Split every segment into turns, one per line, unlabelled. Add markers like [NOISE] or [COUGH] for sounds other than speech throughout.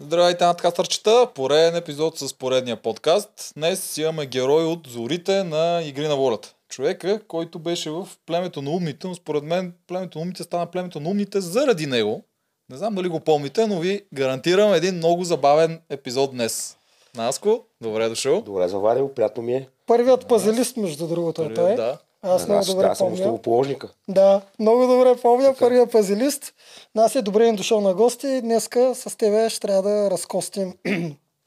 Здравейте, надкастърчета! Пореден епизод с поредния подкаст. Днес имаме герой от зорите на Игри на волята. Човека, който беше в племето на умните, но според мен племето на умните стана племето на умните заради него. Не знам дали го помните, но ви гарантирам един много забавен епизод днес. Наско, добре дошъл.
Добре заварил, приятно ми е.
Първият пазелист, между другото, е той.
Нали, Да.
Аз много
Аз,
добре
аз съм
помня.
основоположника.
Да, много добре помня първия пазелист. Нас е добре им дошъл на гости. Днеска с тебе ще трябва да
[LAUGHS]
разкостим.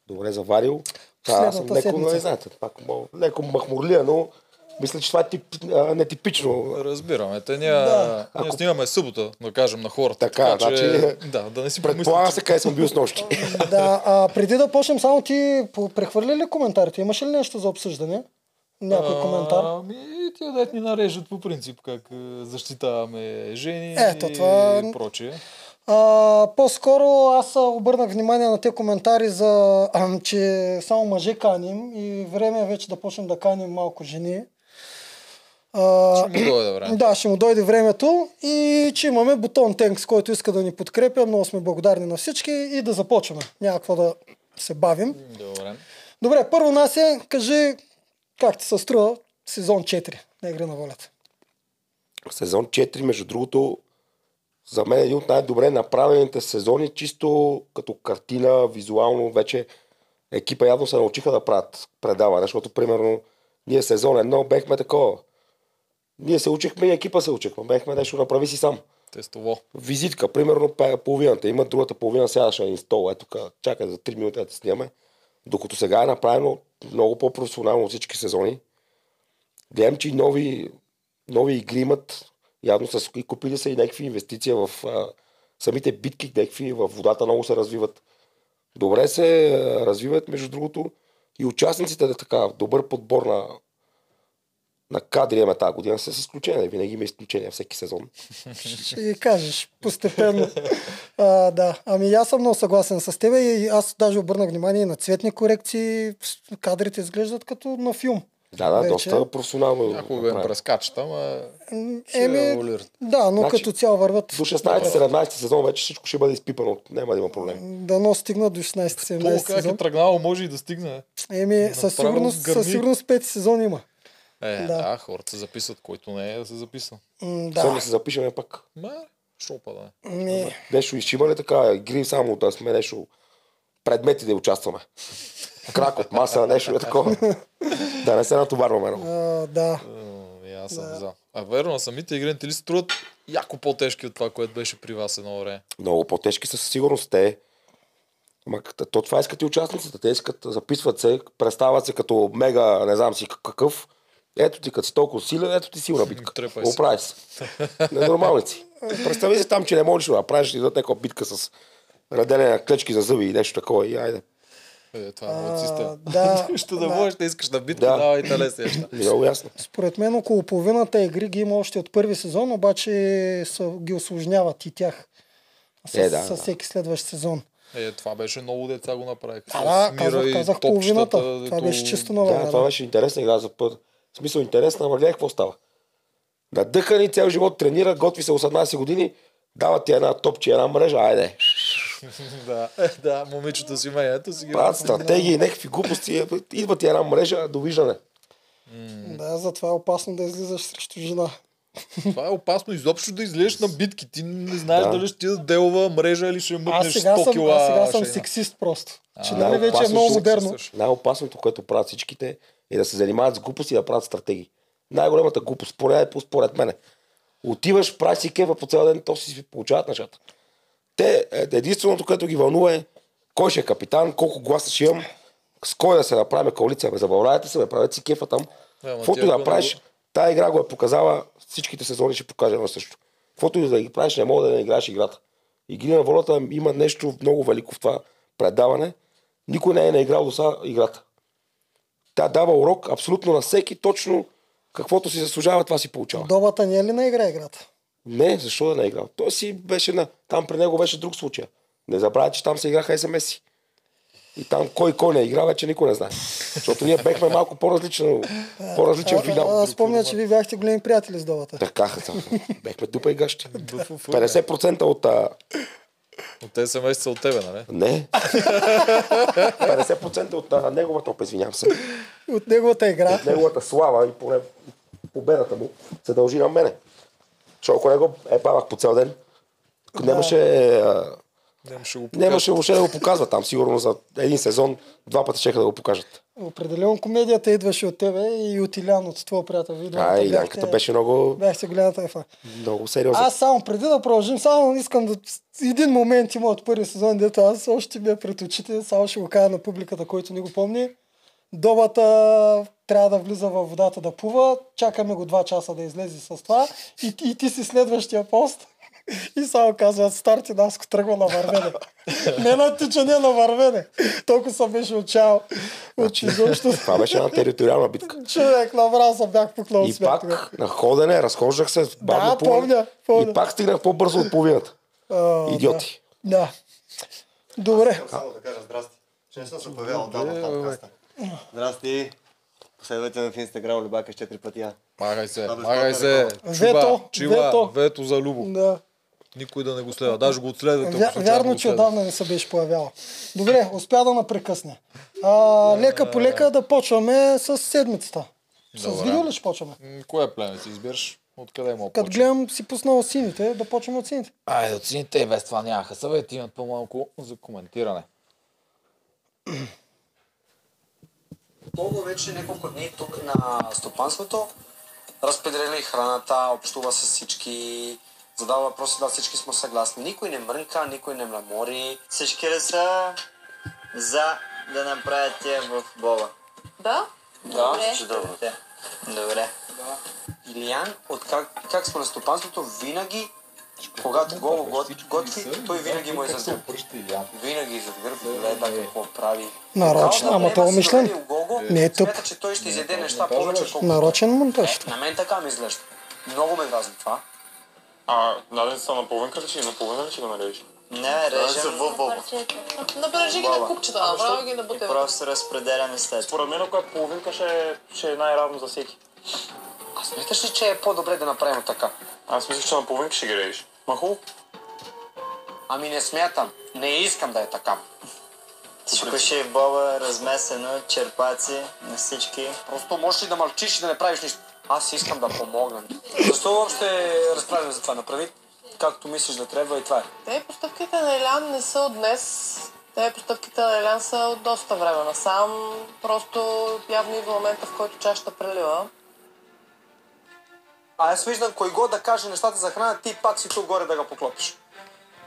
Добре заварил. Та, аз съм
Последната
леко,
седмица.
не знаете, пак мал- леко махмурлия, но мисля, че това е тип, а, нетипично.
Разбираме. Те ние, да.
Да.
ние снимаме суббота, да кажем на хората.
Така, значи-
Да, да не си
Предполагам
помислите,
се къде съм бил с нощи.
да, а преди да почнем, само ти по- прехвърли ли коментарите? Имаше ли нещо за обсъждане? Някой коментар?
Ами, тия дет ни нареждат по принцип как е, защитаваме жени
Ето,
и
това- е
прочие.
А, по-скоро аз а, обърнах внимание на те коментари за, ам, че само мъже каним и време е вече да почнем да каним малко жени. А,
Ще му дойде време.
Да, ще му дойде времето и че имаме бутон Тенкс, който иска да ни подкрепя. Много сме благодарни на всички и да започваме. Няма какво да се бавим.
Добре.
Добре, първо нас е, кажи как ти се струва сезон 4 на Игра на волята.
Сезон 4, между другото, за мен е един от най-добре направените сезони, чисто като картина, визуално вече екипа явно се научиха да правят предаване, защото примерно ние сезон 1 бехме такова. Ние се учихме и екипа се учихме. Бехме нещо направи си сам.
Тестово.
визитка, примерно пе- половината. Има другата половина, сядаш на един стол. Ето тук, чакай за 3 минути да те снимаме. Докато сега е направено много по-професионално от всички сезони. Гледам, че и нови, нови игри имат. Явно са и купили са и някакви инвестиции в а, самите битки, някакви в водата много се развиват. Добре се а, развиват, между другото, и участниците да така, добър подбор на, на кадри имаме тази година, с изключение. Винаги има изключения
[LAUGHS]
всеки сезон.
Ще ги кажеш постепенно. А, да, ами аз съм много съгласен с теб и аз даже обърнах внимание и на цветни корекции. Кадрите изглеждат като на филм.
Да, да,
вече.
доста професионално.
Някога им
направено.
прескачат, е ама е
М,
ще
Еми,
еволюират.
да, но
Значи,
като цяло върват.
До 16-17 сезон вече всичко ще бъде изпипано. Няма да има проблем.
Дано стигнат до 16-17
Толкова как
сезон.
е тръгнало, може и да стигне.
Еми, със
Направо
сигурност,
сгърми.
със сигурност пети сезон има.
Е, да.
Да.
да, хората се записват, който не е да се записва.
М,
Да. Само
Да.
се запишеме пак.
Ма, шопа да е.
Ми,
Нещо изчима ли така? Игри само да сме нещо предмети да участваме. Крак от маса, нещо е такова. да не се натоварваме много.
а, да.
М, и Аз съм
Да.
за. А верно, на самите игри ти ли струват яко по-тежки от това, което беше при вас едно време?
Много по-тежки са със сигурност те. Ама кът- то това искат и участниците. Те искат, записват се, представят се като мега, не знам си к- какъв. Ето ти, като си толкова силен, ето ти силна битка.
Трепай се.
Оправи се. Ненормални си. Представи си там, че не можеш да направиш и да някаква битка с раделение на клечки за зъби и нещо такова. И айде.
Е, това е
А,
младсиста.
да,
[LAUGHS] Ще да
да.
можеш да искаш да битка,
Да.
давай телесни неща.
Много ясно.
Според мен около половината игри ги има още от първи сезон, обаче са, ги осложняват и тях. С,
Е, да,
с
да.
всеки следващ сезон.
Е, това беше много деца го направих.
А, да, казах, казах половината. Това беше чисто нова.
Да,
игра,
това
да.
беше интересна игра за път. В смисъл интересна, ама гледай какво става. Надъха ни цял живот, тренира, готви се 18 години, дава ти една топче, една мрежа, айде.
[LAUGHS] да, да, момичето си имението си ги...
Правят стратегии, някакви глупости, идва ти една мрежа, довиждане.
Да, затова е опасно да излизаш срещу жена.
Това е опасно изобщо да излезеш на битки. Ти не знаеш
Да.
дали ще ти да делва мрежа или ще мъкнеш
Аз сега
100
съм,
кила.
аз сега съм
шейна.
сексист просто. Че
А,
нали вече е
опасно
много
ще се
модерно.
Слушай,
Най-опасното, което правят всичките, е да се занимават с глупости и да правят стратегии. Най-голямата глупост, според, е според мене. Отиваш, правиш си кефа по цял ден, то си си получават нещата. Те, е, единственото, което ги вълнува е кой ще е капитан, колко гласа ще имам, с кой да се направим коалиция. Бе, забавлявайте се, бе, правете си кефа там.
Е, ама
Каквото
ти
и да
ако
правиш,
не
тая игра го е показала, всичките сезони ще покаже едно и също. Каквото и да ги правиш, не мога да не играеш играта. Игри на волята има нещо много велико в това предаване. Никой не е наиграл до сега играта. Тя дава урок абсолютно на всеки, точно каквото си заслужава, това си получава.
Добата не е ли на игра играта?
Не, защо да не е играл? Той си беше на... Там при него беше друг случай. Не забравя, че там се играха СМС-и. И там кой кой не игра, вече никой не знае. Защото ние бехме малко по-различно, по-различен
А,
финал.
а, спомня, че ви бяхте големи приятели с добата.
Така, ха, бехме дупа и гащи.
Бъф, бъф, бъф.
50% от а,
От тези семейства са от тебе, нали?
Не. [LAUGHS] 50% от а, неговата, опа, извинявам се,
От неговата игра.
от Е, неговата слава и поне победата му се дължи на мене. Защото ако не го е бавах по цял ден, нямаше, а,
Нямаше го покажа.
нямаше въобще да го показва там. Сигурно за един сезон два пъти ще да го покажат.
Определено комедията идваше от тебе и от Илян, от твоя приятел. Вие
А,
двамата
и Янката беше много,
Бяхте голямата ефа.
много сериозна.
е. Аз само преди да продължим, само искам да... Един момент има от първи сезон, дето аз още ми е пред очите, само ще го кажа на публиката, който не го помни. Добата трябва да влиза във водата да плува, чакаме го 2 часа да излезе с това и, ти- и ти си следващия пост. [LAUGHS] И само казват, старти Наско тръгва на
[LAUGHS]
вървене. не на тичане, на вървене. Толкова съм беше отчаял. От изобщо
[LAUGHS] Това беше една териториална битка.
човек, набрал съм бях пукнал от
И
смях тогава.
пак на ходене, разхождах се, бавно
Да,
плуване.
помня, помня.
И пак стигнах по-бързо от половината.
А,
Идиоти.
Да. да. Добре.
Само да кажа здрасти. Че не съм се появявал
Е,
Е,
отдавна в подкаста. Здрасти. Последвайте ме в Инстаграм, Любака с 4 пъти. а.
Махай се,
Абе,
махай се.
спорта
Чуба,
Вето,
чива,
вето.
вето за любов.
Да.
Никой да не го следва. Даже го отследвате.
Вя,
ако случайно
вярно,
го
че
следвате.
отдавна не се беше появяла. Добре, успя да напрекъсне. А, лека по лека да почваме с седмицата. С
Добре.
видео ли ще почваме?
М, Кое племе си избираш? Откъде е има
Като гледам си пуснал сините, да почваме от сините.
Айде, от сините и без това нямаха съвет. Имат по-малко за коментиране.
Бобо вече няколко дни тук на стопанството. Разпределили храната, общува с всички, задава въпроси, да всички сме съгласни. Никой не мрънка, никой не мрамори.
Всички ли са за да направят тия в Боба?
Да? Добре.
Чудово. Добре.
Илиян, от как, как сме на стопанството, винаги, когато Бобо гот- готви, той винаги му е зад гръб. Винаги зад гръб, гледа какво прави.
Нарочно, ама то е умишлен. Не
Не
е
е
тъп.
Смята, че той ще изяде неща повече, отколкото
Нарочен монтаж.
Е, на мен така ми изглежда. Много ме дразни това.
А, даден са на половинка ли ще на половина ли ще го нарежеш?
Не, режем
На парчета. Направи ги на купчета, направи ги на
и
бутилка.
просто разпределяме след.
Според мен, ако е половинка, ще, е- ще е най-равно за всеки.
А смяташ ли, че е по-добре да направим така?
Аз мисля, че на половинка ще ги режеш. Ма хубаво.
Ами не смятам. Не искам да е така.
Всичко ще е в Боба, размесено, черпаци на всички.
Просто можеш ли да мълчиш и да не правиш нищо? Аз искам да помогна. Защо въобще разправим за това? Направи както мислиш да трябва и това е.
Те постъпките на Елян не са от днес. Те постъпките на Елян са от доста време насам. Просто явно идва момента, в който чашата прелива.
А аз виждам кой го да каже нещата за храна, ти пак си тук горе да го поклопиш.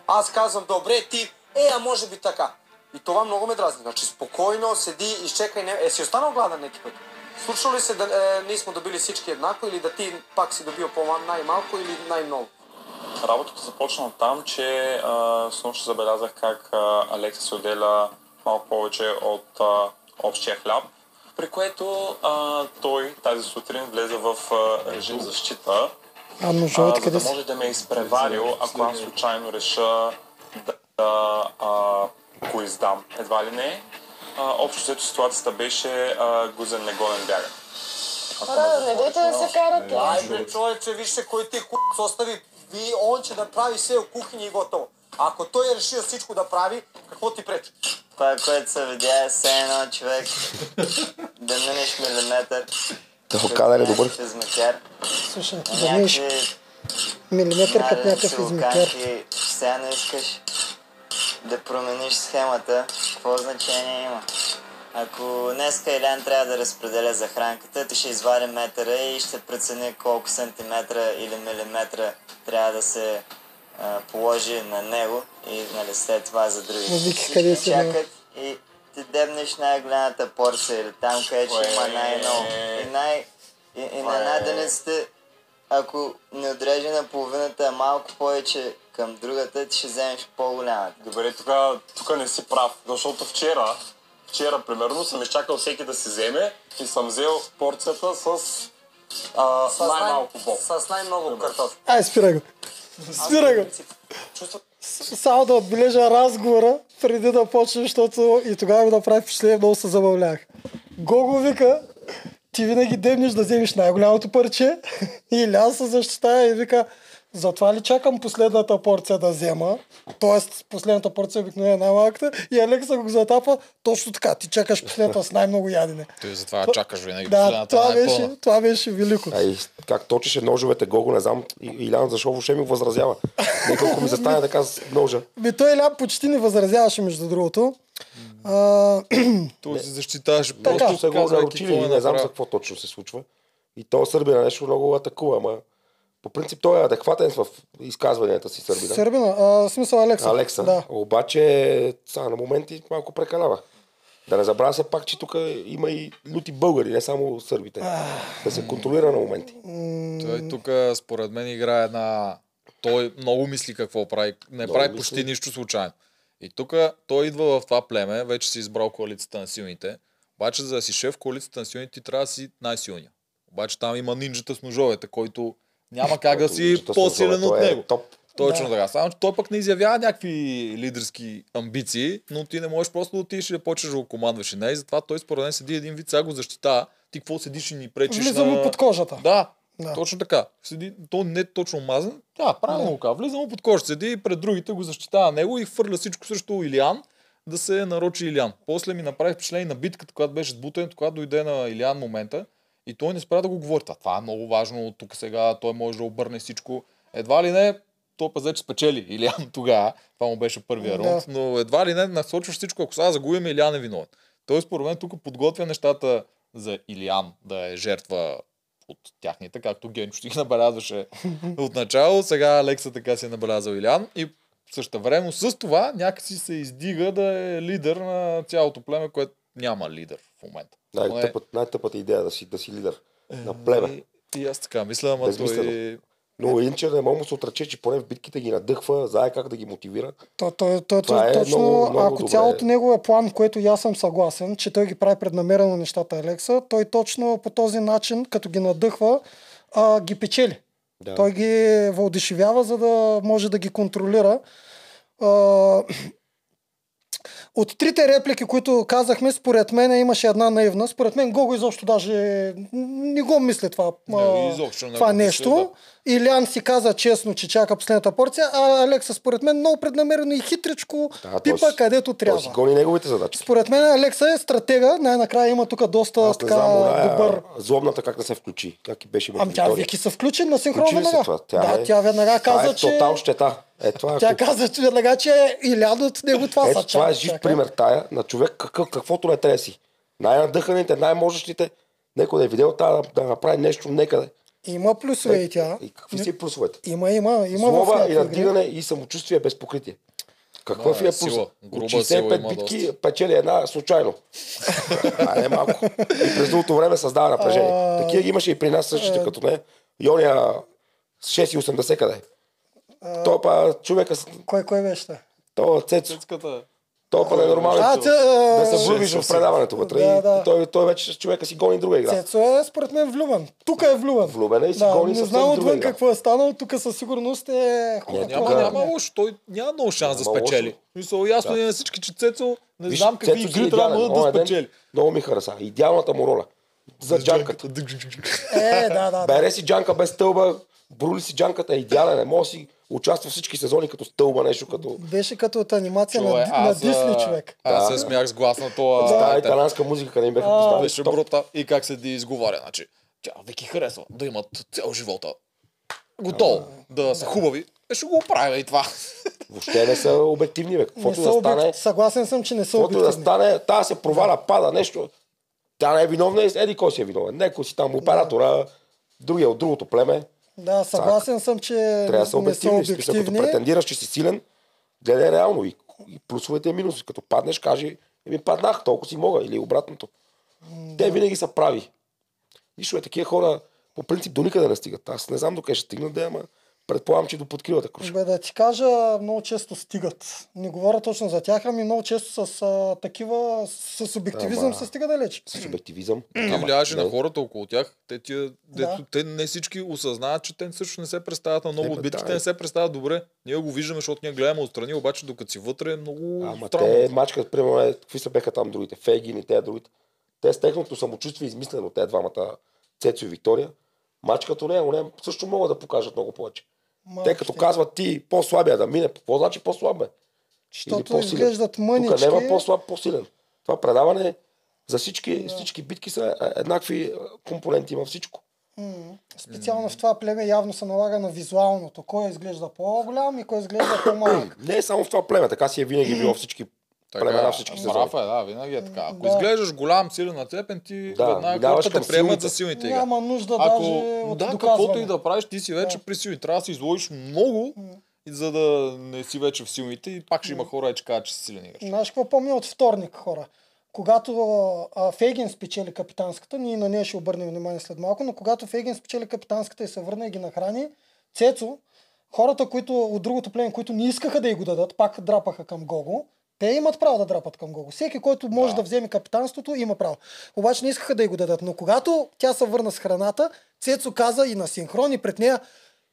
Аз казвам, добре, ти, е, а може би така. И това много ме дразни. Значи спокойно седи, изчекай. Не... Е, си останал гладен някакъв път. Случва ли се да е, ние сме добили всички еднакво или да ти пак си добил по най-малко или най-много?
Работата започна от там, че а, с нощ забелязах как а, Алекса се отделя малко повече от а, общия хляб, при което а, той тази сутрин влезе в а, режим защита,
А ножа
а, за
откъде
да
си?
може да ме е изпреварил, ако аз случайно реша да, да а, го издам. Едва ли не. А, общо взето ситуацията беше а, гузен негоден бяга.
Хора, не дайте да се
Е,
карате.
Айде, човече, виж се кой ти е куц, остави. Ви, он ще направи все в кухиня и готово. Ако той е решил всичко да прави, какво ти пречи?
Това, което се видя е все едно човек [LAUGHS] да минеш милиметър.
Той кадър е добър.
Физмакер.
Слушай, да минеш
Някакви
милиметър като
Наден
някакъв измикер.
силканки, сега не искаш да промениш схемата, какво значение има? Ако днеска Илян трябва да разпределя за хранката, ти ще извади метъра и ще прецени колко сантиметра или милиметра трябва да се а, положи на него и нали, след това за други.
Но Вики,
Всички
къде си, бе?
чакат и ти дебнеш най-голямата порция или там, където ще има
Уе.
най-много. И, най- и, и на
Уе.
надениците ако не отреже на половината, а малко повече към другата, ти ще вземеш по-голямата.
Добре, тук, тук не си прав, защото вчера, вчера примерно съм изчакал всеки да си вземе и съм взел порцията с а,
С най-
най-малко боб.
С най-много картофи.
Ай, спирай го. Спирай го.
Чувствам,
Само да отбележа разговора преди да почнем, защото и тогава ми направи впечатление, много се забавлях. Гого вика, [LAUGHS] ти винаги дебнеш да вземеш най-голямото парче и Лян се защитава и вика, Затова ли чакам последната порция да взема? Тоест, последната порция обикновено е най-малката и Алекса го затапа точно така. Ти чакаш последната с най-много ядене.
Той затова чакаш винаги.
Да,
последната
това
най-пълна.
беше, това беше велико.
А и как точеше ножовете, Гого, не знам, И- Илян, защо въобще ми възразява. Неколко ми застане така с ножа.
Ми той Лян почти не възразяваше, между другото. А, [CLEARS THROAT]
Той се защитаваше.
Просто
Просто
са го
казвайки
наручили
какво е
и не знам за
направил.
какво точно се случва. И то Сърбина нещо много атакува, ама по принцип той е адекватен в изказванията си Сърбина.
Сърбина, а, в смисъл е Алекса.
Алекса.
Да.
Обаче, са, на моменти малко прекалява. Да не забравя се пак, че тук има и люти българи, не само сърбите. Да се контролира на моменти. Ами-
Той тук, според мен, играе една... Той много мисли какво прави. Не
Много
прави
мисли.
почти нищо случайно. И тук той идва в това племе, вече си избрал коалицията на силните. Обаче, за да си шеф в коалицията на силните, ти трябва да си най-силния. Обаче там има нинджата с ножовете, който няма как да
Който
си
виждате с
по-силен
ножове,
от
той е
него.
Топ.
Точно така. Само, че той пък не изявява някакви лидерски амбиции, но ти не можеш просто да отидеш и да почнеш да го командваш и не. И затова той според мен седи един вид, сега го защитава. Ти какво седиш и ни пречиш
Влиза му
на...
под кожата.
Да,
Да.
точно така. Седи, то не е точно мазен. Да, правилно
Да.
го казва. Влиза му под кожа, седи и пред другите го защитава него и хвърля всичко срещу Илиан да се нарочи Илиан. После ми направи впечатление на битката, която беше с бутенето, когато дойде на Илиан момента и той не спря да го говори. Това, това е много важно, тук сега той може да обърне всичко. Едва ли не, то пазе, че спечели Илиан [LAUGHS] тогава. Това му беше първия
Да.
рунд, но едва ли не насочваш всичко, ако сега загубим Илиан е виновен. Той според мен тук подготвя нещата за Илиан да е жертва от тяхните, както Генчо ще ги набелязваше отначало. Сега Алекса така си е набелязал Илян и същевременно с това някакси се издига да е лидер на цялото племе, което няма лидер в момента.
Най-тъпът,
е-
най-тъпата идея да си, да си лидер
Е.
на племе.
И, и аз така мисля, ама той...
Безмислено. Но Инче не мога му се отрече, че поне в битките ги надъхва, знае как да ги мотивира.
То, то, то, то,
Това е
точно,
много- много
ако
добре.
цялото негово е план, в което и аз съм съгласен, че той ги прави преднамерено нещата, Алекса, той точно по този начин, като ги надъхва, а, ги печели.
Да.
Той ги въодушевява, за да може да ги контролира. А, [CLEARS THROAT] От трите реплики, които казахме, според мен имаше една наивна. Според мен Гого изобщо даже не го мисли това,
Не,
а,
изобщо не
това
го мисли,
нещо. Илян си каза честно, че чака последната порция, а Алекса според мен много преднамерено и хитричко
Да, той
пипа
си-
където
Той си
трябва.
гони неговите задачи.
Според мен Алекса е стратега, най-накрая има тук доста
Аз не
така
знам, оная,
добър...
злобната как да се включи. Как и беше
Ам тя Вики се включи на синхрон
Включи ли се
веднага.
това? Тя
да,
е-
тя веднага
Това
каза,
е
че...
тотал щета. Е, това е,
Тя
ако-
каза че веднага, че Илян от него това са
Ето, това е
чака,
жив
чака.
пример тая на човек, какъв, каквото не трябва да си. Най-надъханите, най-можещите, някой да е видял тая да, е. да направи нещо некъде.
Има плюсове и тя.
Е, И какви си плюсовете?
Има, има, има в
Злоба
някои
и
игри.
надигане и самочувствие без покритие. Каква
Да,
ви е плюс?
сила.
От
Груба сила
65
има
битки
доста.
печели една случайно. а не малко. И през другото време създава напрежение. Такива ги имаше и при нас
Е.
същите, като не. Йония с 6,80 къде. Той па човека, с-
Кой, кой беше? та?
той цецо,
Цецката.
той па ненормален.
А,
да
ця,
се влюбиш в предаването вътре.
Да,
и
да.
Той, той вече с човека си гони друга игра.
Цецо е според мен влюбен. Тук е влюбен.
Влюбен е и си
Да,
гони
не
съвсем
знам
друга
отвън
игра.
какво е станало. Тук със сигурност е хора.
Не,
Няма,
Тук-
няма лошо. Той няма много шанс да
Няма лошо.
спечели. Мисъл, ясно е на всички, че Цецо не
Виж,
знам какви
Цецо си е
игри трябва
идеален.
да
Оня ден
спечели.
Много ми хареса. Идеалната му роля. За джанката.
Е, да, да. да.
Бере си джанка без стълба, брули си джанката, е идеален. Не може да си участва всички сезони като стълба, нещо като...
Беше като от анимация на,
Човек,
Ди- на
аз,
Дисни
а,
човек.
Аз се смях с глас на това.
Да,
Стаята.
италянска музика, къде им бяха поставили.
Беше
Стоп.
брута и как се да изговаря. Значи, тя Вики харесва да имат цял живота. Готово да са хубави. Е, ще го оправя и това.
Въобще не са обективни, бе.
Не
Каквото
са
да стане,
обект... Съгласен съм, че не са
каквото да
обективни.
стане, тая се проваля, пада нещо. Тя не е виновна, и еди кой си е виновен. Некой си там оператора, другия от другото племе.
Да, съгласен съм, че
Трябва да са
Е, не са
обективни. в Смисъл, като
обективни.
претендираш, че си силен, гледай реално и, и плюсовете и минусите. Като паднеш, кажи, еми паднах, толкова си мога или обратното. Те винаги са прави. Нищо е, такива хора по принцип до никъде не стигат. Аз не знам докъде ще стигнат, да, ама предполагам, че до подкривата круша.
Бе, да ти кажа, много често стигат. Не говоря точно за тях, ами много често с а, такива, с, с обективизъм
Ама-
се стига далеч.
С субективизъм.
Ти
Ама,
влияеш и
не.
на хората около тях. Те, тия, дето,
Да.
те не всички осъзнават, че те също не се представят на много
Не, бе,
от битките,
да,
не
е.
се представят добре. Ние го виждаме, защото ние гледаме отстрани, обаче докато си вътре е много
Ама те
странно.
мачкат, примерно, е, какви са беха там другите, Фейгин и те другите. Те с техното самочувствие, измислено, те двамата, Цецо и Виктория, мачкат у нея, у нея също могат да покажат много повече.
Малко
Те като
ще-
казват ти по-слабия да мине, какво значи по-слаб бе? Или
Защото
по-силен.
изглеждат
Тук
мънички.
няма по-слаб, по-силен. Това предаване за всички, всички битки са е, еднакви е, компоненти, има всичко.
М, Специално в това племе явно се налага на визуалното. Кой изглежда по-голям и кой изглежда по-малък.
Не е само в това племе, така си е винаги било всички племена, всички сезони.
прав е, да, винаги е така. Ако
Да.
изглеждаш голям, силен на тепен, ти
Да,
веднага
минаваш
хората
към
те приемат
силните.
за силните игра.
Няма нужда
Ако
даже от
да, каквото
доказване.
и да правиш, ти си вече
Да.
при силни. Трябва да се изложиш много, и за да не си вече в силните и пак ще има хора, че кажат, че си силен играч.
Знаеш какво помня от вторник, хора? Когато а, Фейгин спечели капитанската, ние на нея ще обърнем внимание след малко, но когато Фейгин спечели капитанската и се върна и ги нахрани, Цецо, хората, които от другото племе, които не искаха да й го дадат, пак драпаха към Гого. Те имат право да драпат към Гого. Всеки, който може да, да вземе капитанството, има право. Обаче не искаха да й го дадат. Но когато тя се върна с храната, Цецо каза и на синхрон и пред нея,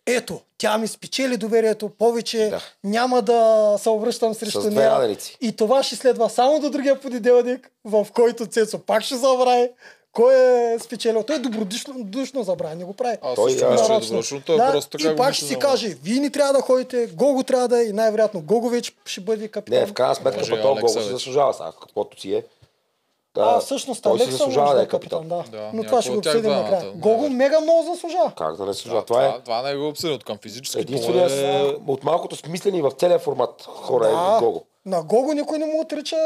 ето, тя ми спечели доверието, повече да.
Да.
няма да се обръщам срещу
С две
нея.
яденици.
И това ще следва само до другия понеделник, в който Цецо пак ще забрави кой е спечелил. Той добродушно душно забрави, не го прави.
Аз
Той,
също
а,
мисля, че е
Нарочно.
добро, защото той
Да,
е просто така
и
го
пак
мисли
ще си
за-
каже, вие не трябва да ходите, Гого трябва да е и най-вероятно Гогович ще бъде капитан.
Не, в крайна сметка
Може
пък
и
този
Алекса
Бог си
вече.
заслужава сега, каквото си е.
А,
Да,
всъщност
той си
Алекса
заслужава
може
да
да
е
е капитан, да.
Да,
Но това
някой
ще го
от тях
обсъдим
двамата,
накрая.
да.
Gого мега много заслужава.
Как да не заслужава?
Да,
това е
това, това не го обсъдим от към физически.
единственият
това е...
с- от малкото смислени в целия формат хора е Гого.
На Гого никой не му отрича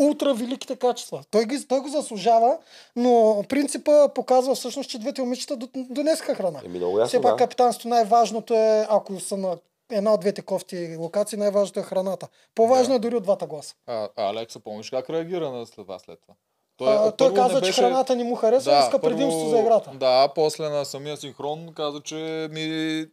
ултра великите качества. Той, ги, той го заслужава, но принципа показва всъщност, че двете момичета до- донесха храна.
Еми, много ясно,
Все пак
да.
капитанството най-важното е, ако са на една от двете кофти локации, най-важното е храната. По-важно е дори от двата гласа.
А, а, Алекса, помниш как реагира на след това след това?
Той, а, той
първо не
каза, че храната не му харесва и иска
първо-
предимство за играта.
Да, после на самия синхрон каза, че ми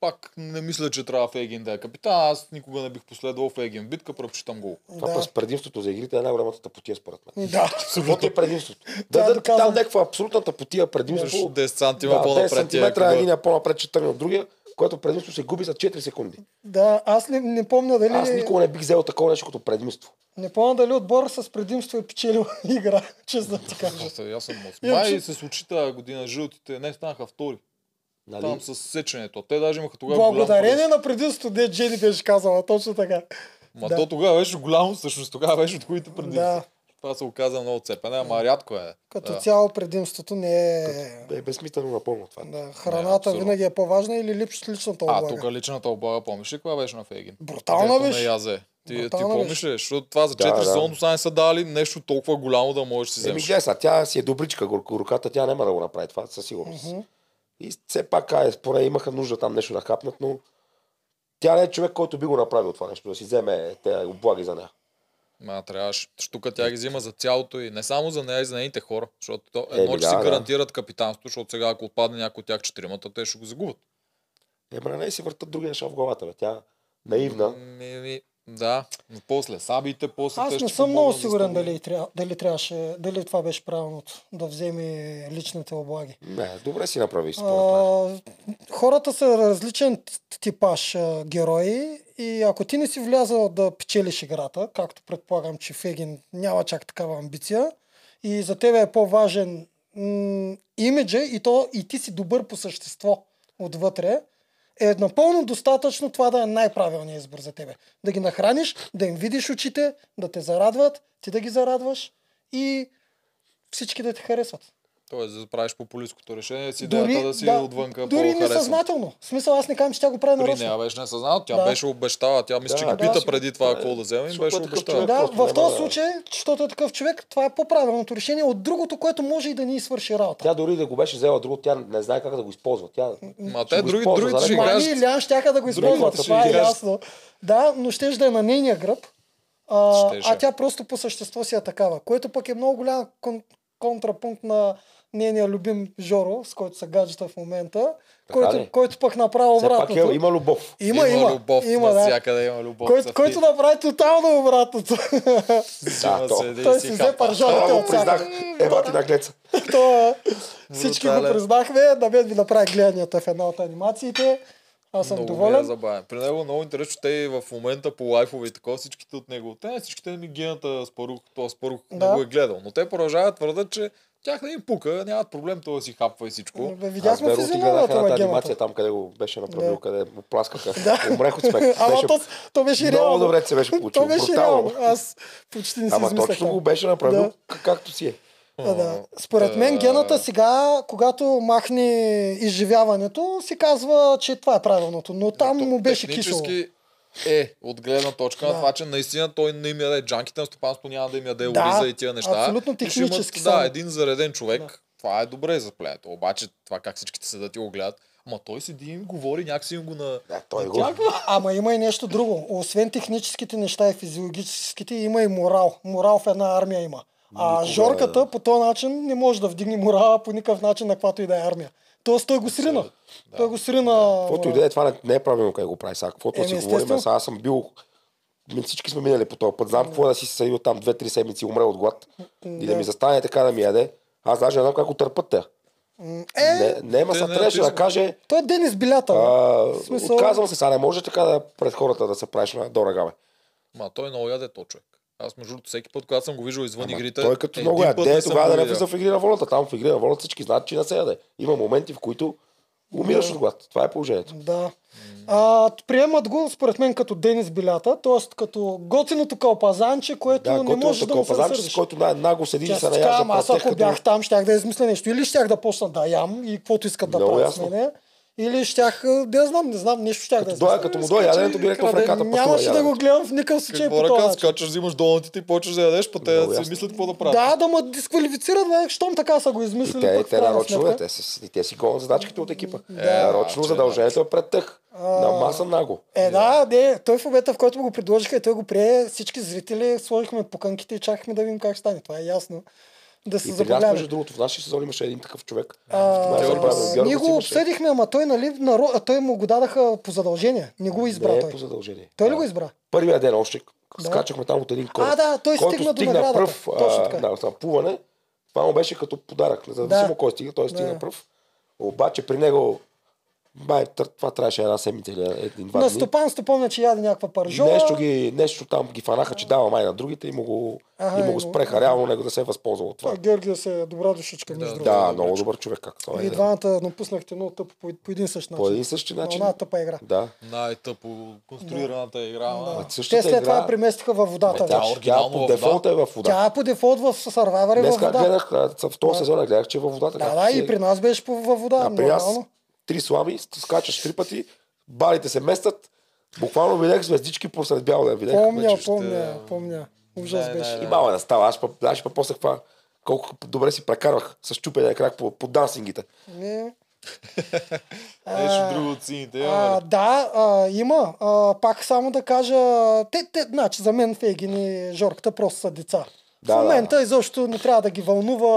пак не мисля, че трябва Фейгин да е капитан. Аз никога не бих последвал Фейгин в битка, предпочитам го.
Това
да.
през предимството за игрите е най-голямата тъпотия според мен.
Да.
Абсолютно е предимството.
Тя
Да, да,
доказва-
там някаква абсолютна тъпотия
Имаш
предимство.
10 сантима
Да, 10
по-напред. ти е
сантиметра
кога-
един е по-напред, че тръгне от другия, което предимство се губи за 4 секунди.
да, аз не, не помня дали...
Аз никога не бих взел такова нещо като предимство.
Не помня дали отбор с предимство е печелил [LAUGHS] игра, честно да ти кажа.
Аз- Аз съм от
Иначе-
май се случи тази година. Жълтите не станаха втори. Там
Нали?
с сеченето. Те даже имаха тогава голям
Благодарение на предимството, де Джени беше казала, точно така.
Ма
Да.
то тогава беше голямо, всъщност тогава беше от които преди.
Да.
Това се оказа много цепене, ама рядко е.
Като
Да.
цяло предимството не е...
Е безсмислено напълно това.
Да,
Не,
храната
абсолютно.
винаги е по-важна или липс, личната
А,
облага.
тук личната облага, помниш ли каква беше на Фейгин?
Брутална
Дето
беше.
На язе. Ти, ти
Брутална
помниш ли? Защото това за 4
да.
сезона са не са дали нещо толкова голямо да можеш да си
Еми,
вземеш.
гледай, сега, тя си е добричка, гор- руката, тя няма да го направи това, със сигурност. И все пак, ай, поне имаха нужда там нещо да хапнат, но тя не е човек, който би го направил това нещо, да си вземе те облаги за нея.
Ма, трябваше. Штука тя ги взима за цялото и не само за нея, и за нейните хора. Защото то,
Еми,
едно, че
да,
си
да.
гарантират капитанството, защото сега ако отпадне някой от тях четиримата, те ще го загубят.
Ема на нея си въртат други неща в главата, бе. Тя наивна.
Ми, ми, да, но после сабите, после те
Аз не
ще
съм много
помогнат е да
сигурен
стане.
дали, тря... дали, трябваше, дали това беше правилното, да вземе личните облаги.
Не, добре си направи
А,
според мен.
хората са различен т- типаж а, герои и ако ти не си влязал да печелиш играта, както предполагам, че Фегин няма чак такава амбиция, и за тебе е по-важен м- имиджа и, то, и ти си добър по същество отвътре, е напълно достатъчно това да е най-правилният избор за тебе. Да ги нахраниш, да им видиш очите, да те зарадват, ти да ги зарадваш и всички да те харесват.
Тоест, за да правиш популистското решение, си идеята да си отвънка
Дори
по-харесван.
несъзнателно. В смисъл, аз не казвам, че тя го прави
При
нарочно.
нея беше несъзнателно, тя
Да.
беше обещала, тя мисля, че
Да,
ги
да,
пита
си-
преди това
да,
какво да вземе и
защото
беше
е такъв
обещала.
човек.
Да,
Просто
в
няма
този
да-
случай, защото е такъв човек, това е по-правилното решение от другото, което може и да ни свърши работа.
Тя дори да го беше взела друго, тя не знае как да го използва. Тя...
Ма
Ще
те
го
други,
използва,
другите
да,
ще
да.
Мани
играят.
и Ами, Лян щяха да го използват,
Другата
това
ще
е
играеш.
ясно. Да, но ще да е на нейния гръб. А,
Щеше.
а тя просто по същество си е такава, което пък е много голям кон, контрапункт на нейния любим Жоро, с който са гаджета в момента, който,
ли?
който пък направи
Все пак е,
обратното.
има любов.
има, има,
любов,
има, да.
навсякъде има любов.
Който,
за
който направи тотално обратното. [LAUGHS]
филма,
Да, то.
седи и
Той си взе
хапа.
пържолите
Това го
от
признах. Е,
всяка.
Ева ти наглеца.
То, е, всички го
Брутален.
признахме. На мен ми направи гледанията в една от анимациите. Аз съм
Много ми е
доволен.
забавен. При него е много интересно, че те и в момента по лайфове и такова всичките от него. Те не всичките ми гената Спарух, то Спарух
Да.
не го е гледал. Но те продължават твърдат, че Тях не им пука, нямат проблем, той да си хапва и всичко.
Бе,
Аз
Видяхме
бе отигледах
физиономията
една
на
анимация
гемата.
там, къде го беше направил,
Да.
къде му пласкаха.
Да.
Умрех от
[LAUGHS]
смех.
Ама
Беше
то, то беше
много
реално.
добре се беше получило.
[LAUGHS] То беше
Брутално.
реално. Аз почти не си
Ама
измислях.
точно
това.
го беше направил
Да.
к- както си е.
А, да. Според мен гената сега, когато махне изживяването, си казва, че това е правилното. Но там
То
му беше кисело.
технически Е, от гледна точка на
Да.
това, че наистина той не им яде джанките на стопанство, няма да им яде
Да,
ориза и тия неща.
абсолютно
И ще имат,
технически
Да,
само.
един зареден човек, това е добре за племето. Обаче това как всичките седат и го гледат, ама той седи и им говори, някакси им го на...
Да, той го.
Тя-
А- Ама има и нещо друго. Освен техническите неща и физиологическите, има и морал. Морал в една армия има. А
Никога, е-
Жорката
да.
по този начин не може да вдигне морала по никакъв начин на каквато и да е армия. Тоест той го срина. Той го срина.
Каквото и
морала.
да е, това не- не е правилно как го прави сега. Каквото
Еми,
си
естествено.
говорим, сега аз съм бил... Ми всички сме минали по този път. Знам какво е да си съдил там 2-3 седмици, умре от глад. И да ми застане така да ми яде. Аз даже не знам как го търпят те.
Е,
Не, не, ма
те
са
не
трябваше да
написват.
каже,
той е Денис Билята. бе.
а,
смисъл-
отказвам се, сега не може така да пред хората да се правиш на дорога, бе.
Ма той много яде то човек. Аз между другото всеки път, когато съм го виждал извън игрите,
Той като
един
много
път не
яде,
съм
тогава
го
да не
видял.
влиза в игри на волята. Там в игри на волята всички знаят, че не се яде. Има моменти, в които умираш от глад. Това е положението.
Да. А, приемат го, според мен, като Денис Билята, т.е. като готиното кълпазанче, което
Да,
не
който
може
е
да му
такова
се
пазарче, с
разсърдиш.
който на- наго седи и
Тя
се
си така,
наяжда
ама аз
пред
ако
тях, като
бях там, щях да измисля нещо. Или щях да почна да ям и каквото искат да
Много
правят с
ясно.
мене. Или щях, а, да я знам, не знам, нещо щях да
Като
измисля.
дойде, като му дойде яденето, директно в
Къде?
ръката пътува
Нямаше да
яденето.
го гледам в никакъв случай по
Какво
този
ръка,
начин.
скачаш, взимаш донатите и почваш да ядеш, па те
Много
си
ясно.
мислят какво да правят.
Да, да ме дисквалифицират, бе, щом така са го измислили.
И те,
пък в
те
крайна
нарочно, бе,
сметка.
те, си- и те си гонят задачките от екипа.
Да.
нарочно
Е,
задължението е пред тях. На маса наго.
Е, да, не, той в момента, в който му го предложиха и той го прие, всички зрители сложихме пуканките и чакахме да видим как ще стане. Това е ясно. Да се
И при нас,
забавляваме.
между другото, в нашия сезон имаше един такъв човек.
А,
Това е забравено. Георгиев
ние
си
го
имаше.
обсъдихме, ама той, нали, наро... а той му го дадаха по задължение. Не го избра
Не е
той.
по задължение.
Той ли го избра?
Първия ден още
Да.
скачахме там от един кораб.
А, да, той
който
стигна до
стигна
наградата.
пръв
Точно
а,
така.
на, на плуване. Това му беше като подарък. Независимо
Да.
кой стига, той стигна
Да.
пръв. Обаче при него май, тър- това трябваше една седмица или един-два
На
дни.
стопанство помня, че яде някаква паржола.
Нещо, ги, нещо там ги фанаха, че дава май на другите и му го,
Аха,
и му
и
го
го-
спреха. Реално него да се е възползвал от това.
Това Георгия се е добра душичка, между
да.
другото.
Да, много добър човек. Как това
Вие
е.
двамата напуснахте много тъпо по, по един същ начин.
По един същи
На
начин.
една тъпа игра.
Да.
Най-тъпо конструираната игра. ма.
А същата
Те след това
игра-
я преместиха във водата.
Ме, тя,
вече.
тя
оригинално
по
във вода.
дефолт е в вода.
Тя е по дефолт в Survivor е във
Днес
вода.
как гледах, а, в този сезон я гледах, че е във водата.
Да,
както
да,
си
и
е.
при нас беше по, във вода.
А при нас
нормално.
три слаби, ст- скачаш три пъти, балите се местят, буквално видях звездички посред бяло да видях.
Помня,
вече значи ще-
помня, помня. Ужас
Не, не,
беше.
И мама не става, аз па, аз па после хва, колко добре си прекарвах с чупения крак по, по дансингите.
Не.
Нещо друго от сините. е,
А,
имаме ли?
да, а, има. А, пак само да кажа, те, те, значи за мен Фейгин и Жорката просто са деца.
Да,
в
да.
момента изобщо не трябва да ги вълнува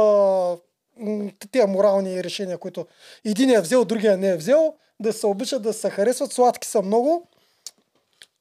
м, тия морални решения, които един е взел, другия не е взел, да се обичат, да се харесват, сладки са много.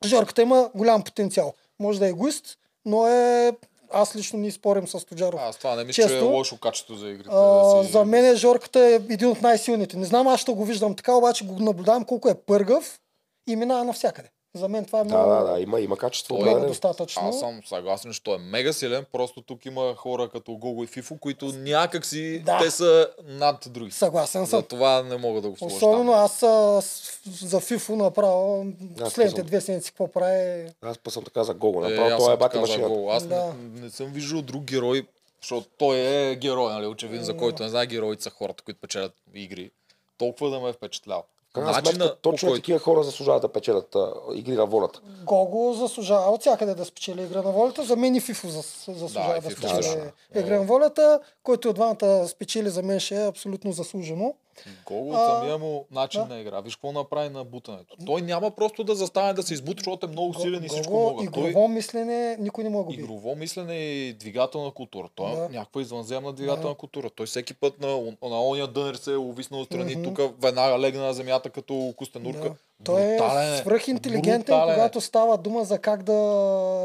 Жорката има голям потенциал. Може да е егоист, но е... Аз лично ни спорим с Тоджаров.
Аз това не мисля, че е
често.
лошо качество за игрите.
А,
да си-
за мен е Жорката е един от най-силните. Не знам, аз ще го виждам така, обаче го наблюдавам колко е пъргав и минава навсякъде. За мен това е
Да,
много,
да, да, има, има качество.
Той е
определено.
много достатъчно.
Аз съм съгласен, че той е мега силен, просто тук има хора като Гого и Фифо, които някакси
Да.
те са над други.
Съгласен съм.
За това не мога да го сложа
Особено
там.
аз а, с- за Фифо направо последните
съм.
две седмици какво прави.
Аз па съм така за Гого.
Е,
Направо
аз
това е
съм
бати
така за
машината.
гол. Аз
Да.
не, не съм виждал друг герой, защото той е герой, нали, очевидно, за който не знае, героите са хората, които печелят игри. Толкова да ме е впечатлял.
В Крайна сметка,
по
точно е такива хора заслужават да печелят а, игри на волята.
Гого заслужава от всякъде да спечели игра на волята. За мен и Фифо зас-
Да,
заслужава
и
да,
Фифо
спечели
също.
игра на волята. Който от двамата спечели за мен ще е абсолютно заслужено.
Гол
А,
от самия му начин
да.
на игра. Виж какво направи на бутането. Той няма просто да застане да се избута, защото е много силен и всичко
Гого,
мога. Той
игрово мислене никой не може да го бие.
игрово мислене и двигателна култура. Той
Да.
е някаква извънземна двигателна
Да.
култура. Той всеки път на, он- на ония дънер се е увиснал отстрани, mm-hmm. тук веднага легна на земята като костенурка.
Да. Той е
Брутален
свръхинтелигентен,
Брутален е.
когато става дума за как да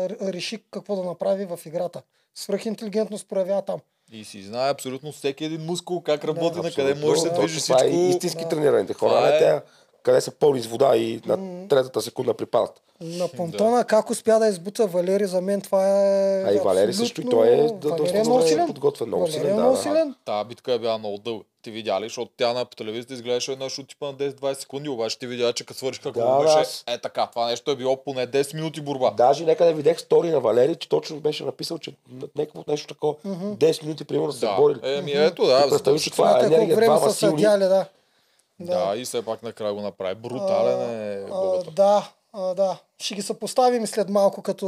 р- реши какво да направи в играта. Свръхинтелигентност проявява там.
И си знае абсолютно всеки един мускул как работи, на къде
Абсолютно.
можеш да се
Точно
движи
това
всичко.
е истински
Да.
тренираните хора.
Това
не
е-
те къде са пълни с вода и на третата секунда припадат.
На понтона как успя да избута Валери, за мен това е
А и Валери също, и той е
абсолютно-
да- доста
Валери е
добре
много силен.
подготвен, много
Валери е
силен, да,
много
да.
силен.
Та битка е била много дълга. Ти видя ли, защото тя на по телевизията изглеждаше едно шут типа на 10-20 секунди, обаче ти видя, че като свършиха
Да,
какво беше,
да, аз-
е така. Това нещо е било поне 10 минути борба.
Даже някъде видях стори на Валери, че точно беше написал, че на- някакво нещо такова, 10 минути примерно са се борили.
Еми Е, ами, ето, да.
Ти представи си това е
Знаете колко
енергия,
време
двама
са се
силни.
дяли, да.
Да. да, и все пак накрая го направи. Брутален е
А,
борбата.
да, а, да. Ще ги съпоставим след малко, като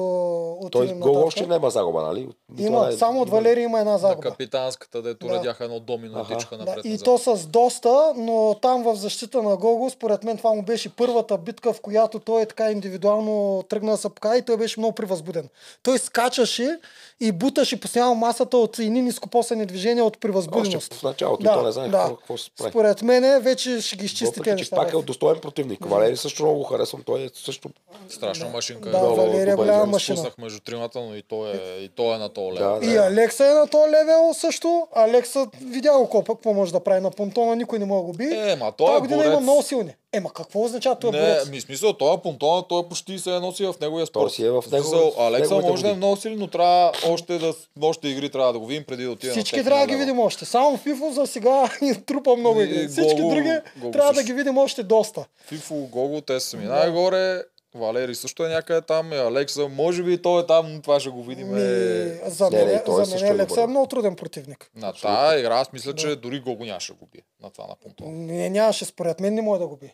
Той
отидем
гол
нататък.
още няма загуба, нали? Това
Има,
е-
само от Валери има една
На
загуба.
капитанската, дето
Да.
редяха едно домино,
Аха.
тичка
Да,
напред.
и
назад.
то с доста, но там в защита на Гого, според мен това му беше първата битка, в която той е така индивидуално тръгна да се покаже и той беше много превъзбуден. Той скачаше и буташе постоянно масата от едни нископосани движения от
Още
превъзбуденост.
в началото
Да,
и то не знае
да.
какво, какво се прави.
Според мен вече ще ги изчисти
Въпреки,
тези
че
неща.
пак е
бе.
достойен противник. Валери също много го харесвам. Той е също...
Страшна машинка.
Да,
е.
Много
Валерия е
добър
голяма
израз.
машина.
Спуснах между тримата, но и той е, и той е на то
Да,
лево.
да.
И Алекса е на този левел също. Алекса видя колко какво може да прави на понтона, никой не може да го би.
Е, ма той
Тази
е
година има
борец.
много силни. Ема какво означава този
Не,
борец?
ми смисъл, той е понтона, той е почти се е носи в неговия спорт.
Той си е в
Смисъл,
негови- в
Алекса
неговите
може да е
води.
много силен, но трябва още да, с- още игри трябва да го видим преди да отиде
Всички трябва да ги видим още. Само в FIFA за сега [LAUGHS] ни трупа много
И-
игри.
и
Всички
Е, Гого-
други
Гого
трябва да
също.
ги видим още доста.
Фифо, Гого, те са ми най-горе. Валери също е някъде там, и Алекса, може би той е там, но това ще го видим.
Ми,
е,
за
Не, не,
мен, е-
той
за
също
мен
е
Алекса
добър.
е много труден противник.
На тази игра аз мисля, че дори Гого нямаше да го бие на това на понтона.
Не, нямаше, според мен не може да го би.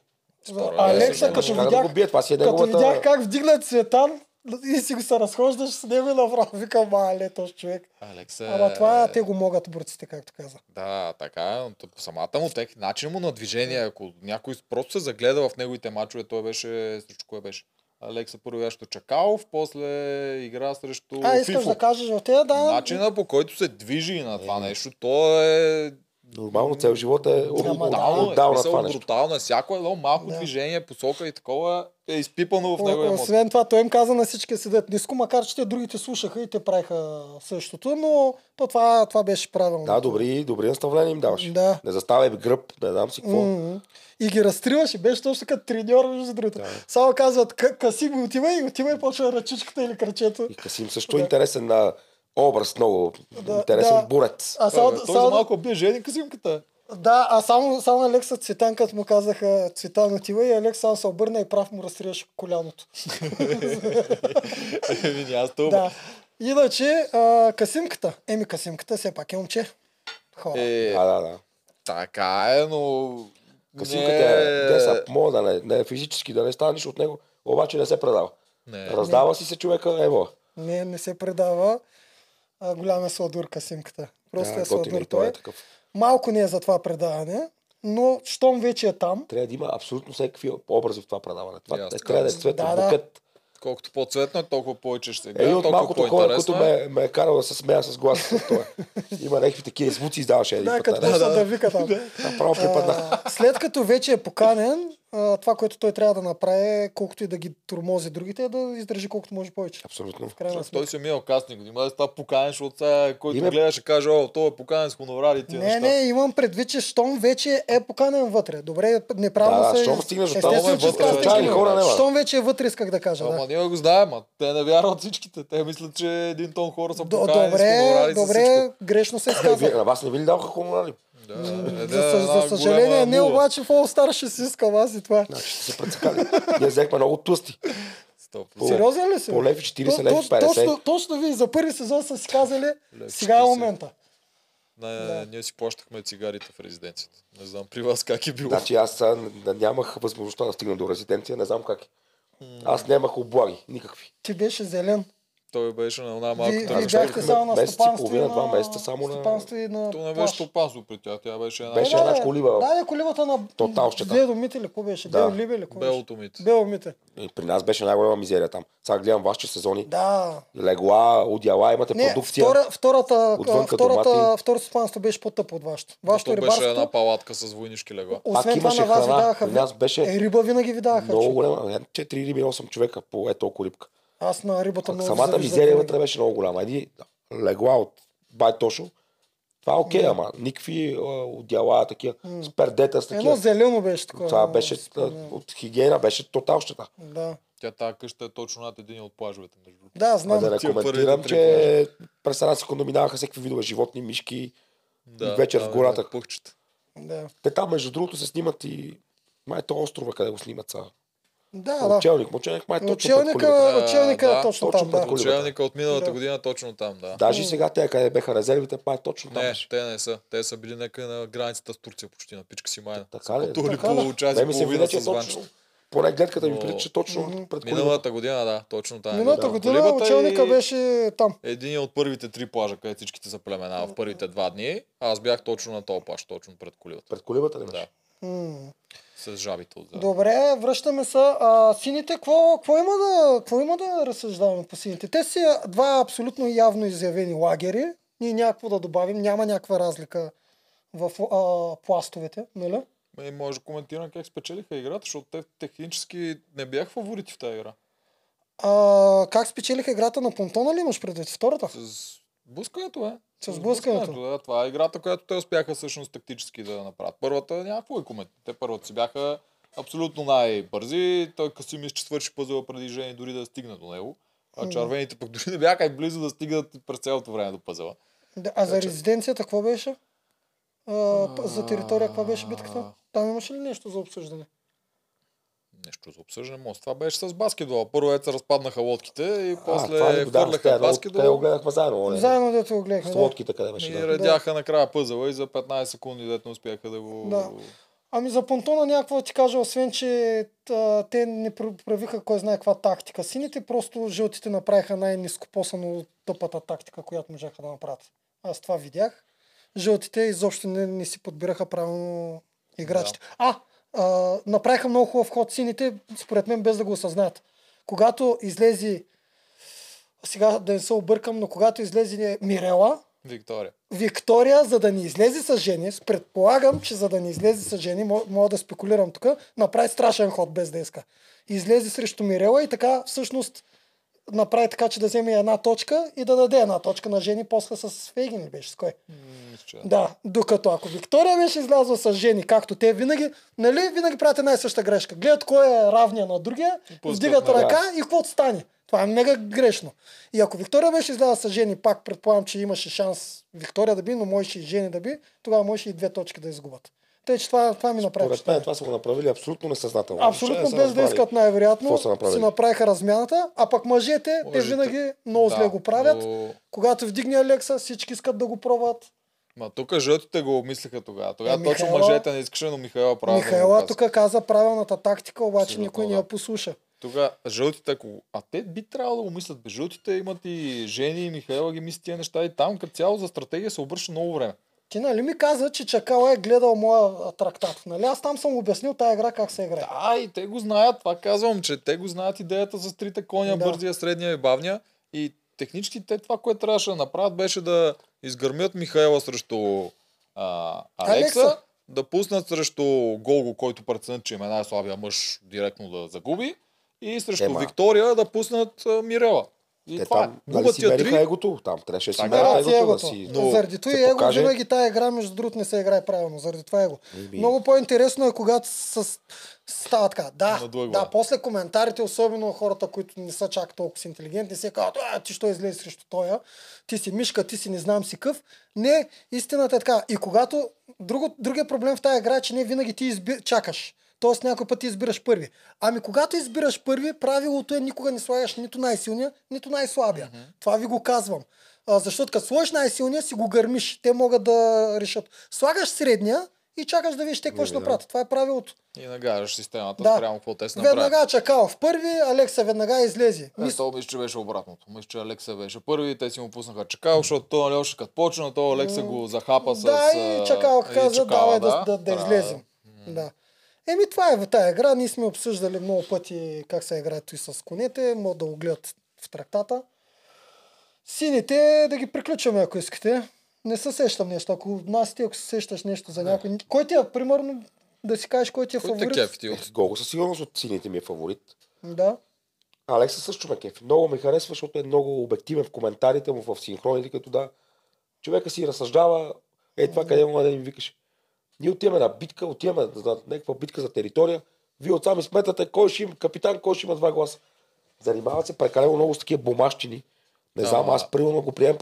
Според мен също
Алекса,
не
като
Как да
видях,
го бие, това си е
като
неговата...
видях как вдигнат Светан и си го се разхождаш с него и направо викам, мале, този човек.
Алекса е...
Ама това те го могат борците, както каза.
Да, така е, но тъп- самата му тех, начин му на движение, ако някой просто се загледа в неговите мачове, той беше, срещу кое беше? Алекса първо беше Чакалов, после игра срещу
А, искаш
Фифо. Значи,
да кажеш от те, да.
Начина по който се движи на това нещо, то е
Нормално цел живот е
Ама да,
брутално, е,
отдал на
смисъл,
това нещо.
брутално е. Всяко едно малко
Да.
движение, посока и такова е изпипано в
О-
неговия мозък.
Освен това, той им каза на всички да седят ниско, макар че те другите слушаха и те правиха същото, но то това, това беше правилно.
Да, добри, добри наставления им даваш.
Да.
Не заставай гръб, не знам си какво.
М. И ги разтриваше, беше точно като треньор, между другото. Само казват, «К- каси ми, отивай, и отивай, почва ръчичката или кръчето.
И Касим също е интересен на образ, много
Да, да.
интересен бурец.
А
Той,
само,
бе, той за
само,
Е, малко бие жени казимката.
да, а само, само на Алекса Цветан, като му казаха Цветан отива и Алекс само се обърна и прав му разтриваше коляното.
[LAUGHS] Еми, няма стълба.
Да. Иначе, а, касимката. Еми, касимката все пак е момче. Хора.
Е,
Да, да, да.
така е, но...
Касимката
не-
е деса, мога да не, не е физически, да не стане нищо от него, обаче не се предава.
Не.
Раздава си се човека, ево.
Не, не се предава. А, голям е сладур касимката. Просто
Да,
е
готин
сладур
и той
той.
е такъв.
Малко не е за това предаване, но щом вече е там,
Трябва да има абсолютно всякакви образи в това предаване. Това
Ясно.
трябва да е цвет,
Да, да.
букет.
Колкото по-цветно е, толкова повече ще се гледа,
Един от
толкова
малкото хора, които
по-интересно е.
ме, ме е карал да се смея
[LAUGHS]
с гласа с това. Има някакви такива звуци, издаваше един
да,
път.
като
Да,
да,
Е, да.
да, да вика
[LAUGHS]
там.
Направо припаднах.
А, след като вече е поканен, а, това, което той трябва да направи, колкото и да ги турмози другите, е да издържи колкото може повече.
Абсолютно.
В крайна
Защото Той
сметка.
си е минал кастинг, има да става поканен, защото сега, който
Име-
гледа ще каже, о, той е поканен с хонорари и тия
Не,
неща.
не, имам предвид, че щом вече е поканен вътре. Добре, неправилно
Да, да,
се...
щом стигнеш до там, е
Естествено,
момент
че
вътре,
скажете,
случайни
че-
хора няма.
Щом вече е вътре, исках да кажа. Да.
Ама ние го знаем, а те не вярват всичките. Те мислят, че един тон хора са
До-
поканени с
Добре,
хонорари с всичко.
добре, грешно се
Е, вие-
изказах.
На вас не ви ли даваха нали? хонорари?
Да,
За,
е, да,
съ-
една
за съжаление,
голяма
не
мула.
обаче в All Star ще си искам аз и това.
Значи ще се прецакали. Ние взехме много тъсти.
Стоп.
По-
Сериозен ли си?
По лев 40,
То-
лев
то-
50.
Точно, точно ви за първи сезон са си казали, сега е
40.
момента.
Не, Ние си плащахме цигарите в резиденцията. Не знам при вас как е било.
Значи аз а, н- нямах възможността да стигна до резиденция, не знам как е. Аз нямах облаги, никакви.
Ти беше зелен.
Той беше на една малка
Ви, ви
търговска.
бяхте
бяхме
само на
месец и
стопанство и
половина,
на...
два месеца само на-
Стопанство и на...
То не
плаж.
беше стопанство при тях. Тя беше една
Беше
Е, да,
една
бе.
колиба.
Да, бе, колибата на...
Тоталщата.
Дедо Мите ли, какво беше?
Да.
Дедо Либе ли, какво беше?
белото е мит.
Бело Мите.
И при нас беше най-голяма мизерия там. Сега гледам вашите сезони.
Да.
Легла, одяла, имате
Не,
продукция.
втора, втората,
Отвън като
втората,
домати.
второто стопанство беше по-тъпо от вашето.
То
Вашето
беше една
рибарство,
палатка с войнишки легла.
освен
Пак
това
имаше
на вас ви
храна.
даваха...
При нас беше
Е, риба винаги ви даваха.
Много
човек.
голяма. 4 риби, 8 човека по е толкова рибка.
Аз на рибата много
Самата
завиждах
мизерия
винаги.
вътре беше много голяма. Едни легла от Байтошо, Това е окей, okay, ама никакви а, отдела, такива, с пердета, с
Едно
такива.
зелено беше такова.
Това беше а,
спомням.
от хигиена, беше тотал щета.
Да.
Тя тази къща е точно над един от плажовете. Между... другото.
Да,
А
знам.
да не
тия първите
коментирам,
три
че през една секунда минаваха всеки видове животни, мишки.
Да,
вечер в
там
гората.
има Пъхчета.
Да,
Те там, между другото, се снимат и май е то острова, къде го снимат са.
да. да.
Учелник, мочелник, май е точно пред колибата.
Учелника,
А,
учелника
да,
е точно
точно
там,
пред
да.
колибата.
Учебника от миналата
Да.
година точно там, да.
Даже и сега те, къде беха резервите, май е точно там.
Не,
беше.
те не са. Те са били някъде на границата с Турция почти, на пичка си майна.
Така ли?
Тули
Така ли?
по час
Не
и
ми се видя,
половина
че
с
точно.
ванчето.
Поне гледката ми
Но-
прилича точно пред колибата.
Миналата година, да, точно там. е
Миналата
била.
година
Колибата
учелника
и
беше там.
Един от първите три плажа, където всичките са племена в първите два дни. Аз бях точно на този плаж, точно пред колибата.
Пред колибата ли
Да,
беше?
М.
с жабите отзад.
Добре, връщаме се. А, сините, какво, какво, има да, какво има да разсъждаваме по сините? Те са два абсолютно явно изявени лагери. Ние някакво да добавим, няма някаква разлика в а, пластовете, нали?
И може да коментирам как спечелиха играта, защото те технически не бях фаворити в тази игра.
А, как спечелиха играта на понтона ли имаш предвид? Втората?
С бускането, е.
С блъскането.
Да, това е играта, която те успяха всъщност тактически да направят. Първата няма какво и комент. Те първата си бяха абсолютно най-бързи. Той Касимис, че свърши пъзела преди Жени дори да стигне до него. А червените пък дори не бяха и близо да стигнат през цялото време до пъзела.
Да, А за
Вече.
резиденцията какво беше? А, п- за територия каква беше битката? Там имаше ли нещо за обсъждане?
Нещо за обсъждане може. Това беше с баскетбола. Първо е, се разпаднаха лодките и после
това ли го давам с
хвърляха
тая, но Те го
баскетбол.
гледахме заедно. не?
Заедно дето го гледахме.
С
да.
лодките къде беше.
И
да.
редяха накрая пъзела и за 15 секунди дет не успяха да го...
Да. Ами за понтона някаква ти кажа, освен че а, те не пр- правиха кой знае каква тактика. Сините просто жълтите направиха най-нископосано тъпата тактика, която можеха да направят. Аз това видях. Жълтите изобщо не, не си подбираха правилно играчите. Да. А, а, направиха много хубав ход сините, според мен, без да го осъзнаят. Когато излезе, сега да не се объркам, но когато излезе Мирела,
Виктория.
Виктория, за да ни излезе с жени, с- предполагам, че за да ни излезе с жени, мо- мога да спекулирам тук, направи страшен ход без да иска. Излезе срещу Мирела и така всъщност направи така, че да вземе една точка и да даде една точка на жени, после с Фейгин ли беше с кой?
Мисля, че-
Да, докато ако Виктория беше излязла с жени, както те винаги, нали, винаги правят една и съща грешка. Гледат кой е равния на другия,
пускат
вдигат
нали?
на-
ръка и каквото стане. Това е мега грешно. И ако Виктория беше излязла с жени, пак предполагам, че имаше шанс Виктория да би, но можеше и жени да би, тогава можеше и две точки да изгубят. Тъй, че това, това ми направи.
Според
впечатление.
мен това са го направили абсолютно несъзнателно.
Абсолютно
Ще
без
се
да искат
разбрали.
най-вероятно,
Какво са направили?
си направиха размяната, а пък мъжете, те
Мъжете,
винаги много зле
да,
го правят.
но-
Когато вдигне Алекса, всички искат да го пробват.
Ма тук жълтите го обмислиха тогава. Тогава
Е,
точно
Михайла-
мъжете не искаше, но Михайла прави.
Михайла тук каза правилната тактика, обаче
Абсолютно,
никой не
да.
я послуша.
Тук жълтите, ако... А те би трябвало да го мислят. Бе. Жълтите имат и жени, и Михайла ги мисли тия неща. И там като цяло за стратегия се обръща много време.
Ти нали ми каза, че Чакала е гледал моя а, трактат. Нали? Аз там съм обяснил тая игра как се играе.
Да, и те го знаят. Това казвам, че те го знаят идеята за трите
Да.
коня, да. бързия, средния и бавния. И технически те това, което трябваше да направят, беше да изгърмят Михайла срещу а, Алекса,
Алекса.
да пуснат срещу Голго, който преценят, че им е най-слабия мъж, директно да загуби, и срещу
Ема.
Виктория да пуснат а, Мирела. И
Те
това
там,
е.
нали
Губят
си
тия
мериха
три.
егото, там трябваше да си
Така,
мериха
да,
си
егото,
егото.
да си
Но
Заради това
се
и его
покаже.
винаги тая игра, между другото, не се играе правилно. Заради това его.
Еми.
Много по-интересно е, когато с... става така. Да,
Надлъгва.
да, после коментарите, особено хората, които не са чак толкова си интелигентни, се казват, а, ти що излезе срещу тоя, ти си мишка, ти си не знам си къв. Не, истината е така. И когато... Друго, другия проблем в тази игра е, че не винаги ти изби... чакаш. Тоест някой път ти избираш първи. Ами когато избираш първи, правилото е никога не слагаш нито най-силния, нито най-слабия. Mm-hmm. Това ви го казвам. А, защото като сложиш най-силния, си го гърмиш. Те могат да решат. Слагаш средния и чакаш да видиш те какво ще направят. Това е правилото.
И нагаждаш системата
Да.
да. спрямо какво те са направили.
Веднага чакал в първи, Алекса веднага излезе.
Не,
Мис...
Е, то мисля, че беше обратното. Мисля, че Алекса беше първи и те си му пуснаха чакал, защото той нали, още като почна, то Алекса го захапа с...
Да,
а,
и чакал
и
каза, давай да, да, да,
Трябва
излезем. Да. Еми това е в тая игра. Ние сме обсъждали много пъти как се играе и с конете. Могат да го гледат в трактата. Сините да ги приключваме, ако искате. Не се сещам нещо. Ако нас ти, ако се сещаш нещо за някой. Кой ти е, примерно, да си кажеш кой ти е
Кой те
фаворит?
кефи ти от...
Гого със сигурност от сините ми е фаворит.
Да.
Алекса също ме кефи. Много ме харесва, защото е много обективен в коментарите му, в синхроните, като да. Човека си разсъждава. Е, това къде мога да им викаш. Ние отиваме на битка, отиваме на някаква битка за територия. Вие отсами сметате кой ще има капитан, кой ще има два гласа. Занимават се прекалено много с такива бумащини. Не знам,
Ама-
аз примерно го приемам.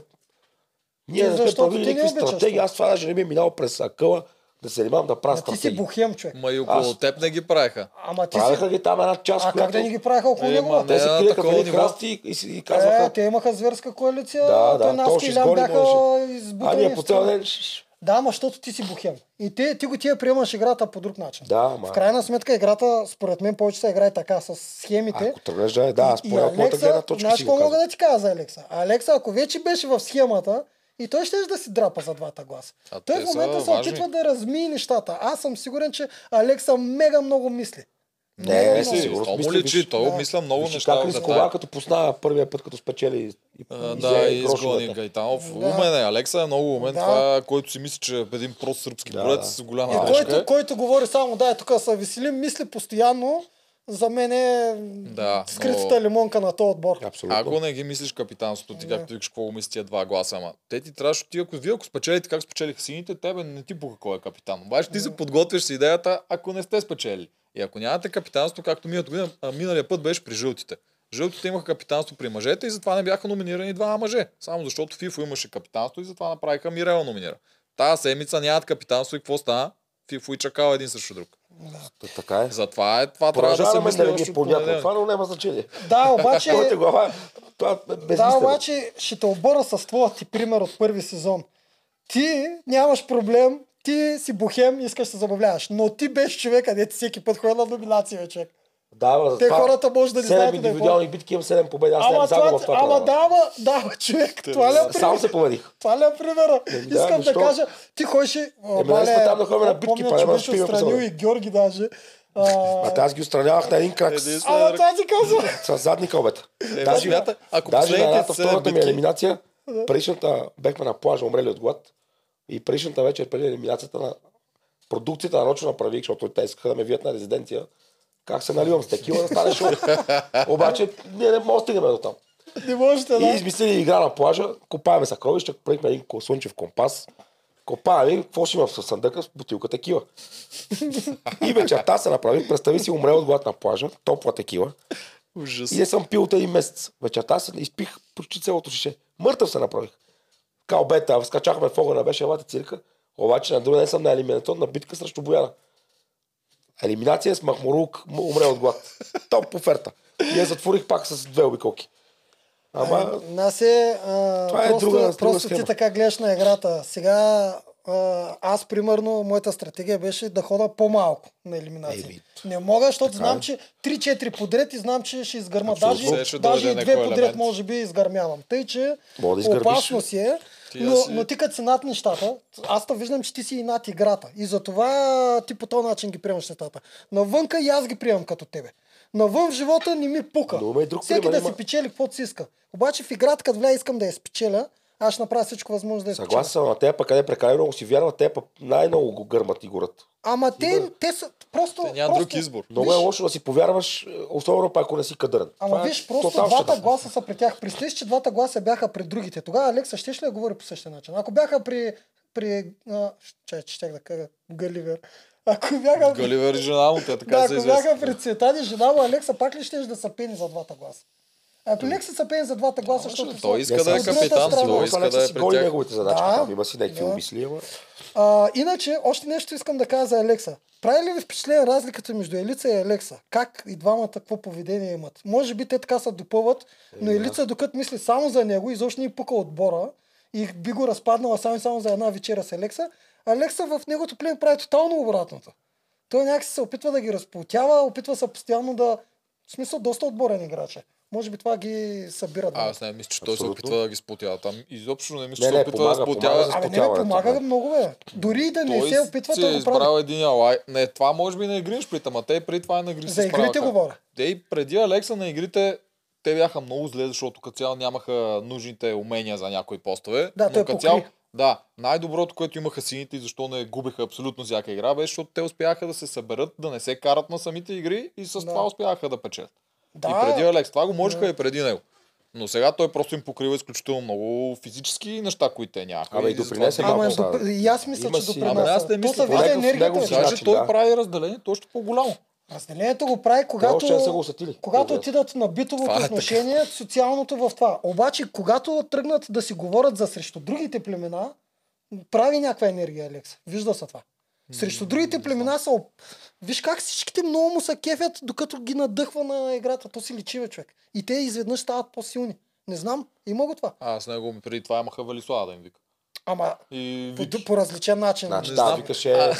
Ние
Ти
не сме
Е, защото
правили
ти не
никакви
обичаш
стратегии.
това.
Аз това даже не ми е минало през акъла да се занимавам да правя
А ти си
стратегии.
бухем, човек.
Ма и около
Аз-
теб не ги правиха.
Ама ти си...
Правеха ги там една част,
А как да ни ги правиха около
Е,
него?
ма,
бе?
те се
Не,
криеха
такова
в едни
ниво.
храсти и, и, и
Е,
казваха,
те имаха зверска коалиция,
Да,
да,
да,
да,
то
Наски
ще
и Лян
изгони
бяха
можеше. а
избутани.
ние по
в
цял
това.
ден... ш- ш-
Да, ама защото ти си бухем. И те, ти го тия приемаш играта по друг начин.
Да, ма.
В крайна сметка играта, според мен, повече се играе така, с схемите.
Ако тръгнеш да е, да, аз
И- и
поне от моята
Алекса,
гледна точка
Знаеш
си го
какво мога
казвам.
да ти кажа за Алекса? Алекса, ако вече беше в схемата, и той ще да си драпа за двата гласа.
А
той
те
в момента
са
се
важни.
опитва да размие нещата. Аз съм сигурен, че Алекса мега много мисли.
Не,
Много
не,
мисли.
си,
Си,
сигурно
то му
мисли,
личи,
виж.
той
Да.
обмисля много
Виж
неща.
как
за
Лискова,
тая-
като пусна първия път, като спечели и, и,
А,
и
Да,
взе
и
грошовете.
изгони Гайтанов.
Да.
Умен е. Алекса е много умен.
Да.
Това, който си мисли, че е един прост сръбски
Да,
борец
да.
с голяма
И
А,
тежка.
който, който говори само, да, е тук са веселим, мисли постоянно, за мен е
Да,
скритата
но-
лимонка на този отбор.
Абсолютно.
Ако не ги мислиш капитанството ти, както викаш, какво го мисли тия два гласа, ама те ти трябваше ти, ако вие ако спечелите, как спечелих сините, тебе не ти пука кой е капитан. Обаче ти се подготвяш с идеята, ако не сте спечели. И ако нямате капитанство, както миналата година, а, миналия път беше при жълтите. Жълтите имаха капитанство при мъжете и затова не бяха номинирани два мъже. Само защото ФИФО имаше капитанство и затова направиха Мирела номинира. Тая седмица нямат капитанство и какво стана? ФИФО и чакал един срещу друг.
Та- Така е.
Затова е, това трябва да се
Продължаваме
мисли
да не
още
ни е
от
понятно.
понеделник.
Това но няма значение.
Да, обаче,
[LAUGHS] Моята глава, това е
да,
безмислено.
обаче ще те обора с твоя ти пример от първи сезон. Ти нямаш проблем, ти си бухем, искаш да се забавляваш. Но ти беше човека, дето всеки път ходи на номинация, бе, човек.
Да, ама за
Те
това
хората може да не
7
знаят да е
индивидуални битки имам 7 победи. Аз нямам
Ама
загуба
това,
в това.
ама
правило.
да, ама, да, ама, човек, това ли е
Сам
пример?
се победих.
Това ли е примера?
да,
Искам да
защо?
кажа, ти ходеше...
Еми, ние сме там да ходим на битки, па,
помня, че
ама
беше
ще пием
отстранил
по-зелено.
и Георги даже. А,
А аз ги отстранявах на един крак с,
Ама това ти казвам.
с задни кълбета.
Е,
Даже-
смята, ако
Даже на
последните
едната,
седем
втората ми
битки,
елиминация, предишната бехме на плажа, умрели от глад. И предишната вечер преди елиминацията на продукцията на Рочо направих, защото те искаха да ме вият на резиденция. Как се наливам с текила да стане шоу.
[LAUGHS]
Обаче ние не можем да стигнем до там.
Не можете,
И
да.
измислили игра на плажа, копаеме съкровища, проехме един ко- слънчев компас, копаеме, какво ще има в съндъка с бутилка текила. и вечерта се направи, представи си, умрел от глад на плажа, топла текила.
Ужас.
И не съм пил от един месец. Вечерта се изпих почти цялото шише. Мъртъв се направих. Калбета, скачахме в огъна, беше елата цирка. Обаче на друг ден съм на елиминационна битка срещу Бояна. Елиминация с Махмурук, м- умре от глад. Топ оферта. И я затворих пак с две обиколки. Ама
Нас е... А,
Това е
просто,
друга- друга
просто
схема.
ти така гледаш на играта. Сега а, аз, примерно, моята стратегия беше да хода по-малко на елиминация.
Еми,
не мога, защото
така е.
знам, че 3-4 подред и знам, че ще изгърма.
Абсолютно.
Даже,
Ще дойде
даже и две
някой
подред
елемент.
може би изгърмявам. Тъй, че
Мога да изгърмиш.
опасно си е,
Ти
но,
аз си-
но ти като си над нещата, аз те виждам, че ти си и над играта. И затова ти по този начин ги приемаш нещата. Навънка и аз ги приемам като тебе. Навън в живота не ми пука.
Но има и друг
Всеки
пример,
да
има.
си печели каквото си иска. Обаче в играта, като вля искам да я спечеля, аз ще направя всичко възможно да я спечеля.
съгласен съм на тея, пък къде прекалено много си вярва, те пък най-много го гърмат и горят.
Ама те, те са просто...
Те няма
просто...
друг избор.
Много е лошо да си повярваш, е, особено пък ако не си кадърен.
Ама
Това е
виж, просто
тотал
двата
щета.
гласа са при тях. Представиш, че двата гласа бяха при другите. Тогава Алекса ще ли да говори по същия начин? Ако бяха при... при а, чай, че щях да кажа Галивер. Ако бяха... при-
Галивер и жена му, те така
Да, ако
се известни.
бяха при Цветани, жена му Алекса, пак ли ще да са пени за двата гласа? Ако Алекса са пени за двата гласа, защото...
Той
са-
иска да е
От другата
капитан,
страна-
той
Алекса
иска да е
си
при
гони
тях.
неговите задачки.
Да.
там има си някакви
Да.
умисли, ама...
А, иначе, още нещо искам да кажа за Алекса. Прави ли ви впечатление разликата между Елица и Алекса? Как и двамата какво поведение имат? Може би те така се допълват, но
Е,
Елица, докато мисли само за него, изобщо ни пука отбора и би го разпаднала само и само за една вечера с Алекса, Алекса в негото племе прави тотално обратното. Той някакси се опитва да ги разплотява, опитва се постоянно да... В смисъл, доста отборен играч е. Може би това ги събира.
А,
двамата.
аз не мисля, че той се
Абсолютно.
опитва да ги сплотява там. Изобщо не мисля,
Не,
че се
не,
опитва да
помага, помага
сплотява.
Абе,
за
не
разплотяването,
ми помага
да.
много, бе. Дори и да не
Той
се опитва
си
да
е
го прави.
избрал един алай. Не, това може би на игриш при тама. Те и преди това на игри се
За игрите
справяха.
говоря.
Те и преди Алекса на игрите те бяха много зле, защото като цяло нямаха нужните умения за някои постове.
Да,
но
той
като
покри.
цяло, да, най-доброто, което имаха сините и защо не губеха абсолютно всяка игра, беше, защото те успяха да се съберат, да не се карат на самите игри и с
Да.
това успяха да печелят.
Да,
И преди Алекс. Това го можеха и преди него. Но сега той просто им покрива изключително много физически неща, които те нямаха.
Абе, и
затова
допринесе
няма-
малко.
Ама е
да.
допр... и аз мисля,
Има
че
си-
Ама
допринася.
аз не
То се
мисля. е по
вижда
някакъв-
енергията.
някакъв
че-
Сега,
Значи,
че той
да.
прави
е
разделението още по-голямо.
Разделението го прави,
Когато... Още не са го
когато,
усетили.
когато
Добре.
отидат на битовото
Това е така.
отношение, социалното в това. Обаче, когато тръгнат да си говорят за срещу другите племена, прави някаква енергия, Алекс. Вижда се това. Срещу другите племена са... оп- Виж как всичките много му са кефят, докато ги надъхва на играта. То си личи, бе, човек. И те изведнъж стават по-силни. Не знам, има го това.
А, с него ми преди това имаха Велислава да им вика.
Ама
И
по,
вика,
по различен начин.
Значи,
Не
да,
знам.
е
викаше...
А,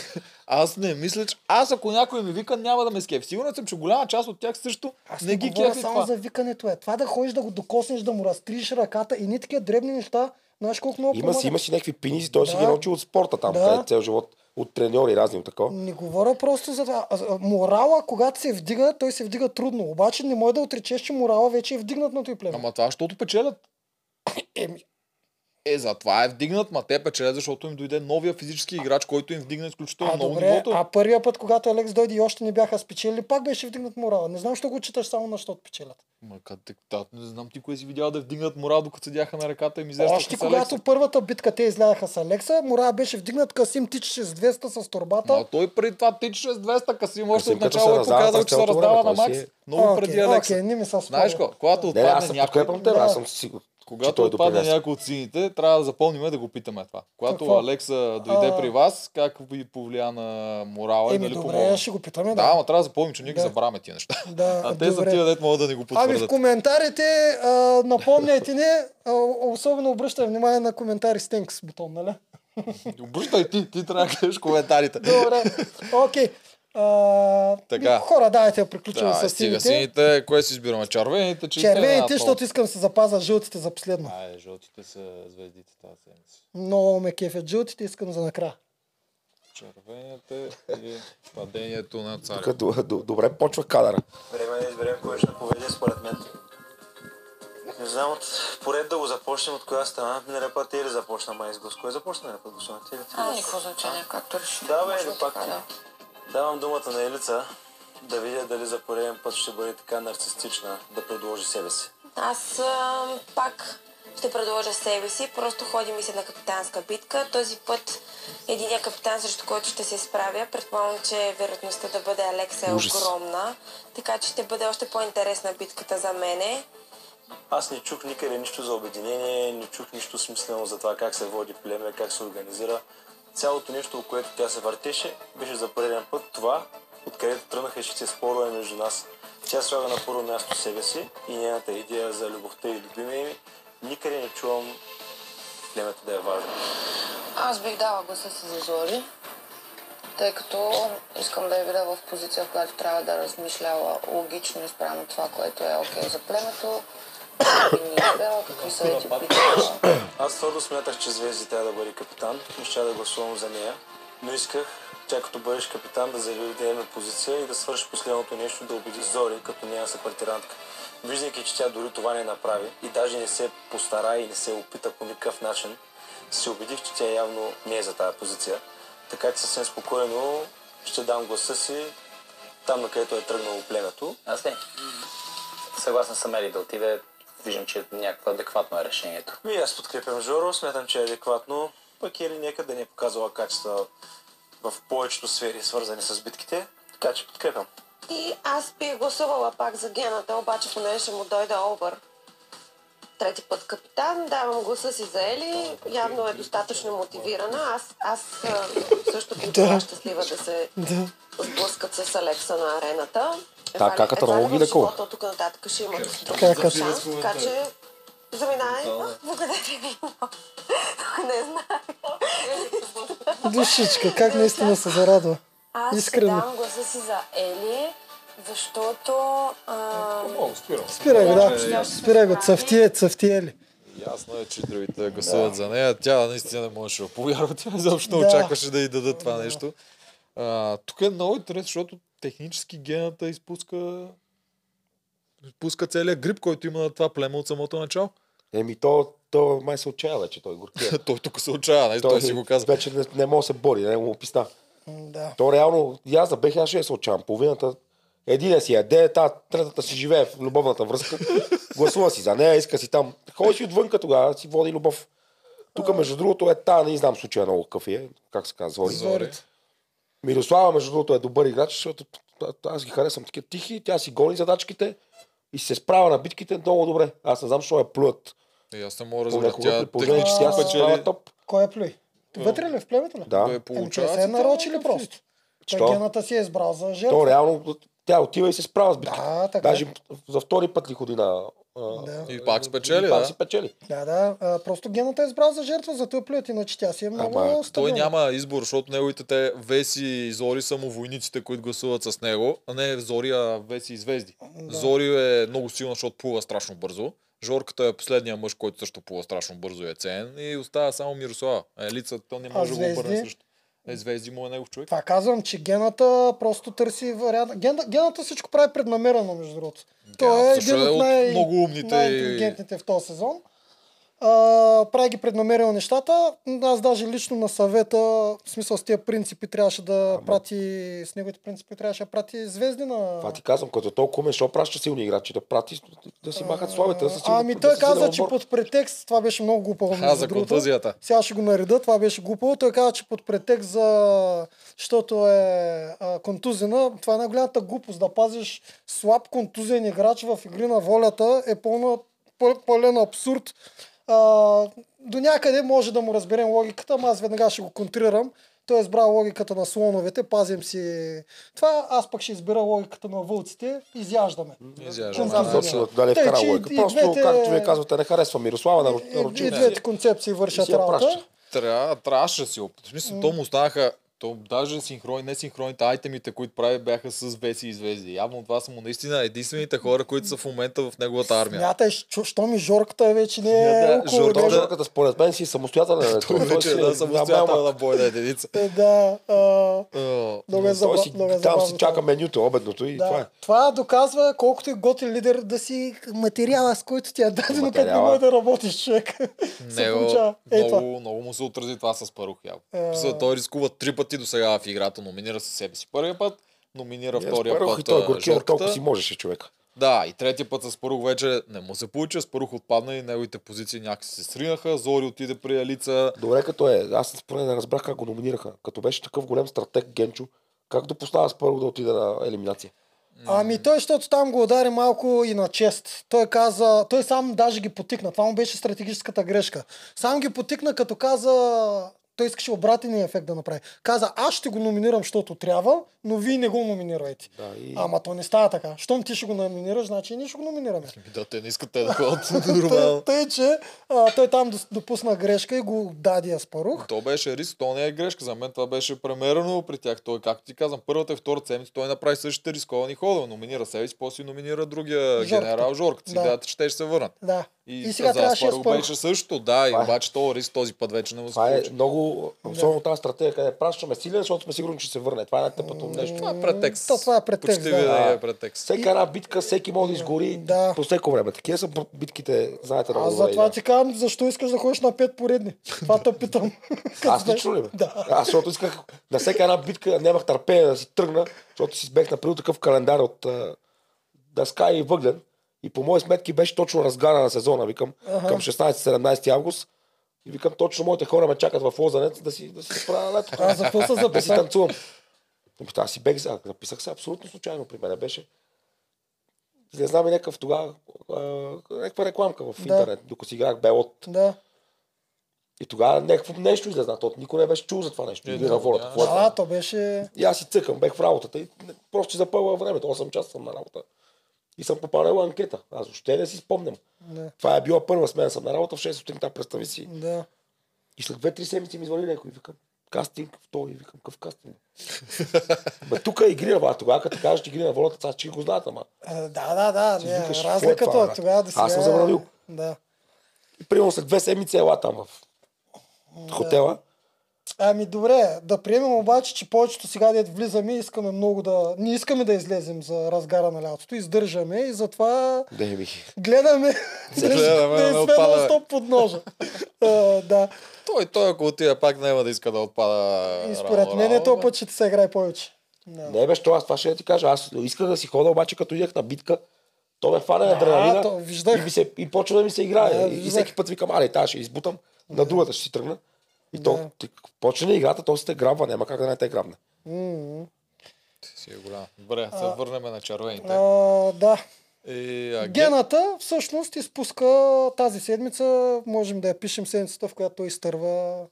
аз не мисля, че... Аз ако някой ми вика, няма да ме скефи. Сигурен съм, че голяма част от тях също
Аз
не ги
говоря
кефи
само
това.
за викането е. Това да ходиш да го докоснеш, да му разтриш ръката и ни такива дребни неща, знаеш колко много
Има си,
помага.
има си някакви пиниси, той си ги
Да.
научи от спорта там,
Да.
къде цял живот. От треньори разни от такова.
Не говоря просто за това. А, а, Морала, когато се вдига, той се вдига трудно. Обаче не може да отречеш, че морала вече е вдигнат на той племе.
Ама това, защото печелят.
Еми.
Е, затова е вдигнат, ма те печелят, защото им дойде новия физически играч, който им вдигна изключително
а,
много
добре,
нивото.
а първия път, когато Алекс дойде и още не бяха спечели, пак беше вдигнат морала. Не знам, що го читаш само на щото печелят.
Ма къде, да, не знам ти кое си видял да вдигнат морал, докато седяха на ръката и ми зерстваха
Още
с
когато
Алекса.
първата битка те изляха с Алекса, морала беше вдигнат, Касим тичаше с 200 с торбата.
Ма той преди това тичаше с 200 касим, още
Касим,
от
като се
начало е
раздава
показал,
през
че се
цялото
раздава на
време, той
Макс.
си е-
Много
Окей,
преди Алекса.
Окей, не ми се
Знаеш
спомня.
какво, когато
Не, не, аз
отпадне
съм
някой,
подкрепям те, бе, аз
Да.
съм сигурен.
когато
той е
отпадне
допринесе.
някой от сините, трябва да запълним да го питаме това. Когато
Какво?
Алекса дойде
А.
при вас, как ви повлия на морала и
Еми
дали
добре,
помогна?
ще го питаме.
Да,
Да,
ама трябва да запомним, че ние ги
Да.
забравяме тия неща.
да,
[LAUGHS] А те са
добре.
тия, дет могат да ни го
Ами в
потвърдят.
коментарите, а, напомняйте ни, а, особено обръщай внимание на коментари с Тенкс бутон,
[LAUGHS]
нали?
Обръщай ти, ти трябва да гледаш коментарите.
Добре, Ами, окей. А,
Така.
ми, Хора, давайте да приключим
Да,
с
стига
сините.
сините. Кое си избираме? Червените, че
Червените, защото искам да се запазя жълтите за последно.
Ай, жълтите са звездите тази седмица.
Много ме кефят жълтите, искам за накрая.
Червените и
[LAUGHS]
падението на царя.
Тук до- до- добре почва кадъра.
Време е да изберем кой ще поведе според мен. Не знам от поред да го започнем от коя страна. Миналия път ти ли започна май с глас? Кой започна миналия път гласуване? Ти ли? Ти
А,
ли?
никакво значение, както решите.
Да, бе,
може
да
и
пак.
така, да.
Давам думата на Елица да видя дали за пореден път ще бъде така нарцистична да предложи себе си.
Аз а, пак ще предложа себе си. Просто ходим и се на капитанска битка. Този път единия капитан, срещу който ще се справя, предполагам, че вероятността да бъде Алекса е
Ужас.
огромна. Така че ще бъде още по-интересна битката за мене.
Аз не чух никъде нищо за обединение, не чух нищо смислено за това как се води племе, как се организира. Цялото нещо, около което тя се въртеше, беше за пореден път това, откъдето тръгнаха всичките спорове между нас. Тя слага на първо място себе си и нейната идея за любовта и любимия ми. Никъде не чувам племето да е важно.
Аз бих дала гласа си за Зори, тъй като искам да я видя в позиция, в която трябва да размишлява логично и спрямо това, което е окей за племето. И ни е бела, какви съвети
[COUGHS]
питала.
Аз твърдо смятах, че Звезди трябва да бъде капитан и ще да гласувам за нея, но исках тя като бъдеш капитан да заяви да имаме позиция и да свърши последното нещо, да убеди Зори като нея съпартирантка. Виждайки, че тя дори това не направи и даже не се постара и не се опита по никакъв начин, се убедих, че тя явно не е за тази позиция. Така че съвсем спокойно ще дам гласа си там, на където е тръгнало племето.
Аз не. Съгласен съм Ели да отиде. Виждам, че някакво адекватно е решението.
Ми аз подкрепям Жоро, смятам, че е адекватно. Пък Ели някъде не е показала качества в повечето сфери, свързани с битките. Така че подкрепям.
И аз бих гласувала пак за гената, обаче понеже ще му дойде обър. Трети път капитан, давам гласа си за Ели, явно е достатъчно мотивирана. Аз, аз а, също бих била щастлива да се сблъскат с Алекса на арената. Едва ли-
каката
едва ли
много ги
е в
лекува.
живота От тук нататък ще има
Кака.
друг шанс, така че заминавай. Благодаря ви [LAUGHS] много. Не знам.
Душичка, как наистина се зарадва.
Аз
Искрено.
Искрено. дам гласа си за Ели, защото... А,
Спирай го, да.
Е,
Спирай го,
е.
цъфтие, цъфтие ли.
Ясно е, че другите гласуват за нея. Тя наистина не можеше да повярва. [LAUGHS] Тя изобщо не
Да.
очакваше да й дадат това нещо. А, тук е много интересно, защото технически гената изпуска изпуска целият грип, който има на това племе от самото начало.
Еми, то, то май се отчаява вече, той горкия.
[LAUGHS] Той тук се отчаява, нали? той си го казва.
е Вече не, не мога да се бори, не му описна.
Да.
То реално, и аз да бех, е аз ще я се отчавам. Половината, един си яде, та, третата си живее в любовната връзка. Гласува си за нея, иска си там. Ходиш и отвънка тогава, си води любов. Тук, между другото, е та, не знам случая много какъв е, как се казва, Зори.
Зорит.
Мирослава, между другото, е добър играч, защото а- аз ги харесвам такива тихи, тя си гони задачките и се справя на битките много добре. Аз не знам, защо я плюят.
И аз не мога да разбера.
Понякога
Тя
при положение, че
технически
тя се справя
печели.
топ.
Кой е плюй? Вътре ли? В племето ли?
Да.
Той
Еми,
получава
Те се
си
е
там
нарочили
някакви.
просто. Той
Що?
гената си е избрал за
То
жертва.
реално, тя отива и се справя с битките.
Да, така. е.
Даже за втори път ли ходи на... а,
Да.
И пак спечели,
и пак
да.
си печели.
Да, да, а, просто гената е избрал за жертва, зато я плюят, иначе тя си е много
Ама,
Той
стабилна.
няма избор, защото неговите те Веси и Зори са му войниците, които гласуват с него. А не Зори, а Веси и Звезди.
Да.
Зори е много силна, защото плува страшно бързо. Жорката е последния мъж, който също плува страшно бързо и е ценен. И остава само Мирослава. Е, лица, то не
А
може да го обърне
Звезди?
също. Е, Звезди му е негов човек.
Това казвам, че гената просто търси вариант. Гената, гената всичко прави преднамерено, между другото. Той е
също
един
е
от
от
най-
много умните и-
най-интелигентните в този сезон. А, прави ги преднамерено нещата. Аз даже лично на съвета, в смисъл с тия принципи, трябваше да прати, с неговите принципи трябваше да прати звезди на...
Това ти казвам, като е толкова умен, що праща силни играчи, да прати, да си махат слабите, да са силни.
Ами
да
той
са силен
каза, че
отбор.
под претекст, това беше много глупаво.
А,
между
за
другото.
контузията.
Сега ще го нареда, това беше глупаво. Той каза, че под претекст за... защото е а, контузена, това е най-голямата глупост. Да пазиш слаб контузен играч в игри на волята е пълна, пъл- пълен абсурд. А, до някъде може да му разберем логиката, ама аз веднага ще го контрирам. Той е избрал логиката на слоновете, пазим си това, аз пък ще избера логиката на вълците, изяждаме.
Изяждаме,
Контузия.
да.
Точно, даде
Тъй,
втора
че и-
е лойка.
и
Просто,
двете-
както вие казвате, не харесва Мирослава, на
И, и
ручи.
е- двете концепции вършат
си я
работа.
праща.
Трябва, трябваше да си опит. В смисъл, то му останаха, то даже синхрони, не синхроните, айтемите, които прави, бяха с веси и звезди. Явно това са му наистина единствените хора, които са в момента в неговата армия.
Смятай, що, що ми Жорката вече не е
Да, да,
около
Жорката-
него.
Жорката според мен си е
[LAUGHS]
самостоятелен. е
Той вече да самостоятелна бойна единица.
Е, Да, а,
О,
много е
Той
забав-
си,
много е
там
забавно.
си чака менюто, обедното и
Да.
това е.
Това доказва колкото и готин лидер да си материала, с който ти е дадено, като не
Материала.
може да работиш човек. се
Него,
получава. Е, това.
много, много му се отрази това с Парух Явно.
А.
Е... Той рискува три пъти до сега в играта. Номинира се себе си първия път, номинира
Ние
втория
Е, с Парух и
път
той
а,
горкия, толкова си можеше човек.
Да, и третия път с Парух вече не му се получи, с Парух отпадна и неговите позиции някакси се сринаха, Зори отиде при Алица.
Добре като е. Аз според не разбрах как го номинираха. Като беше такъв голям стратег Генчо, как допознава с първо да отида на елиминация?
Ами той, защото там го удари малко и на чест. Той каза, той сам даже ги потикна. Това му беше стратегическата грешка. Сам ги потикна, като каза, той искаше обратения ефект да направи. Каза, аз ще го номинирам, защото трябва, но вие не го номинирайте.
Да, и...
Ама то не става така. Щом ти ще го номинираш, значи и ние ще го номинираме.
Да, те не искат те
[LAUGHS]
да ходят
Тъй,
е нормално.
тъй, че а, той там дос- допусна грешка и го даде Аспарух.
То беше риск, то не е грешка. За мен това беше премерено при тях. Той, както ти казвам, първата и втората седмица той направи същите рисковани ходове. Номинира себе си, после номинира другия
Жорката.
генерал Жорк.
Да.
Идеята, че те ще се върнат.
Да.
И,
И сега
за
трябваше
Аспарух
Аспарух.
беше също, да, и
Това е.
обаче то риск този път вече не му се
Това е
получи.
много, особено тази стратегия, къде пращаме силен, защото сме сигурни, че ще се върне. Това е най-тъпото нещо.
Това е претекст.
То това е претекст,
Почти
да.
винаги е претекст.
Всяка една битка, всеки може да изгори
Да.
по всеко време. Такива са битките, знаете, много
Аз
добре.
затова
да.
ти казвам, защо искаш да ходиш на пет поредни? Това те питам.
Аз лично ли бе?
Да.
Аз защото исках на всяка една битка, нямах търпение да си тръгна, защото си бех направил такъв календар от а, дъска и въглен. И по мои сметки беше точно разгара на сезона, викам,
Аха.
към 16-17 август. И викам, точно моите хора ме чакат в Лозанец да си, да си правя лето.
Аз за какво се
да си
записах?
танцувам. Ами, Аз си бех, за- записах се абсолютно случайно при мен беше. Не знам и някакъв тогава, а, някаква рекламка в
Да.
интернет, докато си играх Белот.
Да.
И тогава някакво нещо излезна, то никой не беше чул за това нещо.
Е,
Игри
да,
на волята.
нямаше.
какво е това?
А, то беше...
И аз си цъкам, бех в работата и не- просто си запълва времето. 8 часа съм на работа. И съм попълнил анкета. Аз въобще не си спомням.
Да.
Това е била първа смена съм на работа в 6 сутринта, представи си.
Да.
И след 2-3 седмици ми звъни някой и викам, кастинг, втори, викам,
[LAUGHS]
какъв кастинг? Бе, тук е игри на волята. Тогава, като кажеш игри на волята, сега че го знаят, ама.
А, Е, Да, да, да.
Ти
Не,
викаш, какво е
разликата
това,
от
брат?
тогава до сега...
Аз съм
е-
забравил.
Да.
И примерно след две седмици ела там в хотела.
Ами добре, да приемем обаче, че повечето сега дед влизаме и искаме много да... Не искаме да излезем за разгара на лятото, издържаме и затова
Да, ми.
гледаме
Гледаме,
[LAUGHS] да
не
не сме
отпадаме.
на стоп под
[LAUGHS]
ножа. А, да.
Той, той, ако отиде пак, няма да иска да отпада.
И според
рано,
мен е
рано,
то
но-
път, ще ти се играе повече. Да.
Не, бе, що аз това ще ти кажа. Аз исках да си хода, обаче като идех на битка, То ме фане
А,
адреналина
то виждах.
и, ми се, и почва да ми се играе.
Да,
и, и
виждах.
всеки път викам, аре, тази ще избутам, на другата ще си тръгна. И
Да.
то ти, почне ли играта, то се те грабва, няма как да не те грабне.
М,
Си е голям. Добре,
А.
се върнем на червените.
А, да.
И, а, Ген...
Гената всъщност изпуска тази седмица, можем да я пишем седмицата, в която той
[LAUGHS]
изтърва.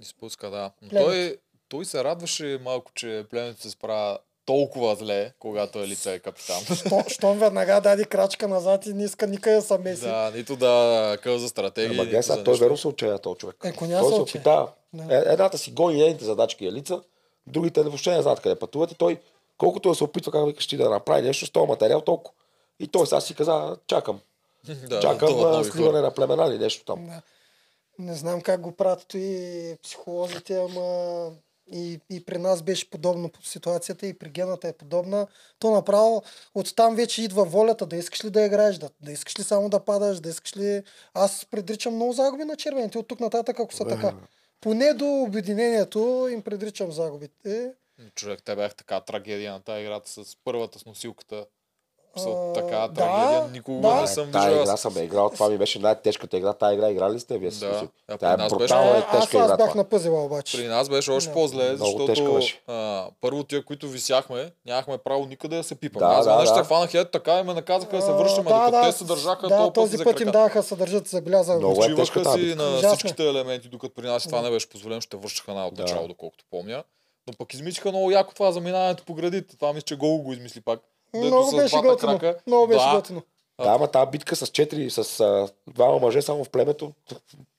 Изпуска, да. Но
Племето.
той, той се радваше малко, че племето се справя толкова зле, когато е лице капитан.
Що- Щом веднага даде крачка назад и не иска никъде да се меси.
да, нито да къл за стратегии.
Ама
нито
Геса,
за
той
нищо.
верно се отчая този човек.
Е, коня
Той
се
се
отчая.
опитава.
Да.
Е, Едната си гони нейните задачки е лица, другите въобще не знаят къде пътуват и той, колкото да се опитва, как викаш ти да направи нещо с този материал, толкова. И той сега си каза, чакам.
да,
чакам
това е
а,
нови
сливане
хора.
на племена или нещо там.
Да. Не знам как го правят и психолозите, ама и, и при нас беше подобно по ситуацията, и при гената е подобна. То направо, оттам вече идва волята да искаш ли да играеш, да, да искаш ли само да падаш, да искаш ли... Аз предричам много загуби на червените от тук нататък, ако са така. Поне до обединението им предричам загубите.
Човек, те бях така трагедия на тази играта с първата с носилката. С
А,
така
да,
трагедия никога
да.
не съм
Е, Тая
виждал.
игра
аз.
съм я играл, това ми беше най-тежката игра. Тая игра играли ли сте вие?
Да.
Да.
А, при
Тая е
нас беше-
брутална и
А, аз,
тежка игра.
аз бях
това.
напъзила обаче.
При нас беше още
Да.
по-зле,
Много
защото
тежка беше.
а, първо тия, които висяхме, нямахме право никъде да се пипаме.
Да,
Аз
да,
веднъж
да.
се фанах и ето така и ме наказаха да се
А,
връщаме, докато те се държаха
да,
толкова
този
за
път им
краката.
даха, се държат, забелязах. го.
Много е тежка
Почиваха
тази
си
битка.
на
Ужасно.
всичките елементи, докато при нас това не беше позволено, ще вършаха най от
Да.
начало, доколкото помня. Но пък измислиха много яко това заминаването по градите. Това мисля, че Гол го измисли пак. Дето
Много
с
беше
двата
готино.
крака.
Много беше
да,
готино.
Да, ама тази битка с четири, с а, двама мъже само в племето,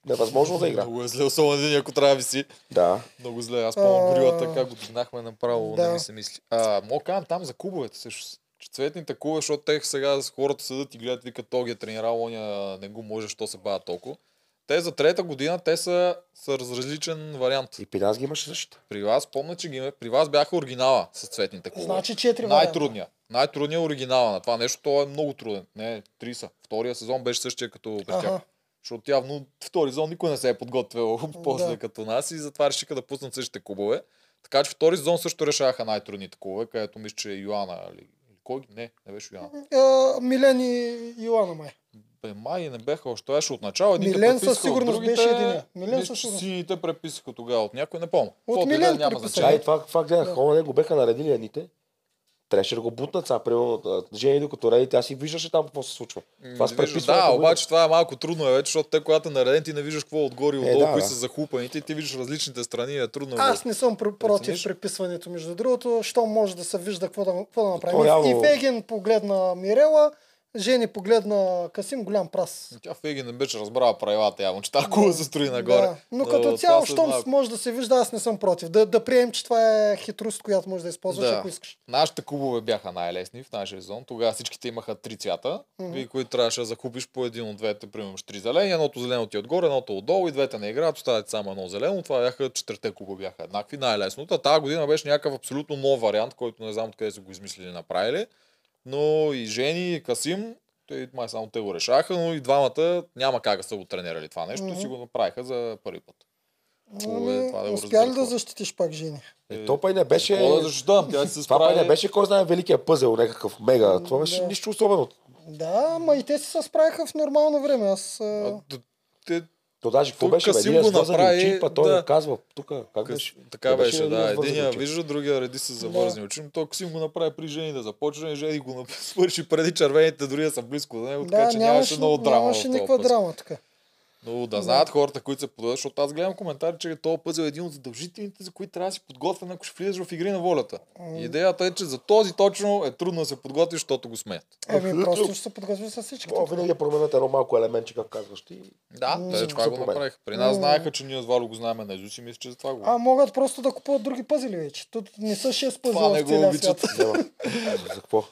невъзможно да игра.
Много е зле, особено един, ако трябва да виси.
Да.
Много зле. Аз помня
А,
горилата, как го дигнахме направо,
да.
не ми се мисли. А, мога да кажам там за кубовете също. Че цветните кубове, защото те сега с хората седат и гледат, викат, то ги е тренирал, оня не го може, що се бавя толкова. Те за трета година, те са с различен вариант.
И при нас ги имаше същите.
При вас, помня, че ги, има- при вас бяха оригинала с цветните кубове.
Значи четири варианта.
Най-трудният. Най-трудният е оригинала на това нещо. Той е много труден. Не, 30. Втория сезон беше същия като при тях.
Аха.
Защото явно втори сезон никой не се е подготвил [LAUGHS] после
Да.
като нас и затова решиха да пуснат същите кубове. Така че втори сезон също решаваха най-трудните кубове, където мисля, че е Йоана или, или кой? ги- Не, не беше Йоана.
А, Е, Милен и Йоана май.
Бе, май не бяха още. Беше от начало. Един
Милен със сигурност
другите,
беше единия. Милен
мисля,
със
че
сигурност.
Сините преписаха тогава от някой, не помня.
От
Каквото и да е,
Милен
няма
преписаха.
значение.
Да, и това, това гледах.
Да.
Да. Хора, не го беха наредили едните. Трябваше да го бутнат сега, примерно, а, жени, докато реди, тя си виждаше там какво се случва.
М,
Това с
виждаш,
преписването
Да,
го
обаче това е малко трудно е вече, защото те, когато е нареден, ти не виждаш какво е отгоре и
Е,
отдолу,
да,
кои
да.
са захупаните и ти виждаш различните страни, е трудно.
Аз не съм пр- против
Прецениш?
преписването, между другото. Що може да се вижда какво да, какво да
То
направим.
реално-
И Фегин погледна Мирела, Жени погледна Касим, голям прас.
Тя Феги не беше разбрала правилата, явно, че тази кула се строи нагоре.
Да. Но като
това
цяло,
се
щом
знае.
може да се вижда, аз не съм против. Да, да приемем, че това е хитрост, която можеш да използваш,
Да.
ако искаш.
Нашите кубове бяха най-лесни в нашия сезон. Тогава всичките имаха три цвята,
Мгм.
и които трябваше да закупиш по един от двете, примерно имаш три зелени, едното зелено ти е отгоре, едното отдолу и двете не играят, остават само едно зелено. Това бяха четирите куба бяха еднакви, най-лесно. Та тази година беше някакъв абсолютно нов вариант, който не знам откъде са го измислили и направили. Но и Жени, и Касим, те май само те го решаха, но и двамата няма как да са го тренирали това нещо,
Мгм.
си го направиха за първи път. Хубаво е
Ами,
това да го
Успя ли
разберат
да
хората.
защитиш пак Жени?
Е, то пай не беше...
Какво да защитавам? Тя си се
Това пай
справи.
не беше, кой знае, великия пъзел, някакъв мега. Това беше
Да.
нищо особено.
Да, ма и те си се справиха в нормално време. Аз... е, а,
А, д- Те,
То даже какво
Той
беше? бе?
Касим
Един
го
свързани
направи,
очи, па той
да.
да. казва, тук, как
Къс-
беше?
Така
Да,
беше,
беше
да.
един с
Единия
вързани очи.
вижда, другия реди с завързани очи. Но той Ксим го направи при Жени да започне, Жени го нап- свърши преди червените, дори да са близко до него, така че нямаше много драма. в
нямаше
този
никаква
пъзел.
драма така.
Но да знаят хората, които се подадат, защото аз гледам коментари, че този пъзел е един от задължителните, за които трябва да си подготвен, ако ще влизаш в игри на волята. Идеята е, че за този точно е трудно да се подготвиш, защото го смеят.
Еми, просто ще се подготвиш с всички.
О, винаги променят едно малко елементче, как казваш ти.
Да, те това
се
го
променя.
направиха. При нас знаеха, че ние едва ли го знаем на и мисля, че за това го.
А могат просто да купуват други пъзели вече. Тут не са 6
Това
пъзела
не
в
го
целия
обичат.
свят.
[LAUGHS]
Няма. За какво?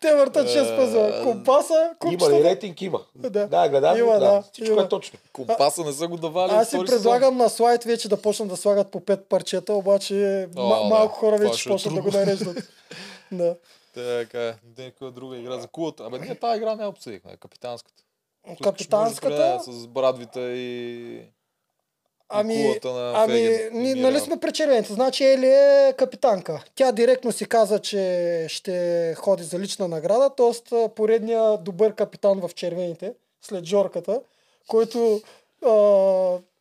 Те въртат
Е,
6 пъзела. Компаса,
Има ли
купчета.
рейтинг? Има.
Е, Да.
Да, гледай,
Има, да.
да. Всичко
Има.
е точно.
Компаса не са го давали.
Аз си
е втори сезон.
предлагам на слайд вече да почнат да слагат по 5 парчета, обаче
О,
ма-
да.
малко хора
Това
вече
ще
ще
е
почнат да го
трудно. [LAUGHS]
нареждат. Да.
Така, някоя друга игра за кулата. Абе, ние тази игра не е я
Е,
обсъдихме, капитанската. Тук ще може да
Капитанската,
споменем С брадвите и...
Ами,
кулата на
ами
Феген
ни,
умира.
нали сме пречелените? Значи Ели е капитанка. Тя директно си каза, че ще ходи за лична награда, т.е. поредния добър капитан в червените, след Жорката, който а,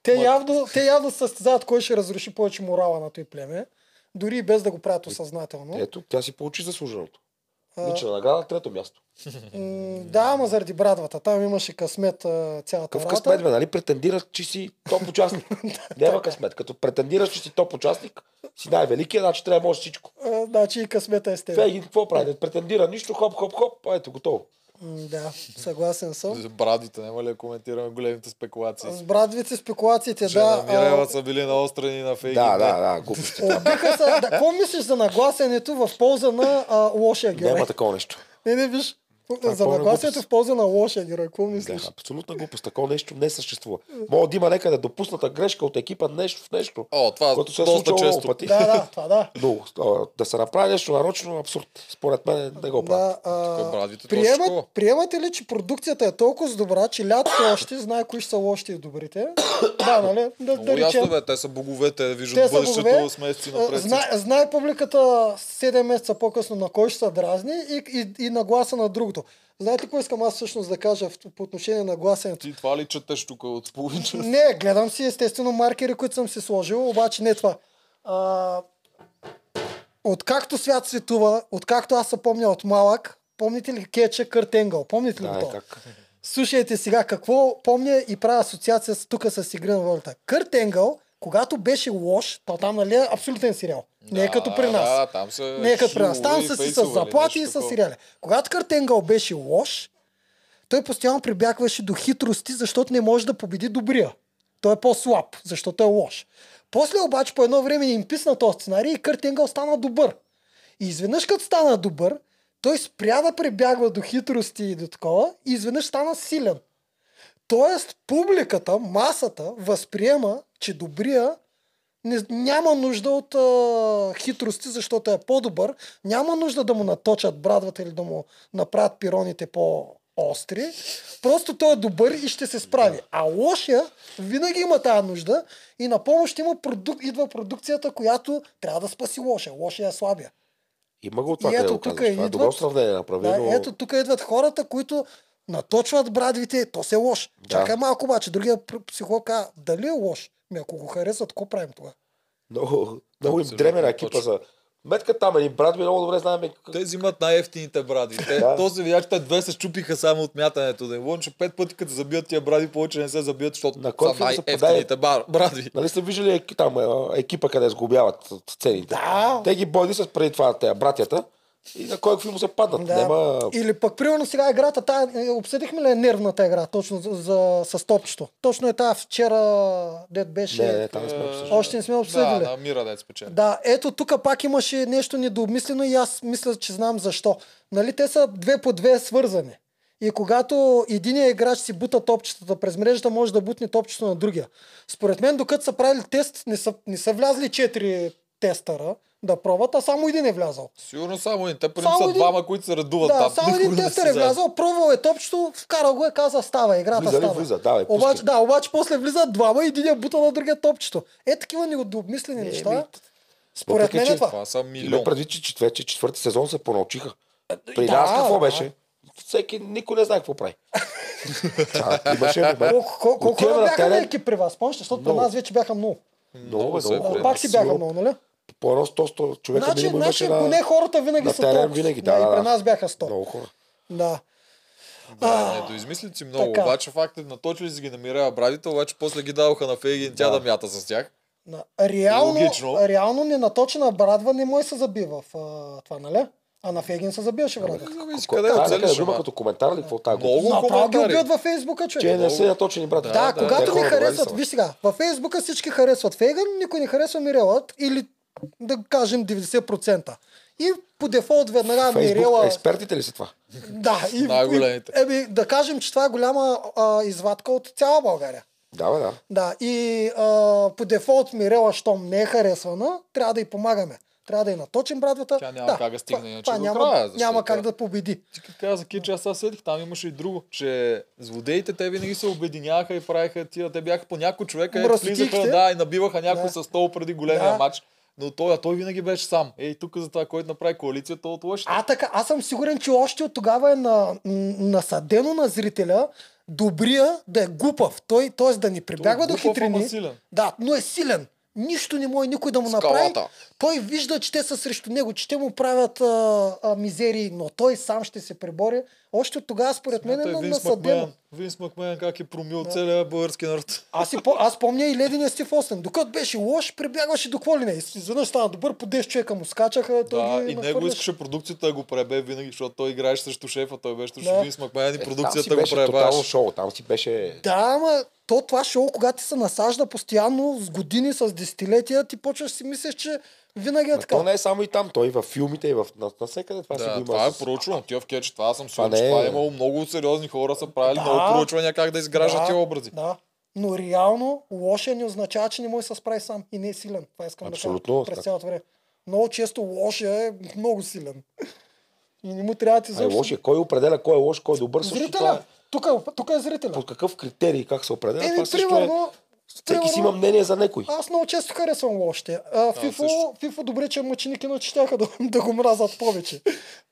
те,
Ма-
явно, те явно се състезават кой ще разруши повече морала на той племе, дори и без да го правят осъзнателно.
Е,
Ето, тя си получи заслуженото.
А,
Лична награда,
[LAUGHS]
трето място.
м, да, ама заради брадвата. Там имаше късмет а, цялата
Какъв
работа.
късмет, бе, нали? Претендираш, че си
[LAUGHS]
топ участник. Няма късмет. Като претендираш, че си топ участник, си най-великият, значи трябва да можеш всичко.
А, значи и късмета е с теб.
Фейгин, какво прави? Не претендира нищо, хоп, хоп, хоп, а, ето, готово.
М, Да, съгласен съм.
За брадите, няма ли да коментираме големите спекулации?
С брадвите спекулациите,
Жена
да.
Мирела
а,
са били наострени на фейки.
Да, да, да, глупости.
Обиха се. Е, Да, какво мислиш за нагласянето в полза на а, лошия герой?
Няма такова нещо.
Не, не, виж.
е
за
пълна
нагласянето
глупост.
в полза на лошия герой. Какво мислиш?
Да, абсолютна глупост. Такова нещо не съществува. Мога да има някъде допусната грешка от екипа, нещо в нещо.
О, това
Което се е
доста
случвало много
често.
пъти.
Да, да, това да.
Но а, да се направи нещо нарочно, абсурд. Според мен не го правят.
да а,
Тук е
е
брадите точно такова.
приемат, приемате ли, че продукцията е толкова добра, че лятото още знае кои ще са лошите и добрите? да, нали? Да,
Много
да
ясно,
речем.
бе, те са боговете, виждат
Те са
бъдещето
богове.
с месеци
А,
напред.
Знае, знае публиката 7 месеца по-късно на кой ще се дразни и, и, и нагласа на другото. Знаете ли, какво искам аз всъщност да кажа в- по отношение на гласенето?
Ти това ли четеш тук от половин час?
Не, гледам си естествено маркери, които съм си сложил, обаче не това. А, откакто свят светува, откакто аз се помня от малък, помните ли кетча Кърт Енгъл? Помните ли го
Да,
това?
е как.
Слушайте сега какво помня и правя асоциация с, тук с Игри на волята. Кърт Енгъл, когато беше лош, то там нали е абсолютен сериал. Не е
Да,
като при нас.
Да, там са
Не е като при нас.
шилове
Там
и
са си с
фейсове, нали,
заплати и
нещо
с
такова.
сериали. Когато Кърт Енгъл беше лош, той постоянно прибягваше до хитрости, защото не може да победи добрия. Той е по-слаб, защото е лош. После обаче по едно време им писна този сценарий и Кърт Енгъл стана добър. И изведнъж като стана добър, той спря да прибягва до хитрости и до такова и изведнъж стана силен. Тоест публиката, масата възприема, че добрия не, няма нужда от а, хитрости, защото е по-добър. Няма нужда да му наточат брадвата или да му направят пироните по-остри. Просто той е добър и ще се справи. А лошия винаги има тази нужда и на помощ има продук... идва продукцията, която трябва да спаси лошия. Лошия е слабия.
Има го това,
И ето
къде го
тук
казваш. Това е
идват-
добро сравнение
Да,
направено.
ето тук идват хората, които наточват брадвите, то се е лош. Да.
Да.
Чакай малко обаче, другия пр- психолог казва, дали е лош? Ми ако го харесват, какво правим това?
Много, много им
Абсолютно
дреме на екипа
точно.
за... Метка там, един брат ми много добре знаем как...
Те взимат най-ефтините бради. Те,
Да.
То се видя, че те две се щупиха само от мятането. Да им лън, че пет пъти като забият тия бради, повече не се забият, защото
На кой
са
филм се
най-ефтините бар- бради.
Нали сте виждали еки, там, а, екипа, къде сгубяват сцените?
Да.
Те ги бойни с преди това, тези братята. И на кой филм се паднат.
Да.
Няма...
Или пък, примерно сега играта, тая, е, обсъдихме ли е нервната игра, точно за, за, с топчето? Точно е тая вчера, дед беше.
Не, не, там не сме обсъждали.
Още не сме обсъдили.
Да, на мира да е спечели.
Да, ето тук пак имаше нещо недообмислено и аз мисля, че знам защо. Нали, те са две по две свързани. И когато единия играч си бута топчетата през мрежата, може да бутне топчето на другия. Според мен, докато са правили тест, не са, не са влязли четири тестъра да пробват, а само един е влязал.
Сигурно само един. Те преди
Само
са
един-
двама, които се радуват
Да,
там.
само един
Никога не
тестър
си
е
заедно.
влязал, пробвал е топчето, вкарал го е, каза става, играта
Влиза ли?
става.
Влиза, давай, пускай.
обаче, да, обаче после влизат двама и един бута на другия топчето. Е, такива неудобмислени
ми,
неща. Според
въпреки,
мен е
че
това.
Това са
Има
милион.
предвид, че чет- вече четвърти сезон се понаучиха. При
Е, да,
нас какво
да. [LAUGHS]
беше? Всеки, никой не знае какво прави. Та, Имаше момент.
Колко, колко, колко
Отиваме
хора
на
бяха
терен.
на екип при вас? Помните, защото при
Много.
нас вече бяха много.
Много,
се
много.
Добре,
А,
е
пак си бяха
Сигурно
много, нали?
По едно 100 човека
Значи,
минимум
значи
имаше на...
поне хората винаги
на
са
терен
толкова.
винаги, да,
и
да,
при
да.
нас бяха 100.
Много хора.
Да.
Да, не, доизмислици много.
така.
Обаче факт е, наточили си ги намирава брадите, обаче после ги даваха на Фейгин, тя да мята с тях.
Да. Реално,
Логично.
реално ненаточена брадва не му е се заби в а, това, нали? А на Фегин се забиваше брадва.
Ами,
Ко-
Къде
тая
оцелиш?
някъде дума като коментар ли, какво тази
Много.
глупост?
Направо ги
коментари.
убият във Фейсбука, човек.
Че не са наточени, брат.
Да,
да,
Те
когато ни
хора добре ли
харесват,
са, бе?
виж сега, във Фейсбука всички харесват Фейган, никой не харесва Мирела, или да кажем 90%. И по дефолт веднага
Фейсбук,
Мирела...
експертите ли са това?
Да, и,
Най-големите.
и- Еми, да кажем, че това е голяма а, извадка от цяла България.
Да, бе, да.
Да, и а, по дефолт Мирела, щом не е харесвана, трябва да й помагаме. Трябва да я наточим брадвата.
Тя няма как да стигне
това-
иначе
това
до
няма,
края, защото
няма как
тя-
да победи.
Ти като каза за Кичи, аз сега седих, там имаше и друго, че злодеите те винаги се обединяваха и правиха тия, те бяха по някой човека, е,
Мръсотихте.
влизаха, да, и набиваха някой
Да.
с стол преди големия
Да.
матч. Но той, а той винаги беше сам. Ей, тук за това, който направи коалицията от лошите.
А така, аз съм сигурен, че още от тогава е на, м, насадено на зрителя добрия да е глупав. Той, т.е. да ни прибягва
е
до
глупав,
хитрини.
ама силен.
Да, но е силен. Нищо не може никой да му направи.
Скалата.
Той вижда, че те са срещу него, че те му правят а, а, мизерии, но той сам ще се пребори. Още от тогава, според мен, е
Ето
на-
е Винс
насадено.
Макмен. Винс Макмен как е промил целия български народ.
Аз, си, по- аз помня и ледения Стив Остен. Докато беше лош, прибягваше до какво ли не. И Изведнъж стана добър, по 10 човека му скачаха. Той
Да,
ги
и него
нахвърляше.
искаше продукцията да го пребе винаги, защото той играеше срещу шефа, той беше срещу
Да.
Винс Макмен и
Е,
продукцията
там
го
си беше тотално
пребаваше.
шоу, там си беше...
Да, ама то това шоу, когато ти се насажда постоянно, с години, с десетилетия, ти почваш си мислиш, че винаги е
Ма То
така.
не е само и там, той и във филмите, и в на- навсекъде това си го
Да,
има.
това е
с-
проучвано. Тия в кетч, това съм сигурен,
не
че
е-
това е имало много сериозни хора, са правили
Да.
много проучвания как да изграждат тия образи.
Да. Но реално лошия не означава, че не може да се справи сам и не е силен. Това искам да
Абсолютно,
кажа през
така.
цялото време. Много често лошия е много силен. И не му трябва да ти
А е лошия. Кой определя кой е лош, кой е добър? Също това
Зрителя.
е.
Тук, е- тук е зрителя.
По какъв критерий, как се определя?
Еми,
това също е...
примерно,
Всеки си има
примерно,
мнение за някой.
аз много често харесвам лошите. А,
също.
Фифо, Фифо добре, че е мъченик, иначе щяха да, [LAUGHS] да го мразят повече.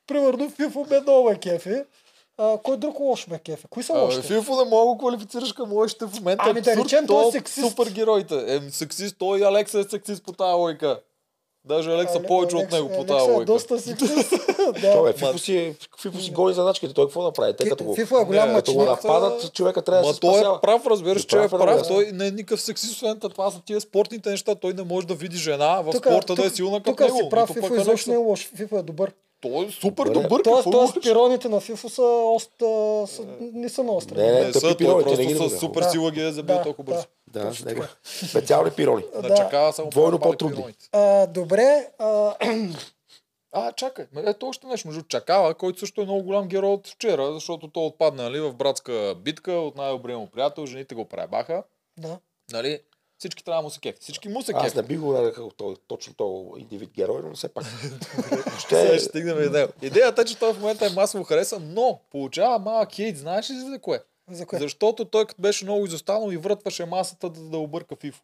Примерно Фифо бе много е кефи. А, кой друг лош ме кефи? Кои са
А,
лошите?
Фифо не мога да го квалифицираш към лошите в момента.
Ами да
Абсурд,
речем, той е сексист.
Супергероите. Еми, сексист, той и Алекса е сексист по тази логика. Даже Алекса
Але-
повече от
Алекс-
него по
Алекс
тази
е
логика.
доста сексист.
Той е,
да.
Фифо си, Фифо си гони задачките, той какво направи? Те като го,
Фифо е голям
Не,
като го
мъченик.
това-
нападат, човека трябва да
Ма
се
той е
спасява.
прав, разбираш,
И
че е
прав, разбира
прав.
се.
Той не е никакъв сексист, освен това, това са тия спортните неща. Той не може да види жена в
Тук-
спорта да е
тук-
силна
Тук
като него.
си прав,
нито пък
Фифо изобщо
Алекса.
не е лош. Фифо е добър.
Той е супер
Добре.
добър.
Тоест,
какво
тоест
лошо?
пироните на Фифо са, оста, са не са много остри.
Не, не,
Не
тъпи
са, той
пироните, не ги
просто
виждам.
с супер
Да.
сила ги е забил
Да,
толкова бързо.
Да, него. Специални пирони.
Да,
Да.
чакава само
Двойно
по-напали
по-трудни.
пироните.
А, добре, а, [CLEARS THROAT]
А, чакай. ме, Ето още нещо. Между Чакава, който също е много голям герой от вчера, защото той отпадна нали, в братска битка от най-добрия му приятел. Жените го пребаха.
да.
Нали? Всички трябва да му се кефти. Всички му се
Аз
е.
кефти.
не би го нарекал той, точно този индивид герой, но все пак.
[LAUGHS]
е-
Сега
Ще
ще стигнем и до него. Идеята е, че той в момента е масово харесан, но получава малък хейт. Знаеш ли за кое?
За кое?
Защото той като беше много изостанал и въртваше масата да, да обърка Фифо.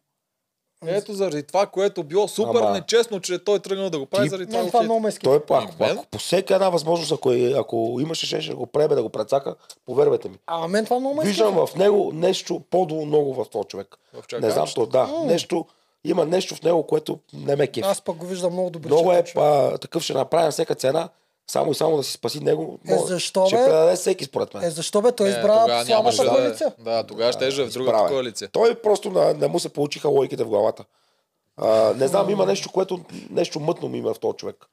Ето заради това, което било супер
Ама-
нечестно, че той е тръгнал да го прави
Ти-
заради това.
Мен
го
това
хейт.
много ме скефи.
той е пак.
Мен?
Ако по всяка една възможност, ако, е, ако имаше, ще, ще го пребе да го прецака, повярвайте ми.
А мен това много ме скефи.
Виждам в него нещо по-долу много в този човек.
В чакалчето.
Не знам, то да. Нещо, има нещо в него, което не ме кефи.
Аз пък го виждам много добре.
Много е
човек.
а, такъв, ще направя на всяка цена, само и само да си спаси него.
Е,
Мога-
защо,
ще
бе?
предаде всеки, според мен.
Е, защо бе? Той
Е,
избра слабата
да е-
коалиция.
Да, тогава ще е в другата
Прав е.
коалиция.
Той просто на, не му се получиха логиките в главата. А, не знам, има нещо, което нещо мътно ми има в този човек.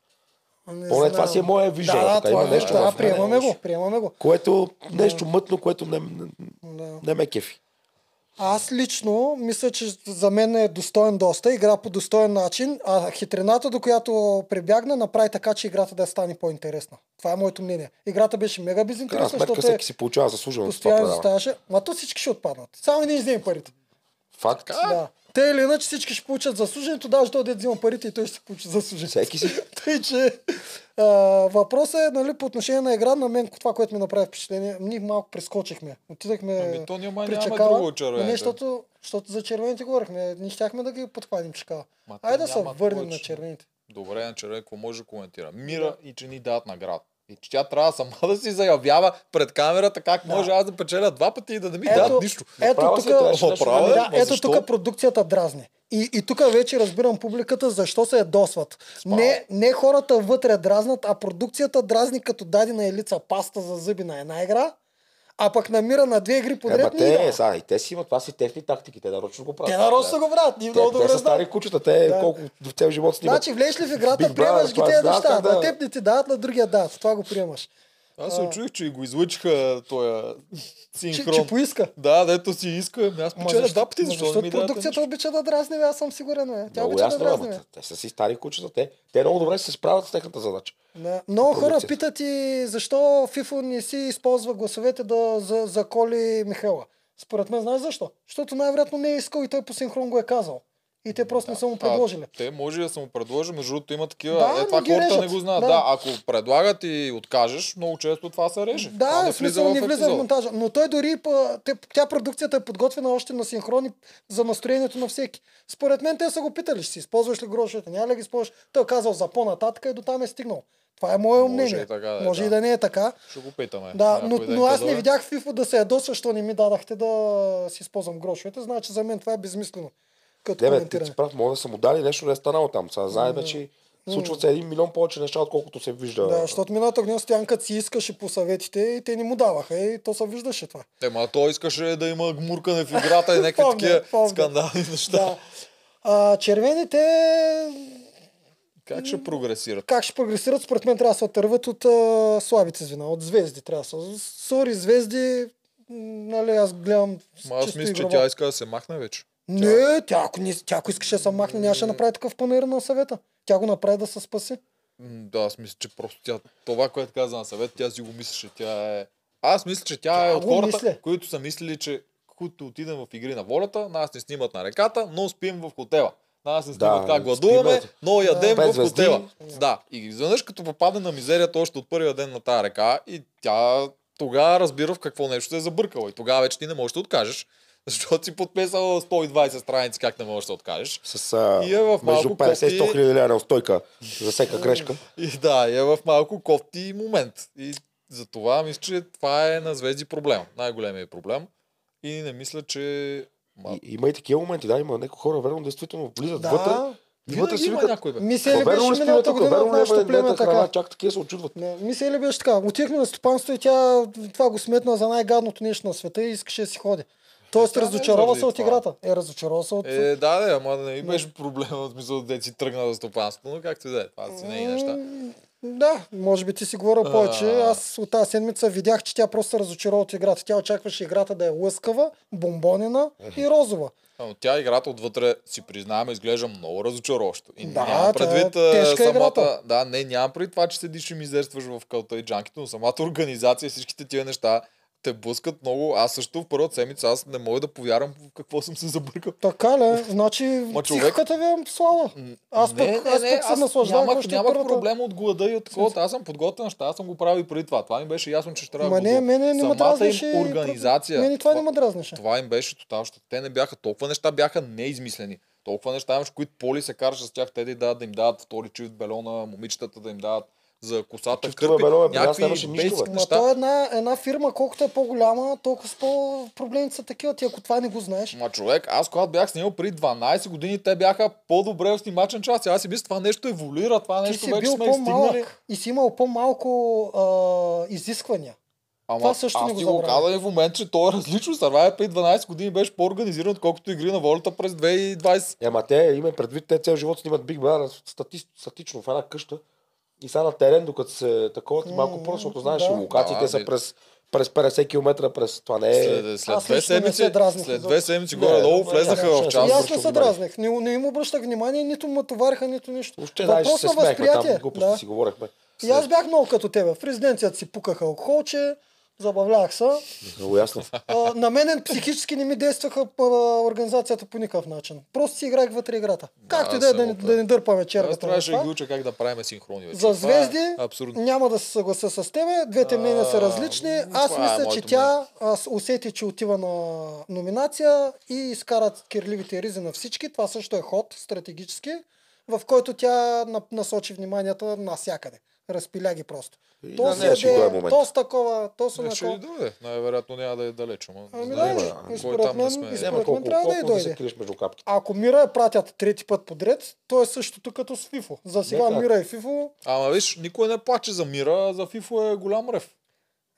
Не
Поне
знам.
това си е мое виждане.
Да, да,
Тука
това
има
е.
нещо
Да,
в-
приемаме го, приемаме го.
Което нещо мътно, което не, не,
Да.
не ме кефи.
Аз лично мисля, че за мен е достоен доста, игра по достоен начин, а хитрината, до която прибягна, направи така, че играта да стане по-интересна. Това е моето мнение. Играта беше мега
Крайна
безинтересна,
сметка
защото е
всеки си получава заслужено с това
постоянно
предаване.
заставаше. Ма то всички ще отпаднат. Само ние вземем парите.
Факт.
Да. Те или иначе всички ще получат заслуженото, даже той дед взима парите и той ще се получи заслуженото.
Всеки си.
[LAUGHS] Тъй, че а, въпросът е, нали, по отношение на игра, на мен това, което ми направи впечатление, ние малко прескочихме. Отидахме
Ами то няма-
при
няма
Чакала,
друго от
но
червените.
не, защото, защото за червените говорихме, ние щяхме да ги подхваним чакала.
Ма то
Айде да се
няма
върнем
повече.
на червените.
Добре, на човек, какво може да коментира? Мира и че ни дадат награда. И че тя трябва сама [LAUGHS] да си заявява пред камерата как може аз да печеля два пъти и да не ми дадат нищо.
Ето
Направо
тук,
си трябваше
нещо да
да,
направим, ма
ето
защо?
тук продукцията дразни. И, и тук вече разбирам публиката защо се ядосват. Не, не хората вътре дразнат, а продукцията дразни като даде на елица паста за зъби на една игра, а пък намира на две игри
Ема
подред. ни
те,
дава.
са, и те си имат, това си техни тактики, те нарочно го правят.
Те нарочно го правят, ние
Те,
много
те
добре
са
знаем.
стари кучета, те колко в цял живот снимат.
Значи влезеш ли в
Big
играта,
Brother,
приемаш ги
това
тези
знаят
неща.
как да-
На теб не ти дадат, на другия дадат. Това го приемаш.
Аз се очуих, че и го излъчиха този
Че,
синхрон.
че поиска.
Да, дето си иска. ами Аз
Ма
печеля
защо-
два пъти,
ма
защо не
защото
ми дадат
продукцията
нищо?
обича да дразни, бе, аз съм сигурен. бе. Тя
Много
обича да
ясно,
дразни. бе.
ама те са си стари кучета, те, те много добре се справят с техната задача.
Да. Много хора
Продукцията.
питат и защо Фифо не си използва гласовете да за- заколи Михела. Според мен знаеш защо? Защото най-вероятно не е искал и той по синхрон го е казал. И те просто не са му предложили.
А, те може и да са му предложили, между другото има такива.
Да,
е,
но
това
ги
хората
режат.
не го знаят. Да.
Да.
ако предлагат и откажеш, много често това се реже. това
Да, в смисъл не влиза в
епизода.
монтажа. Но той дори, па, те, тя продукцията е подготвена още на синхрони за настроението на всеки. Според мен те са го питали, ще си използваш ли грошовете, няма ли да ги използваш. Той е казал за по-нататък и до там е стигнал. Това е мое
Може
мнение.
и така да е,
Може и
да.
да не е така.
Ще го питаме.
Да,
някой
но,
ден, е.
но аз не
казваме.
видях в FIFA да се ядосва, що не ми дадахте да си използвам грошовете. Значи за мен това е безмислено. Като
Не, бе, ти
коментиране.
си прав, може да са му дали нещо, не е станало там. Сега знае
М.
вече, случват се един милион повече неща, отколкото се вижда.
Да, защото миналата година Стоян, като си искаше по съветите и те не му даваха и то се виждаше това.
Ема Е, той искаше да има гмуркане в играта и някакви
Помня,
такива
помня.
скандални неща.
Да. А, червените
Как ще прогресират?
как ще прогресират, според мен трябва да се отърват от а, слабите звена, от звезди трябва да се. Сори, звезди, м, нали, аз гледам с-
Ма аз
чисто
мисля, че
игрово.
тя е иска да се махне вече.
Не, тя ако, не, тя ако искаше да се махне, нямаше да направи такъв панер на съвета. Тя го направи да се спаси.
М, Да, аз мисля, че просто тя, това, което каза на съвет, тя си го мислеше. Тя е... Аз мисля, че тя, е
Тя
от
го
хората,
мисля.
които са мислили, че които отидем в игри на волята, нас не снимат на реката, но спим в хотела. Нас не снимат
Да,
как гладуваме,
спим,
но ядем
Без
в
звезди.
хотела. Да, и изведнъж като попадне на мизерията още от първия ден на тази река и тя тогава разбира в какво нещо се е забъркала. И тогава вече ти не можеш да откажеш, [LAUGHS] защото си подписала 120 страници, как не можеш да откажеш.
С а,
И е в
между
малко
50 и 100
кофти.
хиляди лева стойка за всяка грешка.
И да, и е в малко кофти момент. И затова мисля, че това е на звезди проблем. Най-големият проблем. И не мисля, че... Ма...
И, има и такива моменти, да, има някои хора, верно, действително влизат
Да,
вътре. и
Винаги
Вътре си
има
викат, "Ами
някой, бе.
Мисля
«Ма
ли
верно ли
беше
сте на
миналата
тук,
година от
верно ли
нашото
е
племе
на
така?
храна, чак такива се очудват.
Не, мисля ли беше така? Отихме на стопанство и тя това го сметна за най-гадното нещо на света и искаше да си ходи. Тоест,
тя не е
разочарова
заради
се от
това.
играта. Е, разочарова се от...
Е, да, да, ама не ми беше проблема, [LAUGHS] в смисъл, да си тръгна за стопанство, но както и да е, това си не е неща.
М, Да, може би ти си говорил
А.
повече. Аз от тази седмица видях, че тя просто се разочарова от играта. Тя очакваше играта да е лъскава, бомбонена и розова.
Но тя играта отвътре, си признаваме, изглежда много разочароващо. И
Да,
нямам
тя е
предвид е,
тежка
самата...
играта.
Да, не, нямам предвид това, че седиш и мизерстваш в кълта и джанките, но самата организация, всичките тия неща те блъскат много. Аз също в първата седмица аз не мога да повярвам в какво съм се забъркал.
Така ли? Значи
Ма, човек-
психиката ви е слава. Аз пък, аз пък се наслаждавах
нямах,
още от
нямах
първата.
проблем от глада и от квота. Аз съм подготвен, неща, аз съм го правил и преди това. Това ми беше ясно, че ще трябва да
Ма
го
не,
глада.
мене не ме
Самата
дразнеше.
им
и-
организация.
Мене това не ме дразнеше.
Това им беше тотално. защото Те не бяха, толкова неща бяха неизмислени. Толкова неща имаш, които поли се караш с тях, те да, им дадат, да им дават втори чифт белона, момичетата да им дават за косата,
Чифтове
кърпи,
белона, при нас
някакви
нямаше нищо,
basic
бе.
Ма
неща.
то е една, една фирма, колкото е по-голяма, толкова с по-проблемите са такива. Ти ако това не го знаеш,
Ма човек, аз когато бях снимал при 12 години, те бяха по-добре в снимачен час. Аз си мисля, това нещо еволюира, това
ти
нещо
си
вече
бил
сме изстигнали.
по-малък и си имал по-малко а, изисквания.
Ама
Това също
аз
не го
ти го
забравя.
казах и в момента, че то е различно. Survivor при 12 години беше по-организиран, отколкото игри на волята през 2020.
Ема те, има предвид, те цял живот снимат Big Brother стати, статично в една къща и са на терен, докато се такова ти малко просто, защото знаеш,
да.
локациите
Да,
са
бе.
през, през 50 км, през това не е...
След, след
аз
две
лично не се
седмици,
дразних
след
изобщо.
две седмици
Не,
горе-долу
не,
влезнаха
не,
в
не,
час.
и аз
обръщам
не се
внимание.
дразнех. Не, не им обръщах внимание, нито ме товариха, нито нищо.
Въобще, да, ще се смеехме там, глупости
Да.
си говорехме.
И аз бях много като тебе. В резиденцията си пукаха алкохолче, забавлявах се.
[LAUGHS]
Много ясно. Значи
А, на мен психически не ми действаха а, организацията по никакъв начин. Просто си играх вътре играта. Както и да е, да, не-
абсолютно.
да не дърпаме
Аз
чергата. на
трябваше да
е това.
ги уча как да правим синхрони вече.
За
е Това е
звезди
Абсурдно.
няма да се съглася с тебе. Двете мнения са различни. Аз
това е
мисля, че
моето
тя аз усети, че отива на номинация и изкарат кирливите ризи на всички. Това също е ход стратегически, в който тя на- насочи вниманията навсякъде. Разпиля ги просто.
И
То
да,
си
не, ще го е
яде,
момент.
то с такова, то с
Не, ще и
онакова.
дойде. Значи Най-вероятно няма да е далеч. Ама,
Ами
не
да,
знам,
има,
бе,
ама
кой
според
там да
мен- и
сме.
Няма
Според
колко,
мен трябва да
колко
и
да се
дойде.
криеш между капките.
Ако Мира я пратят трети път подред, то е същото като с Фифо. За сега
как?
Мира и Фифо,
Ама виж, никой не плаче за мира, а за Фифо е голям рев.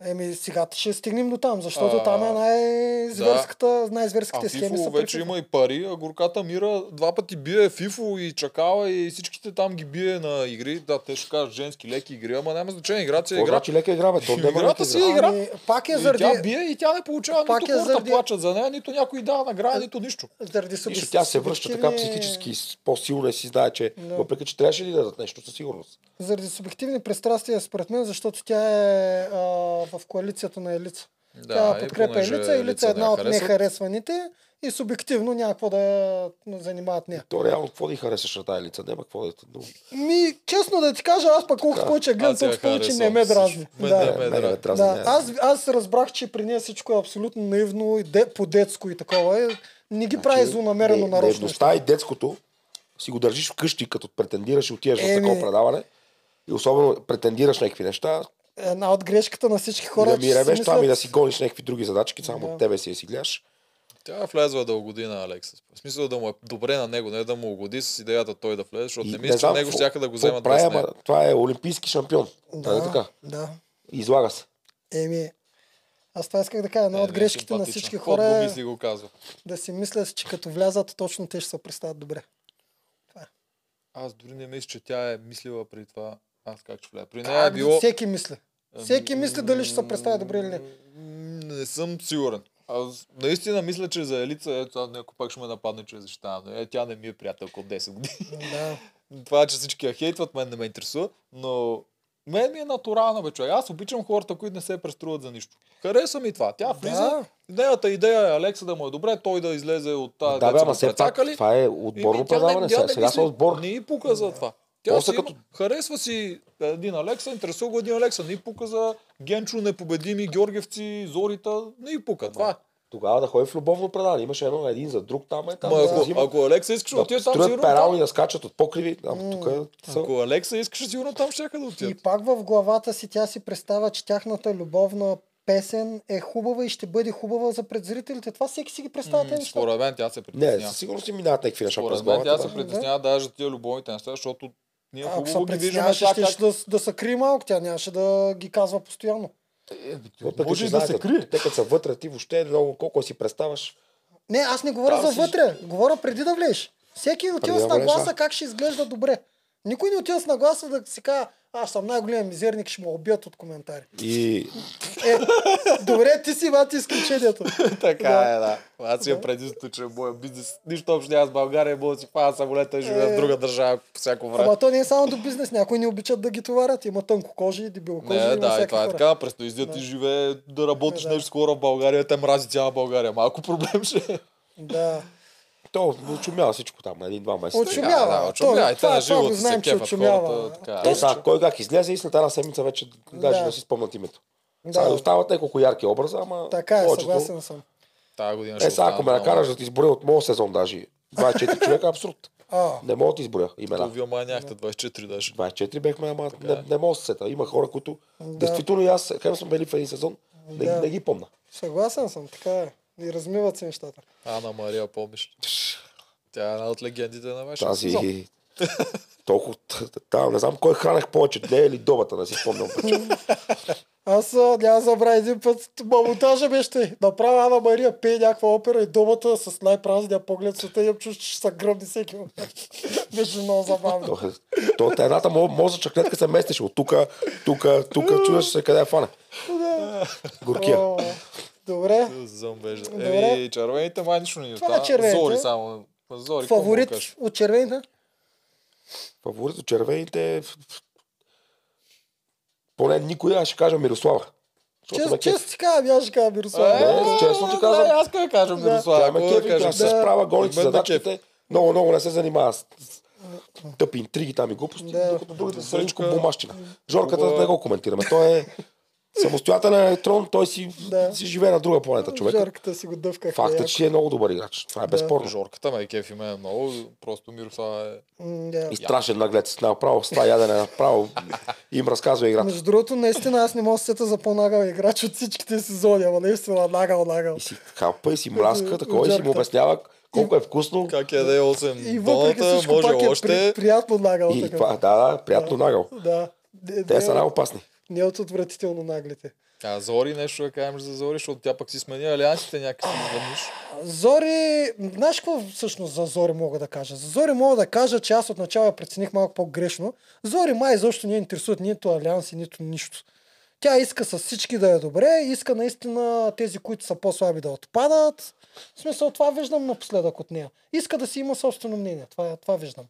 еми сега ще стигнем до там, защото
А,
там е най-зверската, най-зверските
А
схеми са
Фифо
при
вече
Фифо.
има и пари, а горката мира два пъти бие Фифо и Чакала и всичките там ги бие на игри. Да, те ще кажат женски леки игри, ама няма значение. Играта си е
Какво
игра.
значи лека игра, бе? То няма
Играта
лека
си
игра.
игра.
Ами, пак е
И тя
заради,
бие и тя не получава
Пак
нито
е
хората
заради-
плачат за нея, нито някой дава награда, нито нищо.
заради
И ще
субективни...
тя се връща така психически с- по-силна и си знае, че
Да.
въпреки, че трябваше ли да дадат нещо, със сигурност.
Заради субективни пристрастия, според мен, защото тя е а, в коалицията на елица.
Да,
Да, Тя
и
подкрепя
понеже
Елица, Елица
Елица
е
не
една
я
от
харесват.
нехаресваните и субективно някакво да я занимават нея.
То реално, какво да й харесаш на тази лица? Няма какво да ти дума.
Ми, честно да ти кажа, аз пък колкото
Да.
повече гледам,
Аз я
толкова повече не
харесвам
ме
също.
дразни.
Мен
Да.
не ме
Мене ме
дразни.
дразни,
Да,
не.
аз, аз разбрах, че при нея всичко е абсолютно наивно, и де, по-детско и такова. Е. Не ги прави злонамерено
не,
нарочно.
Наивността и детското си го държиш вкъщи, като претендираш и отиваш в
Еми.
такова предаване. И особено претендираш някакви неща,
Една от грешката на всички
Хора,
хора,
да
е,
ми ревеш там и да си
мислят-
гониш някакви други задачки, само
Да.
от тебе си я си гледаш.
Тя е влязла дългодина, Алекса. В смисъл да му е добре на него, не да му угоди с идеята той да влезе, защото
И
не мисля, че него
какво-
ще да го
какво
вземат
прави,
без
ама
него.
Това е олимпийски шампион. Да, не така.
да.
Излага се.
Еми, аз това исках да кажа. Една
Е,
от
не е
грешките на
симпатична.
всички
Какво
хора
го
е
мисли го казва.
да си мислят, че като влязат, точно те ще се представят добре.
Аз дори не мисля, че тя е мислила при това. Аз как ще вляза. При нея е
Как,
било... Ами
Всеки мисли. Всеки мисли дали ще се представя добре или не.
М, Не съм сигурен. Аз наистина мисля, че за Елица, ето сега някой пак ще ме нападне, че я защитавам. но Е, тя не ми е приятелка от 10 години.
Да.
Това, че всички я хейтват, мен не ме интересува, но мен ми е натурална, бе, човек. Аз обичам хората, които не се преструват за нищо. Хареса ми това. Тя влиза.
Да.
Нейната идея е Алекса да му е добре, той да излезе от тази
Да, бе,
деца
ама
го
все пак
прецакали.
това е
Еми,
отборно
тя не-
предаване.
тя
Сега,
не
сега
мисли-
са отбор.
Не й пука за това. Тя
После
си
като-
има, харесва си е, един Алекса, интересува го един Алекса. Не й пука за Генчо, непобедими, Георгиевци, Зорита. Не й пука. Това е.
Тогава да ходим в любовно предаване. Имаше едно един за друг там. Е, там
Ма,
да се
ако,
взима.
ако Алекса искаш, да,
да
отиде там
строят
сигурно.
перални,
Там.
да скачат от покриви. Там, тук е- са...
Ако Алекса искаш, сигурно там ще да
И
отидат.
пак в главата си тя си представя, че тяхната любовна песен е хубава и ще бъде хубава за пред зрителите. Това всеки си ги представя тези
М,
неща.
Ами, Според мен тя се
Не,
притеснява.
със сигурност си минават някакви неща през
Според мен тя
главата.
се
да.
притеснява даже за тия любовните неща, защото ние
Ако се
хубаво ги виждаме
притесняваше,
тя
ще
как...
да, да се крие малко, тя нямаше да ги казва постоянно.
Въпреки,
Може
че
и да
знаете,
се крие.
Те като са вътре, ти въобще много колко си представаш.
Не, аз не говоря
Там
за
си-
вътре, говоря преди да влезеш. Всеки отива
да
с нагласа
влезеш, да.
как ще изглежда добре. Никой не отива с нагласа да си каже, аз съм най-голям мизерник, ще ме убият от коментари.
И
Е, добре, ти си бати изключението.
[LAUGHS] Така е, да. Аз имам предимството, че моят бизнес нищо общо няма с България, мога да си пада самолета и живея
Е.
в друга държава по всяко време.
Ама то не е само до бизнес, някои не обичат да ги товарят. Има тънко кожи, дебило кожи,
Не,
има
да, и
всякакви
това е
хора.
така. Престо издят и живее да работиш
Да.
нещо с хора в България, те мрази цяла България. Малко проблем ще е.
Да.
то очумява всичко там, нали? на един-два месеца.
Очумява.
Да, да,
То-
очумява. И те
това-
на
това го
живото
знаем,
се
че
кефат
очумява.
хората. Така.
Е, сега, кой как излезе и след една седмица вече даже
Да.
не си спомнят името. Да. Сега
Да.
остават няколко ярки образа, ама...
Така е,
повечето-
съгласен съм.
Тая година ще
Е, сега, ако ме
останат
накараш да ти изборя от моят сезон даже,
[LAUGHS]
24 човека, е абсурд.
А,
Не мога да ти изборя
много.
имена.
Вие маняхте 24 даже.
24 бехме, ама не,
е.
не мога да се сета. Има хора, които... Действително и аз, хем съм били в един сезон, не,
Да.
не ги помна.
съгласен съм, така е. И размиват се нещата. [LAUGHS]
Ана Мария, помниш? Тя е една от легендите на вашия сезон.
Тази... [LAUGHS] Толкова... Там, не знам кой хранех повече, днея или добата, не си спомням.
Аз а, няма да забравя един път, мамотажа беше тъй. Направя Ана Мария, пее някаква опера и думата с най-празния поглед в света и я чуш, че са гръбни всеки момент. [LAUGHS] Беше много забавно.
То, то, то е едната мо- мозъчна клетка се местеше от тука, тука, тука, чудеш се къде е фана. Горкия.
О, Добре,
Зъмбежда.
Добре.
Еми, червените май нищо не
Това
остана.
червените.
Зори само. Зори, какво мога да
фаворит
кажа?
от червените.
Фаворит от червените е... Поне никой, аз ще кажа Мирослава. Защото
Често,
ме кефи.
често ти кажа, аз ще кажа Мирослава.
Не, Е, честно
е,
ти казвам.
Е, Да, аз как кажа, Мирослава,
Тя ме
ако да
кефи,
кажа.
тя се справя, гони си
Мен ме
задачките. Много, много не се занимава с с тъпи интриги там и глупости,
Да.
докато другите са личко
Добре.
бумащина. Жорката
Добре.
не го коментираме. Той е самостоятелен електрон, той си,
Да.
си живее на друга планета човек.
Жарката си го дъвкаха.
Факт е,
яко.
че е много добър играч. Това е безспорно.
Жорката ме е кефи мен много, просто Мирослава е...
М, да.
И страшен наглец. Направо с това ядене направо им разказва играта.
Между другото, наистина аз не мога да се сета за по-нагъл играч от всичките сезони, ама наистина нагъл, нагъл.
И си хапа, и си мразка, такова, и си му
Жарко.
обяснява колко е вкусно.
Как е да е 8
И въпреки
долната,
всичко пак
може
е
още...
при, приятно нагъл.
И
така.
това, да, да, приятно нагъл.
Да. Не,
Те
не,
са най-опасни.
не от отвратително наглите.
А Зори нещо да кажем за Зори, защото тя пък си смени алиансите някакси изведнъж.
Зори, знаеш какво всъщност за Зори мога да кажа? За Зори мога да кажа, че аз отначало я прецених малко по-грешно. Зори май изобщо не я интересуват нито алианси, нито нищо. Тя иска с всички да е добре, иска наистина тези, които са по-слаби да отпадат. В смисъл, това виждам напоследък от нея. Иска да си има собствено мнение, това, това виждам.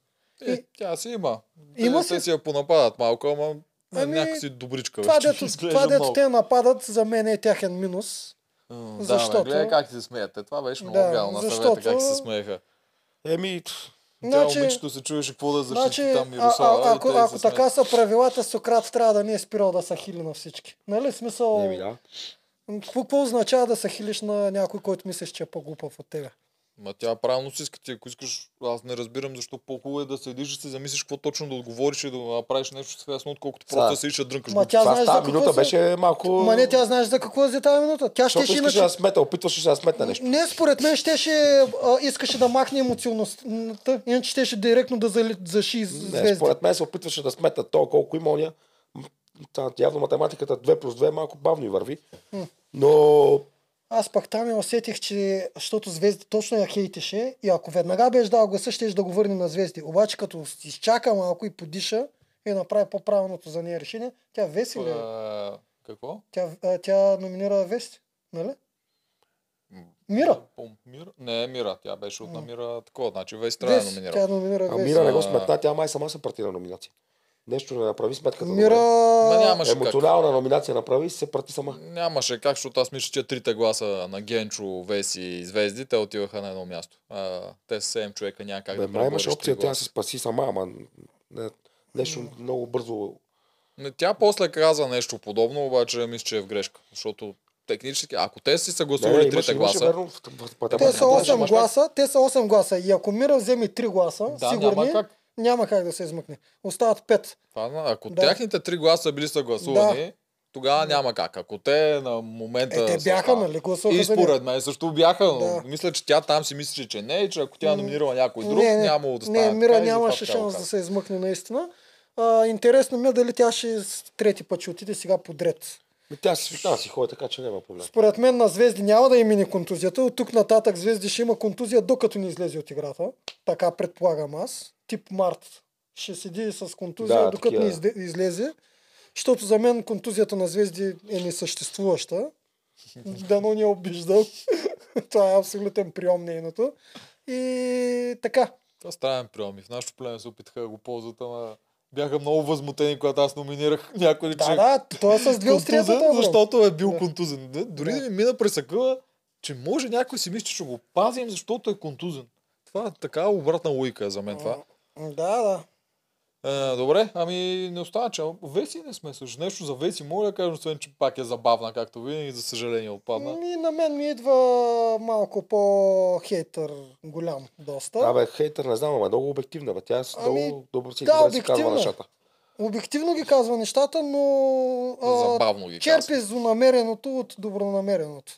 Е, тя си има.
Има
Те
си.
си я понападат малко, ама Ами,
Ами,
някакси добричка.
Това
вече [LAUGHS]
дето,
изглежда
това дето
много.
те нападат, за мен е тяхен минус.
М, Да,
защото-
бе, гледай как се смеят. Те, това беше много
Да,
гално на съвета,
защото-
как се смееха.
Еми,
значи,
Значи-
тя момичето се чуеше какво да защити
Значи,
там е
а,
Мирослава.
а,
и
ако,
те
ако
се смеят.
така са правилата, Сократ трябва да не е спирал да са хили на всички. Нали? Смисъл,
Еми, да.
какво, какво означава да се хилиш на някой, който мислиш, че е по-глупав от тебе?
Ма тя правилно си иска ти, ако искаш, аз не разбирам защо по-хубаво е да седиш и се замислиш какво точно да отговориш и да направиш нещо с ясно, отколкото
Са.
просто да седиш да дрънкаш.
Ма
букви.
тя
това
знаеш
с
за
тази
какво
минута
се-
беше малко...
Ма не, тя знаеш за какво е за тази минута. Тя
Защото
щеше
искаше
иначе...
да смета, опитваше се да смета нещо.
Не, според мен щеше, а, искаше да махне емоционността, иначе щеше директно да зали, заши звезди.
Не, според мен се опитваше да смета то колко има ония. М, та- Явно математиката 2 плюс 2 малко бавно и върви.
М.
Но
Аз пак там я усетих, че защото Звезди точно я хейтеше и ако веднага беше дал гласа, ще да го върне на Звезди. Обаче като изчака малко и подиша и направи по-правилното за нея решение, тя Веси ли? е?
А, Какво?
Тя, а, тя номинира Вести, нали? Мира.
Пом- Мира? Не, Мира. Тя беше от
М.
намира такова. Значи Веси трябва да
Веси,
номинира.
тя номинира
а,
Веси.
Ами, Мира не го
А.
сметна, тя май сама се прати на номинация. Нещо не направи сметката.
Мира...
добре.
Ма нямаше как.
Емоционална номинация направи и се прати сама.
Нямаше как, защото аз мисля, че тия трите гласа на Генчо, Веси и Звезди, те отиваха на едно място. А, те са 7 човека, няма как
Бе,
да
май имаше
пребориш три
опция, тя
гласа.
се спаси сама, ама не, нещо много бързо.
Не, Тя после каза нещо подобно, обаче мисля, че е в грешка. Защото технически, ако те си
Не, не,
съгласували
имаше-
трите
имаше
гласа,
верно в- в- в- в-
Те са
математиката.
8
Маш-
гласа, те са 8 гласа. И ако Мира вземе 3 гласа,
да,
сигурни,
няма как.
няма как да се измъкне. Остават 5.
Това, на- ако
Да.
тяхните три гласа са били съгласувани, тогава няма как. Ако те на момента.
Е, те
са
бяха,
останали.
нали? Гласуваха
И
за нея.
според мен също бяха, но
Да.
мисля, че тя там си мисли, че не, и че ако тя е
М,
номинирала някой друг, нямало да стане.
Не, Мира
така и затова
нямаше
така го
шанс да
каза.
се измъкне наистина. А, интересно ми е дали тя ще с трети път ще отиде сега подред.
Ми Тя си свикна си ходи, така че няма проблем.
Според мен на Звезди няма да имени контузията. От тук нататък Звезди ще има контузия, докато не излезе от играта. Така предполагам аз. Тип Март ще седи с контузия,
Да,
да, докато
такива.
не
е.
изде- излезе. Защото за мен контузията на Звезди е несъществуваща. Дано не я обиждам. [LAUGHS] Това е абсолютен прием нейното. И така,
Това е странен прием. И в нашото племе се опитаха да го ползват, ама бяха много възмутени, когато аз номинирах някой да,
Да, да, той е с
[LAUGHS]
две острия за
контузен,
това. Защо?
защото е бил
Да.
контузен. Да, Дори да
Да.
ми мина през акъла, че може някой си мисли, че ще го пазим, защото е контузен. Това е така обратна логика е за мен това.
Да, да.
Е, добре, ами не остава, че Веси не сме също. Нещо за Веси мога да кажа, освен, че пак е забавна, както винаги, за съжаление отпадна.
Ми, Ами, на мен ми идва малко по-хейтър голям доста.
Да, бе, хейтър, не знам, ама е много обективна, бе. Тя е
Ами,
много добре си
да,
добре си казва
обективна.
нещата.
Обективно ги казва нещата, но а,
Забавно ги казвам.
черпи злонамереното от добронамереното.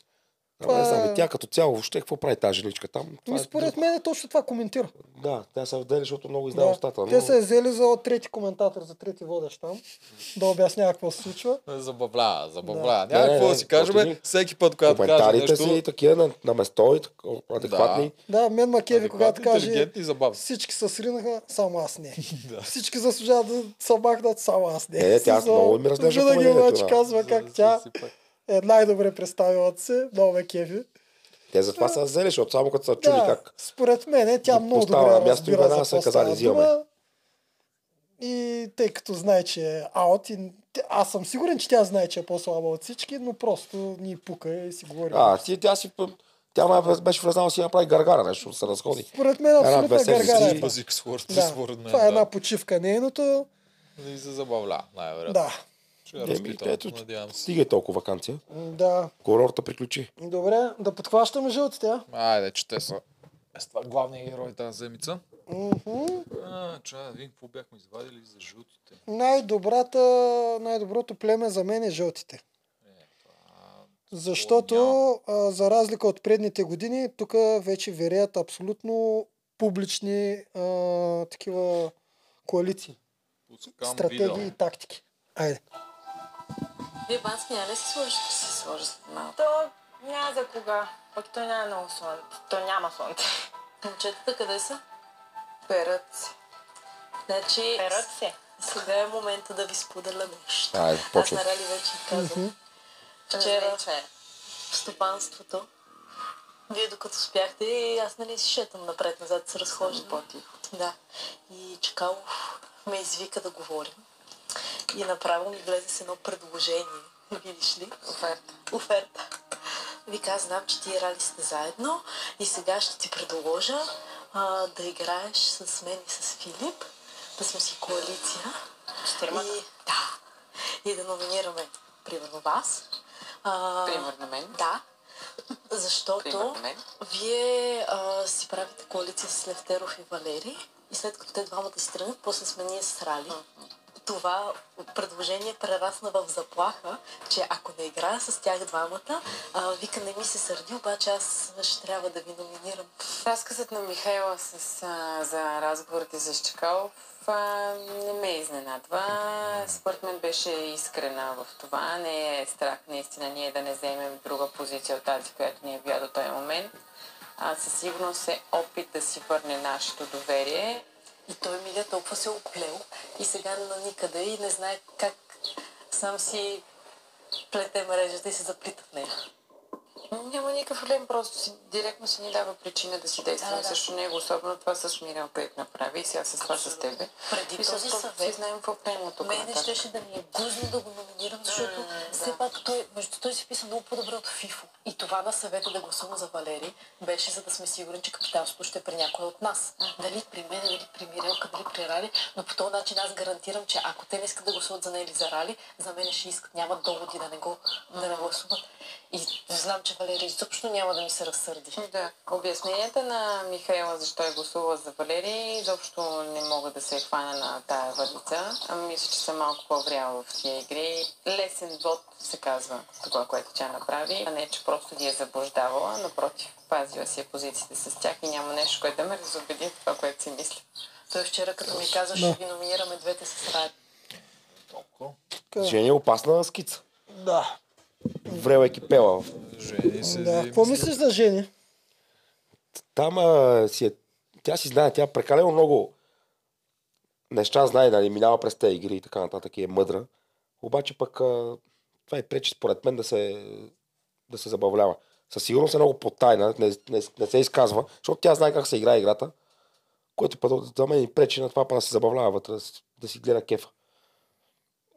Ама
Това
не знам,
е-
бе, тя като цяло въобще какво прави тази женичка там? Това
Ми
е
според
друг-
мен точно това коментира.
Да, тя се вдели, защото много издава
Да.
устата.
Те
но-
са я взели за трети коментатор, за трети водещ там, да обяснява какво се случва.
Е, Забавлява, забавлява.
Да.
Няма
Не,
какво
не,
да си кажем,
отиди.
всеки път, когато кажа
Коментарите
нещо...
си такива на, на место и так- адекватни.
Да, мен Макеви, когато
адекватни,
каже,
интелигентни Ами, и забавни.
всички се сринаха, само аз не.
[LAUGHS] Да.
Всички заслужават да са махнат, само аз не.
Е, тя
Смисъл,
много ми разглежда
Винаги
поведението,
обаче
да.
казва
За да
как
се
тя
изсипа.
е най-добре представила се, много ме кефи.
Те затова са взели, защото само като са чули
Да,
как.
според мен е, тя
Да
много
поставя на
добре
място и
разбира за
веднага са
какво
казали,
става
взимаме.
дума. И тъй като знае, че е аут, и... те- аз съм сигурен, че тя знае, че е по-слаба от всички, но просто ни пука и си говори.
А, ти, тя си... Тя май беше влезнала си направи гаргара нещо, да се разходи.
Според мен абсолютна
две седмици
гаргара
си
е. това.
Пази според, да.
Да,
според мен.
това е една
да.
почивка нейното.
И се забавля, най-вероятно.
Да,
Ще я
Еми,
разпитам,
ето,
надявам се.
стигай толкова вакансия.
да.
Курорта приключи.
Добре, да подхващаме жълтите, а?
Айде, че те са. Е, с това главният герой тази седмица.
Мгм.
А, чай да видим какво бяхме извадили за жълтите.
Най-добрата, най-доброто племе за мен е жълтите.
Е,
Защото, а, за разлика от предните години, тук вече вереят абсолютно публични а, такива коалиции,
Пускам видео.
стратегии и тактики. Айде.
Вие бански няма ли си сложиш? Си сложиш малко. То няма за кога. Пък той няма много слънце. То няма слънце. Момчетата къде са? Перат се. Значи... Перат се. Сега е момента да ви споделя нещо.
Айде,
Аз
почвай.
на Рали вече казвам.
Е,
Вчера в стопанството вие докато спяхте, и аз нали си шетам напред-назад, се разхождам. По-тихо. Да. И Чакалов ме извика да говорим.
И направо ми влезе с едно предложение. Видиш ли?
Оферта.
Оферта. Вика, знам, че ти и Рали сте заедно и сега ще ти предложа а, да играеш с мен и с Филип. Да сме си коалиция.
Четиримата?
И, да. И да номинираме, примерно, вас. А,
Примерно мен.
Да. Защото
Примерно мен.
вие а, си правите коалиция с Левтеров и Валери и след като те двамата си тръгнат, после сме ние с Рали. Това предложение прерасна в заплаха, че ако не играя с тях двамата, а, вика не ми се сърди, обаче аз ще трябва да ви номинирам.
Разказът на Михайла с, а, за разговорите за Щекалов а, не ме изненадва. Според мен беше искрена в това. Не е страх наистина ние да не вземем друга позиция от тази, която ни е била до този момент. А със сигурност е опит да си върне нашето доверие.
И той ми е толкова се оплел и сега на никъде и не знае как сам си плете мрежата и се заплита в нея.
Няма никакъв проблем, просто си, директно си ни дава причина да си действаме да,
Да, да.
срещу него, особено това с Мирил Пейт направи и сега с това с тебе.
Преди
Мисля,
този
просто
съвет-
Си знаем какво правим от тук
Мене
нататък. Е,
щеше да ми е гузно да го номинирам, защото все пак той, между той си писа много по-добре от Фифо. И това на съвета да гласувам за Валери беше за да сме сигурни, че капитанството ще е при някой от нас. Дали при мен, дали при Мирелка, дали при Рали, но по този начин аз гарантирам, че ако те не искат да гласуват за нея или за Рали, за мен ще искат. Нямат доводи да не го да не гласуват. И знам, че Валери изобщо няма да ми се разсърди.
Да. Обясненията на Михаела защо е гласувала за Валерий изобщо не мога да се хвана на тая въдица. А мисля, че съм малко по-вряла в тия игри. Лесен вод се казва това, което тя направи, а не, че просто ги е заблуждавала. Напротив, пазила си е позициите с тях и няма нещо, което да ме разобеди в това, което си мисля.
Той вчера, като ми каза, ще
Да.
ви номинираме двете с Рали.
Жени е опасна скица.
Да.
Време е кипела.
Жени се...
Да. Какво мислиш за Жени?
Там а, си е... Тя си знае, тя е прекалено много неща знае, нали, минава през тези игри и така нататък и е мъдра. Обаче пък а, това е пречи според мен да се, да се забавлява. Със сигурност е много потайна, не, не, не се изказва, защото тя знае как се играе играта, което пък за мен и пречи на това пък да се забавлява вътре, да си- да си гледа кефа.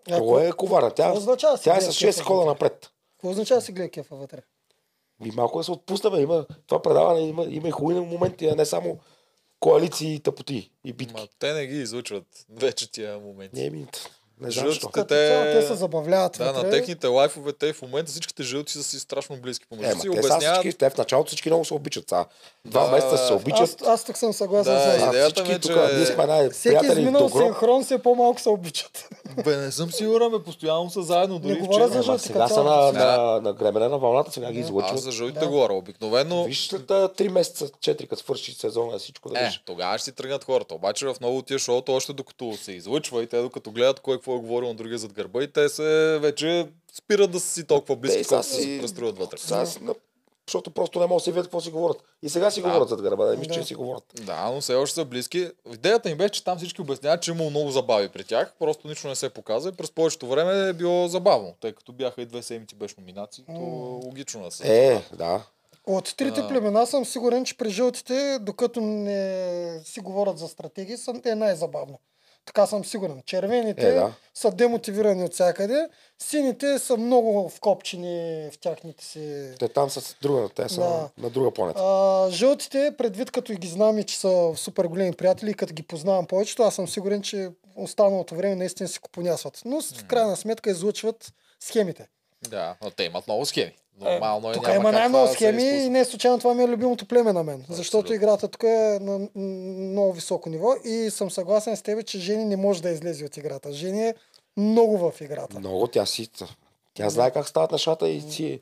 Много е коварна. Тя,
Какво означава да си
тя е
гледа
с 6
кефа
хода
вътре?
напред.
Какво означава да си гледа кефа вътре?
Ми малко да се отпусна, бе. Има, това предаване има, има и хубави моменти, а не само коалиции и тъпоти и битки.
Ма, те не ги излучват вече тия моменти.
Не, ми, не знам
Жълтите,
защо.
те...
Като цяло те
се забавляват
Да, на
вътре.
техните лайфове, те в момента всичките жълти са си страшно близки
Е,
помежду
ма,
си.
те, са
Обясняват
всички, те в началото всички много се обичат. Са. Два
Да.
месеца се
Аз,
обичат.
аз тук съм съгласен
Да,
с вас.
идеята ми е, Всички тук, че- ние сме най-
Всеки е
приятели
изминал
до гроб.
синхрон все по-малко се обичат.
Бе, не съм сигурен, бе, постоянно са заедно. Дори
не говоря
вчера.
за жълти
Сега са на,
е,
на, на гребена на вълната, сега ги излъчват.
Аз за жълтите говоря, обикновено...
Виж след а, три месеца, четири, като свърши сезона, всичко да
Е,
виж.
тогава ще си тръгнат хората. Обаче в много от тия шоута, още докато се излъчва и те докато гледат кой какво е говорил на другия зад гърба и те се вече спират да са си толкова близки,
Те са
колкото
си-
се преструват вътре.
Сега, с- на- защото просто не могат да се видят какво си говорят. И сега си
Да.
говорят зад гърба, да не мисля, че си говорят.
Да, но все още са близки. Идеята им беше, че там всички обясняват, че имало много забави при тях. Просто нищо не се показва и през повечето време е било забавно, тъй като бяха и две седмици без номинации, то логично да се.
Е, да.
От трите
Да.
племена съм сигурен, че при жълтите, докато не си говорят за стратегии, съм, е най-забавно. Така съм сигурен. Червените
Е, да.
са демотивирани от всякъде, сините са много вкопчени в тяхните си...
Те там са с друга, те са
Да.
на, на друга планета.
А, жълтите, предвид като и ги знам и че са супер големи приятели и като ги познавам повечето, аз съм сигурен, че останалото време наистина си купонясват. Но с- в крайна сметка излъчват схемите.
Да, но те имат много схеми. Нормално е.
Тук
няма
има
как
най-много
това да се
схеми
изпусне.
и не случайно това ми е любимото племе на мен. Защото играта тук е на м, много високо ниво и съм съгласен с теб, че Жени не може да излезе от играта. Жени е много в играта.
Много тя си. Тя знае как стават нещата и си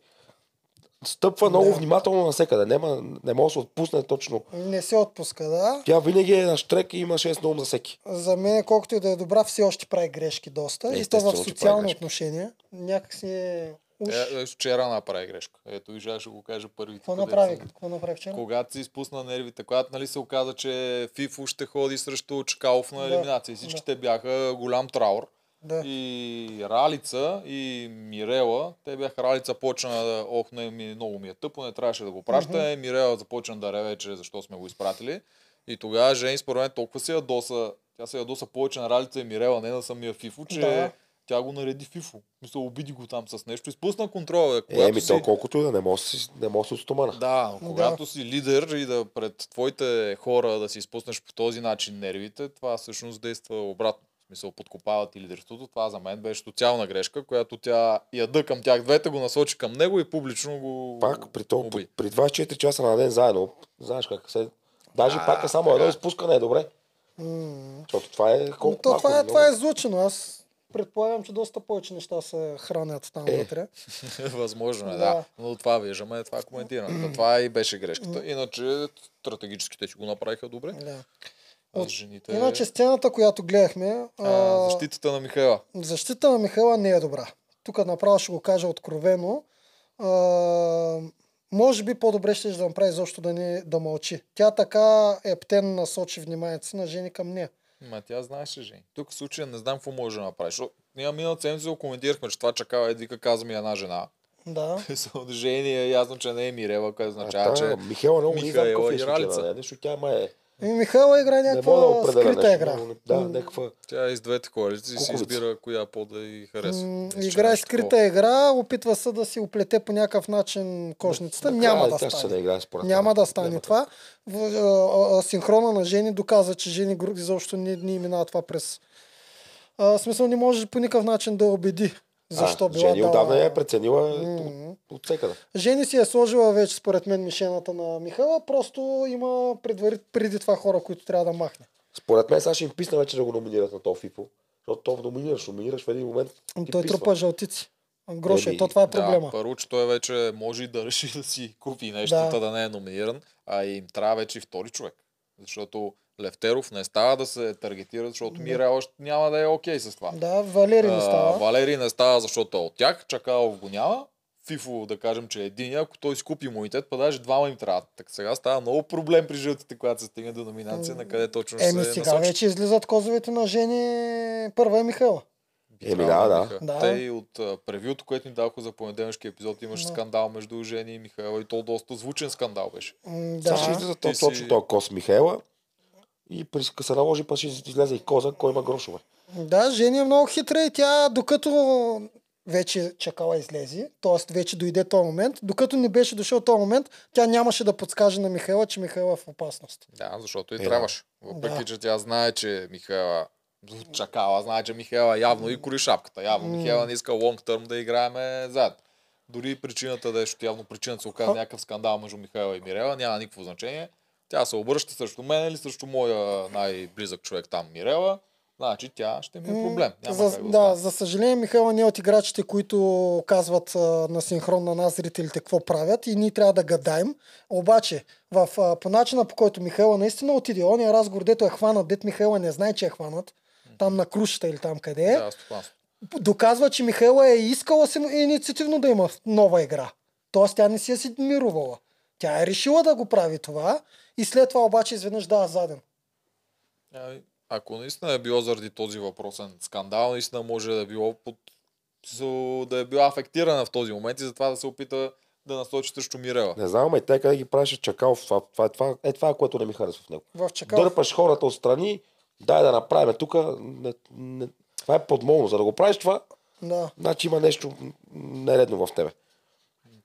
стъпва много
Да.
внимателно навсекъде. Нема, не може да се отпусне точно.
Не се отпуска, да.
Тя винаги е на штрек и има 6 на ум за всеки.
За мен, колкото и да е добра, все още прави грешки доста. И то
Естествено,
в
че прави
социално
грешки.
отношение. Някакси е... Уж...
Е, е, вчера направи грешка. Ето, и Жа ще го кажа първи.
Какво направи? Какво направи вчера?
Когато си изпусна нервите, когато нали, се оказа, че Фифо ще ходи срещу Чкалов на
Да,
елиминация. И всички те бяха голям траур.
Да.
И Ралица и Мирела, те бяха Ралица почна да, ох, не, ми, много ми е тъпо, не трябваше да го праща.
Мгм.
Mm-hmm. Мирела започна да реве, че защо сме го изпратили. И тогава Жени според мен толкова се ядоса, тя се ядоса повече на Ралица и Мирела, не на самия Фифо, че
Да.
Тя го нареди фифо. Мисля, обиди го там с нещо. Изпусна контрола. Бе.
Е,
Когато
ми
си...
то колкото и да не може да си- не може да се отстомана.
Да, но
Да.
когато си лидер и да пред твоите хора да си изпуснеш по този начин нервите, това всъщност действа обратно. В смисъл, подкопава ти лидерството. Това за мен беше социална грешка, която тя яда към тях двете, го насочи към него и публично го...
Пак при, то, при, при 24 часа на ден заедно, знаеш как се... Даже
А,
пак е само
така.
едно изпускане е добре.
М.
Защото това е
Но
колко
то,
малко,
това, е,
много.
това е излучено. Аз предполагам, че доста повече неща се хранят там
Е.
вътре.
[LAUGHS] Възможно е, да.
Да.
Но това виждаме, това коментираме. Това и беше грешката. Иначе стратегическите си го направиха добре.
Да.
А с жените...
Иначе сцената, която гледахме,
а,
а,
защитата на Михайла.
защита на Михайла не е добра. Тук направо ще го кажа откровено. А, може би по-добре ще да направи защо да, не, да мълчи. Тя така ептен насочи вниманието си на жени към нея.
Ма тя знаеше, Жени. Тук в случая не знам какво може да направиш. Защото Ние миналата седмица го коментирахме, че това чакава Едвика каза ми една жена.
Да.
[LAUGHS] Само Жени е ясно, че не е Мирела, което означава,
та,
че...
Михайла е много не знам
Михайла
какъв е
и
случая,
Ралица.
да, нещо тя ма е...
И Ами Михайла играе
Не мога да
някаква
определя
скрита
нещо,
Е, игра.
но не- Да, някаква...
Тя е из двете коалиции си
Кукувица.
избира коя по да й харесва.
М,
Мисля, че
Играе
нещо
скрита
такова.
игра, опитва се да си оплете по някакъв начин кошницата. Няма да
тя ще се
стане.
наиграе според
Няма да стане това. В, а, а, синхрона на Жени доказа, че Жени Гру- изобщо не, не минава това през... А, в смисъл не може по никакъв начин да убеди защо
а,
била
Жени
дала-
отдавна я е преценила
М.
от, от всекъде.
Жени си е сложила вече, според мен, мишената на Михала, просто има предвари, преди това хора, които трябва да махне.
Според мен сега ще им писна вече да го номинират на то ФИФО. Защото то номинираш, номинираш в един момент. ти
Ами Той е
писва.
трупа жълтици. Гроша,
Еми,
то това е проблема.
Да, първо, че той вече може и да реши да си купи нещо,
Да.
да. да не е номиниран, а им трябва вече и втори човек. Защото Левтеров не става да се таргетира, защото
Да.
Мирела ще няма да е окей с това.
Да, Валери не
А,
става.
Валери не става, защото е от тях. Чакалов го няма. Фифо, да кажем, че е един, ако той изкупи имунитет, па даже двама им трябва. Така сега става много проблем при жълтите, когато се стигне до номинация, на къде точно ще
Еми
се
сега
насочат.
вече излизат козовете на Жени. Първа е Михайла.
Еми
Трябва
да, да.
биха.
Да.
Те и от а, превюто, което ни даваха за понеделнишки епизод, имаше
Да.
скандал между Жени и Михайла и то доста звучен скандал беше.
М,
Да. Сега ще
Да.
излиза
Ти
то,
си-
точно този кос Михайла. И при ска се наложи, па ще излезе и коза, кой има грошове.
да, Жени е много хитра и тя докато вече чакала излезе, т.е. вече дойде този момент, докато не беше дошъл този момент, тя нямаше да подскаже на Михайла, че Михайла е в опасност.
Да, защото и
Е, да.
трябваше. Въпреки,
Да.
че тя знае, че Михайла чакала, знае, че Михайла явно и кори шапката. Явно
М.
Михайла не иска лонг търм да играеме заедно. Дори и причината да е, защото явно причината се оказа
А.
някакъв скандал между Михайла и Мирела, няма никакво значение. Тя се обръща срещу мен или срещу моя най-близък човек там, Мирела. Значи тя ще ми е
М,
проблем. Няма
за,
как да,
да,
остане.
за съжаление Михайла не е от играчите, които казват а, на синхрон на нас зрителите какво правят и ние трябва да гадаем. Обаче, в, а, по начина по който Михайла наистина отиде, ония разговор, дето е хванат, дето Михайла не знае, че е хванат, там на крушата или там къде е,
Да, стопанство.
доказва, че Михайла е искала си инициативно да има нова игра. Тоест тя не си е си мирувала. Тя е решила да го прави това и след това обаче изведнъж да, заден.
Ами, Ако наистина е било заради този въпросен скандал, наистина може да е било под... со- да е била афектирана в този момент и затова да се опита да насочи срещу Мирела.
Не знам, ама и те къде ги правеше чакал. Това, това, е- това, е това, е, което не ми харесва в него.
В чакал.
Дърпаш хората отстрани, дай да направим тук. Не, не, това е подмолно. За да го правиш това,
Да.
значи има нещо м, нередно в тебе.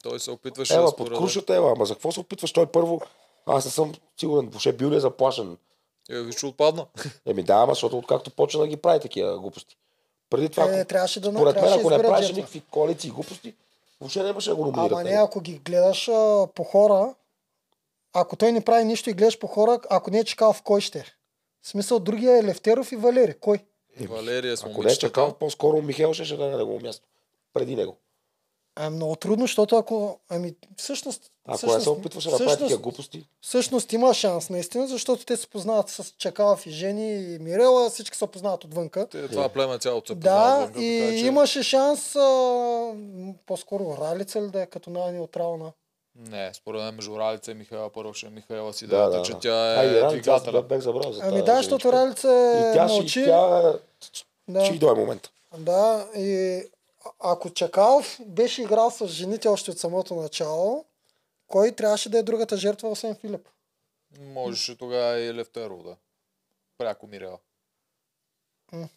Той се опитваше да
Ева, под
според-
крушата, ева, ама за какво се опитваш? Той първо, аз не съм сигурен, въобще бил ли е заплашен?
Е, виж, че отпадна. [LAUGHS]
Еми да, ама защото откакто почна да ги прави такива глупости. Преди това,
Е,
ако-
трябваше да
според мен,
трябваше
ако не
изберат
правеше
жертва.
никакви коалиции и глупости, въобще нямаше да го
Ама
номинират.
не,
него.
ако ги гледаш а, по хора, ако той не прави нищо и гледаш по хора, ако не е Чкалов, кой ще е? В смисъл, другия е Левтеров и Валери. Кой?
Валерия с
Ако не е
момичетата.
чакал, по-скоро Михаил ще ще даде е на негово място. Преди него.
А, е много трудно, защото ако... Ами, всъщност...
Ако не
всъщност,
се опитваше да прави
всъщност-
такива глупости,
Всъщност има шанс, наистина, защото те се познават с Чакалов и Жени и Мирела, всички се познават отвънка.
Е, Това племе цялото се познава
Да,
отвънка,
и
така че-
имаше шанс а, м, по-скоро Ралица ли да е като най-неутрална.
Не, според мен между Ралица и Михайла първо ще е Михайла си
Да,
идеята,
да,
че
да.
тя
А, и
е
Ралица, аз
двигателя.
бях забравил за
Ами да, защото Ралица
Е, И тя
е
ще-
мълчи.
тя-
Да.
ще и дойде момент.
Да, и а- ако Чакалов беше играл с жените още от самото начало, кой трябваше да е другата жертва, освен Филип?
Ами,
Можеше тогава и Левтеров да. Пряко Мирела.
М.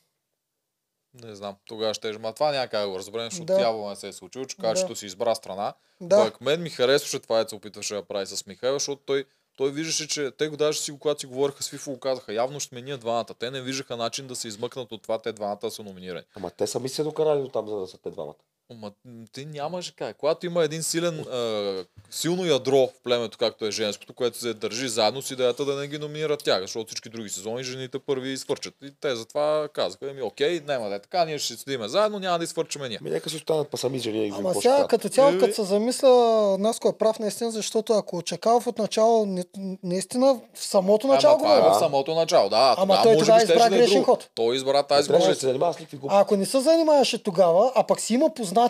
Не знам, тогава ще Ма това няма как да го разберем, защото
Да.
да. дявол не се е случил. Че
Да.
каже, че си избра страна.
Да.
Пък мен ми харесваше това, което се опитваше да прави с Михайло, защото той, той виждаше, че те го даже си, го- когато си говориха с Фифо, го казаха, явно ще сме ние двамата. Те не виждаха начин да се измъкнат от това, те двамата да са номинирани.
Ама те сами се докарали до там, за да са те двамата.
Ама м, ти нямаш как. Когато има един силен, а, силно ядро в племето, както е женското, което се държи заедно с идеята да не ги номинира тях, защото всички други сезони жените първи изфърчат. И те затова казаха, еми окей, няма да е така, ние ще седиме заедно, няма да изфърчаме ние. Е,
Ми Ами, нека си останат па сами жени и ги
Ама сега като
Е,
цяло, като се замисля, Наско е прав наистина, защото ако очакав от начало, не- наистина в самото начало го
Ама това е в
говоря.
самото начало, да.
Ама той тогава
щеше
избра
да е
грешен
друго.
ход.
Той избра тази
Е, трябваше да
грешка.
се занимава с никакви глупости.
А ако не се занимаваше тогава, а пък си има познатите,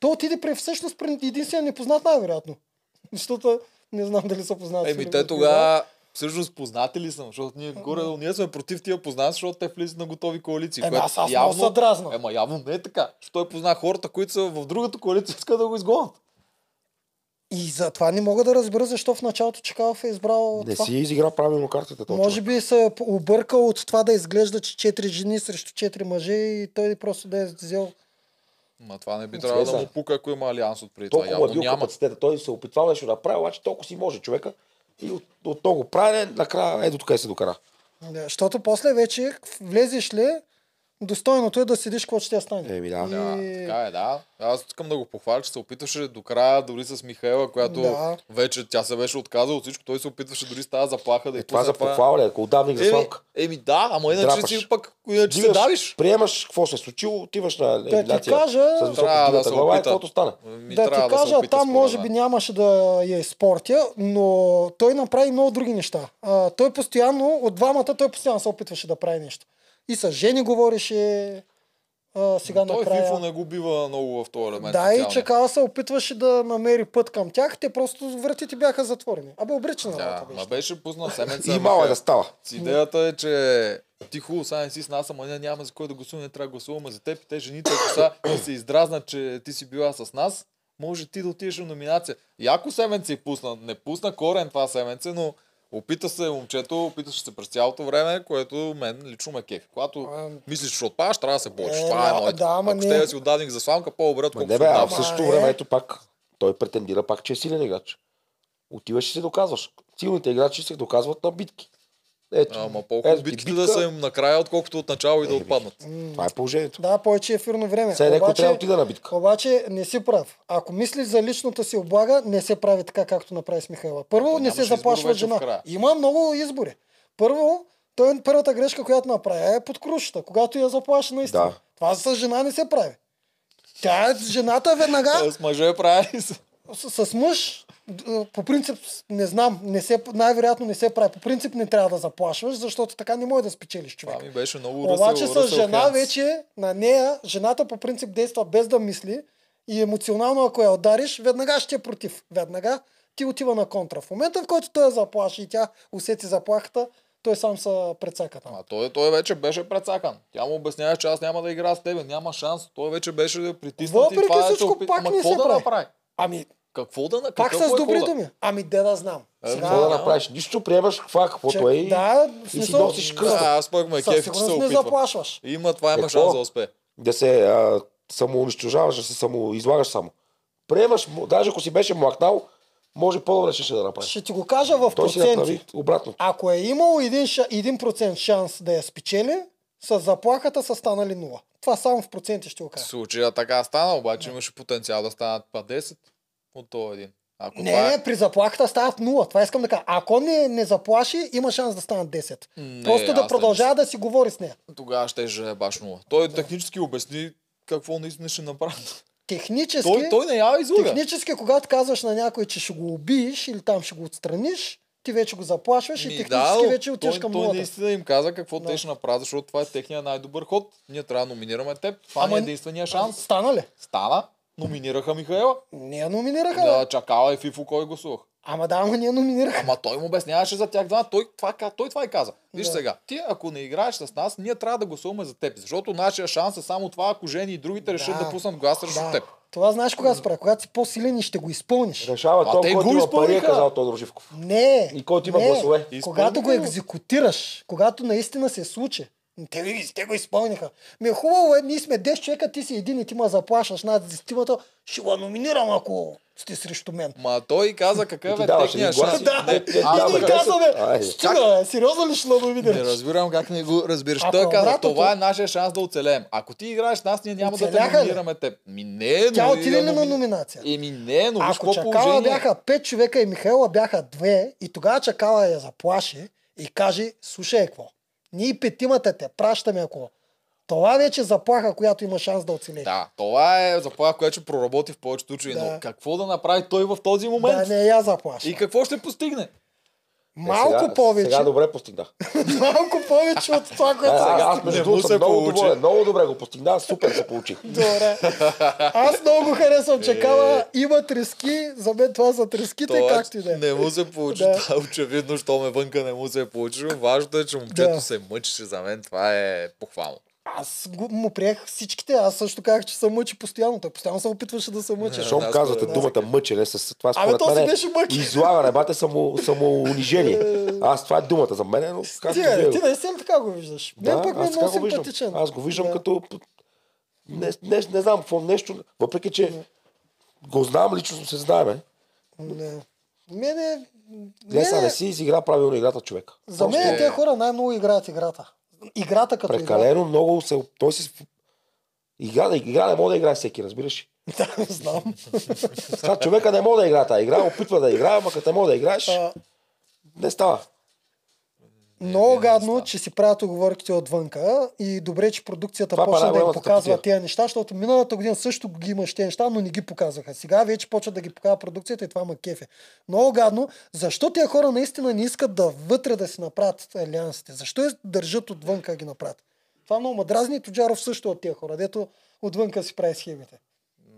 то отиде при всъщност при единствения непознат най-вероятно. [LAUGHS] Защото не знам дали са познати.
Еми
или
те
не.
тогава всъщност познати ли съм, защото ние горе ние сме против тия познати, защото те влизат на готови коалиции.
Еми,
което
аз- аз много се дразна.
Ема явно не е така. Що той позна хората, които са в другата коалиция, иска да го изгонят.
И затова не мога да разбера защо в началото Чекалов е избрал
Не
това.
си изигра правилно картата. Точно.
Може би се е объркал от това да изглежда, че четири жени срещу четири мъже и той просто да е взел
Ма това не би
Не
трябвало да
знам.
му пука, ако има алианс от преди Е, това.
Толкова
Явно
бил
няма.
капацитета. Той се опитвал нещо да прави, обаче толкова си може човека. И от, от много правене, накрая ето тук се докара.
Да, защото после вече влезеш ли, достойното е да седиш какво ще тя стане.
Еми
Да,
И-
така е, да. Аз искам да го похваля, че се опитваше до края, дори с Михаела, която
Да.
вече тя се беше отказала от всичко. Той се опитваше дори с тази заплаха да
Е,
я
това
пусне
за похвала ли, ако отдавник за
Еми,
сламка.
еми да, ама иначе
Драпаш.
си пък иначе се
Дигаш,
давиш.
Приемаш какво се е случило, отиваш на
ти
елиминация.
кажа-
С високо
Трябва да
вдигната
се
глава и
опита.
каквото стане.
Ми
Да ти
трябва да се
кажа,
опита,
там
според
може
мен.
би нямаше да я изпортя, но той направи много други неща. А, той постоянно, от двамата, той постоянно се опитваше да прави нещо. И с Жени говореше а, сега
Той е Фифо
накрая.
не го бива много в този елемент.
Да, и
социалния.
чекала се опитваше да намери път към тях, те просто вратите бяха затворени. Абе, обречена
Да,
работа.
ма беше пусна семеца.
И мала
Михаил.
да става.
С идеята е, че ти хубаво, сега не си с нас, ама ние няма за кой да гласуваме, не трябва да гласуваме за теб. И те жените, ако са и се издразнат, че ти си била с нас, може ти да отидеш в номинация. Яко семенце и пусна. Не пусна корен това семенце, но опита се момчето, опиташе се през цялото време, което мен лично ме кефи. Когато мислиш, че отпадаш, трябва да се бориш.
Е,
Това е
да,
моето.
да, ама
ако
не.
ще да си отдадник за сламка, по-добре,
Ма
отколкото
не бе, а в
отдавам.
същото
Ама,
време,
е.
ето пак, той претендира пак, че е силен играч. Отиваш и се доказваш. Силните играчи се доказват на битки. Ето,
Ама
ето
по-хубаво
ти
битките
битка.
да са им накрая, отколкото от начало и да отпаднат.
Това е положението.
Да, повече ефирно време.
Сега някой трябва да отида на битка.
Обаче не си прав. Ако мислиш за личната си облага, не се прави така, както направи с Михайла. Първо,
Той
не се
нямаше избор
заплашва
вече в
жена.
края.
Има много избори. Първо, той първата грешка, която направи, е под крушата, когато я заплаши наистина.
Да.
Това с жена не се прави. Тя, е- жената веднага
С мъже
[LAUGHS]
прави. с-
с, с мъж, д- по принцип, с- не знам, не се, най-вероятно не се прави. По принцип не трябва да заплашваш, защото така не може да спечелиш човек.
Това ми беше много русел.
Обаче с
Русел
жена
Хемс.
вече, на нея, жената по принцип действа без да мисли и емоционално, ако я удариш, веднага ще е против. Веднага ти отива на контра. В момента, в който той я заплаши и тя усети заплахата, той сам се прецака там.
А той, той вече беше прецакан. Тя му обяснява, че аз няма да игра с тебе, няма шанс. Той вече беше притиснат
Въпреки
и това е
всичко, пак
Ма
не
какво
се
да
прави.
направи?
Ами,
какво да на-
Пак
какъв
с
му е
добри
хода?
думи. Ами, де да знам. Сега-
Какво да направиш? Нищо приемаш, това каквото е и,
да, в
и си
смисъл-
носиш кръста.
Да, аз пък ме
Със
кефи, че се
сигурност не
опитва.
заплашваш. Е,
Има, това има
Какво?
шанс да успее.
да се а, самоунищожаваш, да се самоизлагаш само. Приемаш, му- даже ако си беше млакнал, може по-добре ще, ще да направиш.
Ще ти го кажа в
Той си направи
проценти.
обратно.
Ако е имало 1%, ша- 1% шанс да я спечели, с заплахата са станали 0. Това само в проценти ще го кажа.
Случая така стана, обаче имаше потенциал да станат па 10 от този един. Ако
Не,
това е...
не, при заплахата стават 0. Това искам да кажа. Ако не, не заплаши, има шанс да станат 10.
Не,
Просто
аз
да
не
продължава да си говори с нея.
Тогава ще е баш нула. Той технически обясни какво наистина ще направи. [LAUGHS]
Технически,
Той, той не я излага.
технически, когато казваш на някой, че ще го убиеш или там ще го отстраниш, ти вече го заплашваш и
Ми,
технически
Ами но
вече отиваш
той,
към
той
нулата.
наистина им каза какво те ще направят, защото това е техния най-добър ход. Ние трябва да номинираме теб. Това
Ама
ни е
н-
единствения шанс.
Стана ли?
Стана. Номинираха Михаела.
Не я номинираха. бе.
Да, чакала и Фифо, кой гласувах.
Ама да, ама ние номинираха.
Ама той му обясняваше за тях два. Той това, ка- той това и каза. Виж
Да.
сега, ти ако не играеш с нас, ние трябва да гласуваме за теб. Защото нашия шанс е само това, ако жени и другите решат
Да.
да, пуснат глас срещу
Да.
теб.
Това знаеш кога се прави, когато си по-силен и ще го изпълниш.
Решава
А
то,
те
който
го
има пари, е
изпълниха.
казал Тодор Живков.
Не.
И който има
не.
гласове.
Когато
Изпълнително.
го екзекутираш, когато наистина се случи, Те, те го изпълниха. Ми е хубаво, е, ние сме 10 човека, ти си един и ти ме заплашваш над десетимата, ще го номинирам, ако сте срещу мен.
Ма той каза какъв
ти
е
даваш
техния
един глас
шанс.
и- Да,
Не,
и
не,
ние
не, не,
казваме,
Айде.
стига, е, сериозно ли ще го видиш?
Не разбирам как не го разбираш.
Ако
Той каза,
обратното-
това е нашия шанс да оцелеем. Ако ти играеш с нас, ние няма да те
Оцеляха ли?
номинираме теб. Ми не, Е, но...
Тя отиде ли на
номи-
номинация?
Еми не, е, но виж
Ако
какво
Чакала
положение.
бяха 5 човека и Михайла бяха 2, и тогава Чакала я заплаши и каже, слушай какво, ние и петимата те пращаме ако... Това вече е заплаха, която има шанс да оцелее.
Да, това е заплаха, която ще проработи в повечето случаи,
Да.
но какво да направи той в този момент?
Да не е я заплаша.
И какво ще постигне?
Малко
сега,
повече.
Сега добре постигнах.
Малко повече от това,
Е,
което
сега аз
стигнал.
между другото съм много доволен. Много добре го постигна, супер се получи.
Добре. Аз много го харесвам
Е.
Чакала. Има трески. За мен това са треските,
Това
както и да е.
не му се получи,
Да.
това е очевидно, що ме вънка не му се е получило. Важното е, че момчето
Да.
се мъчеше за мен, това е похвално.
Аз го, му приех всичките. Аз също казах, че се мъчи постоянно. Той постоянно се опитваше да се
Е,
мъчи.
Защо му казвате думата мъчене с това
Абе,
според
то си
мен е
беше мъки.
Излагане, бате, само, само унижение. Аз това е думата за мен, но както
Ти,
вие
е,
го-
ти да си ли така го виждаш? Да, мен пък ми е
аз така
много
го виждам.
симпатичен.
Аз го виждам като... Не, не, не знам какво нещо, въпреки че го знам, лично се знаеме.
Не. Мене...
Не, са, не
мене-
си изигра правилно играта човек.
За мен
Просто
тези хора най-много играят играта. Играта като
Прекалено много се... Той си... Игра, да- игра не може да играе всеки, разбираш.
[LAUGHS]
ли?
игра. Знам.
Сега човека не може да играе тази игра, опитва да играе, ама като не може да играеш, не става. Е,
Много гадно, че си правят оговорките отвънка и добре, че продукцията
Това
почна да им
параболната
показва
статия.
тези неща, защото миналата година също ги имаш тези неща, но не ги показаха. Сега вече почва да ги показва продукцията и това ма кефе. Много гадно. Защо тези хора наистина не искат да вътре да си направят алиансите? Защо я държат отвънка да ги направят? Това много мадразни и Тоджаров също от тези хора, дето отвънка си прави схемите.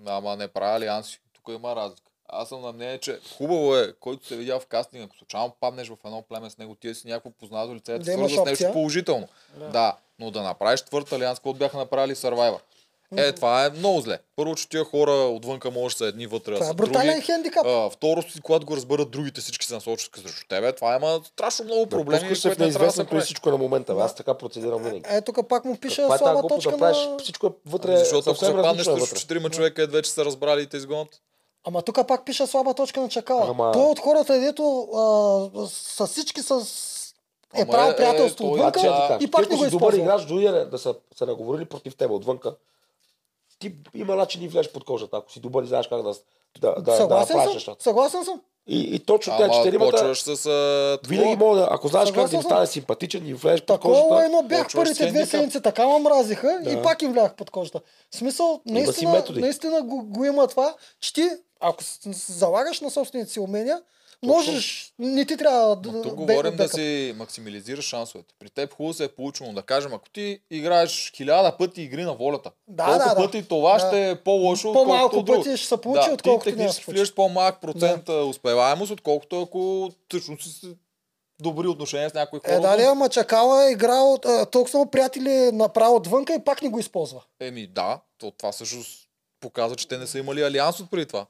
Ама не правя алианси. Тук има разлика. Аз съм на мнение, че хубаво е, който се видя в кастинг, ако случайно паднеш в едно племе с него, ти е си някакво познато лице, да
Да
те
имаш
свързва с нещо
опция.
положително. Да.
Да.
но да направиш твърд алианс, който бяха направили Survivor. Е, това е много зле. Първо, че тия хора отвънка може да са едни вътре.
Това
да
е
са
брутален
други.
хендикап.
А, второ, си, когато го разберат другите, всички се насочат срещу тебе. Това има страшно много проблеми,
Пускаш се в
които не трябва да се
неизвестното и
прави.
всичко е на момента. бе. Аз така процедирам винаги.
Е, тук пак му пише
Каква е тази
слаба
глупост
точка
да правиш?
на...
Всичко е вътре.
Ами, Защото ако
съвсем
се паднеш
различно е
срещу
вътре.
четирима човека, е вече са разбрали и те изгонят.
Ама тук пак пише слаба точка на чакала.
Ама-
Ама... Той е от хората, дето а, с всички с... е
Ама
правил приятелство
той-
отвънка
Значи, да.
и пак
Ти,
не
ако
го
си добър
използва.
играч, дори е, да- да са се наговорили против теб отвънка, ти има начин да им влезеш под кожата, ако си добър и знаеш как да, да, да, е да
Съгласен
направиш
съм.
нещата.
Съгласен съм.
И, и точно те
Ама
четиримата,
почваш с... а, такова.
винаги мога да, ако знаеш как да
Съгласен
им
съм.
стане симпатичен и им влезеш под
Такова
кожата.
едно бях
почваш
първите две
сендика.
седмици, така ме мразиха
Да.
и пак им влях под кожата. В смисъл,
Има си
наистина,
методи.
наистина го, го има това, че ти, ако с- с- залагаш на собствените си умения, можеш, не ти трябва да...
Тук
бе-
говорим да
бекъп.
си максимализираш шансовете. При теб хубаво се е получило. Да кажем, ако ти играеш хиляда пъти игри на волята,
Да,
колко
да, да.
пъти това
Да.
ще е по-лошо,
По-малко
отколкото друго.
пъти ще се получи,
да,
отколкото
ти
няма да се
технически
получи.
влияш по-малък процент а, успеваемост, отколкото ако всъщност си с добри отношения с някои хора.
Е, да,
отвън.
ли, ама чакала е играл от, а, толкова много приятели направо отвънка и пак не го използва.
Еми да, то това също показва, че те не са имали алианс от преди това.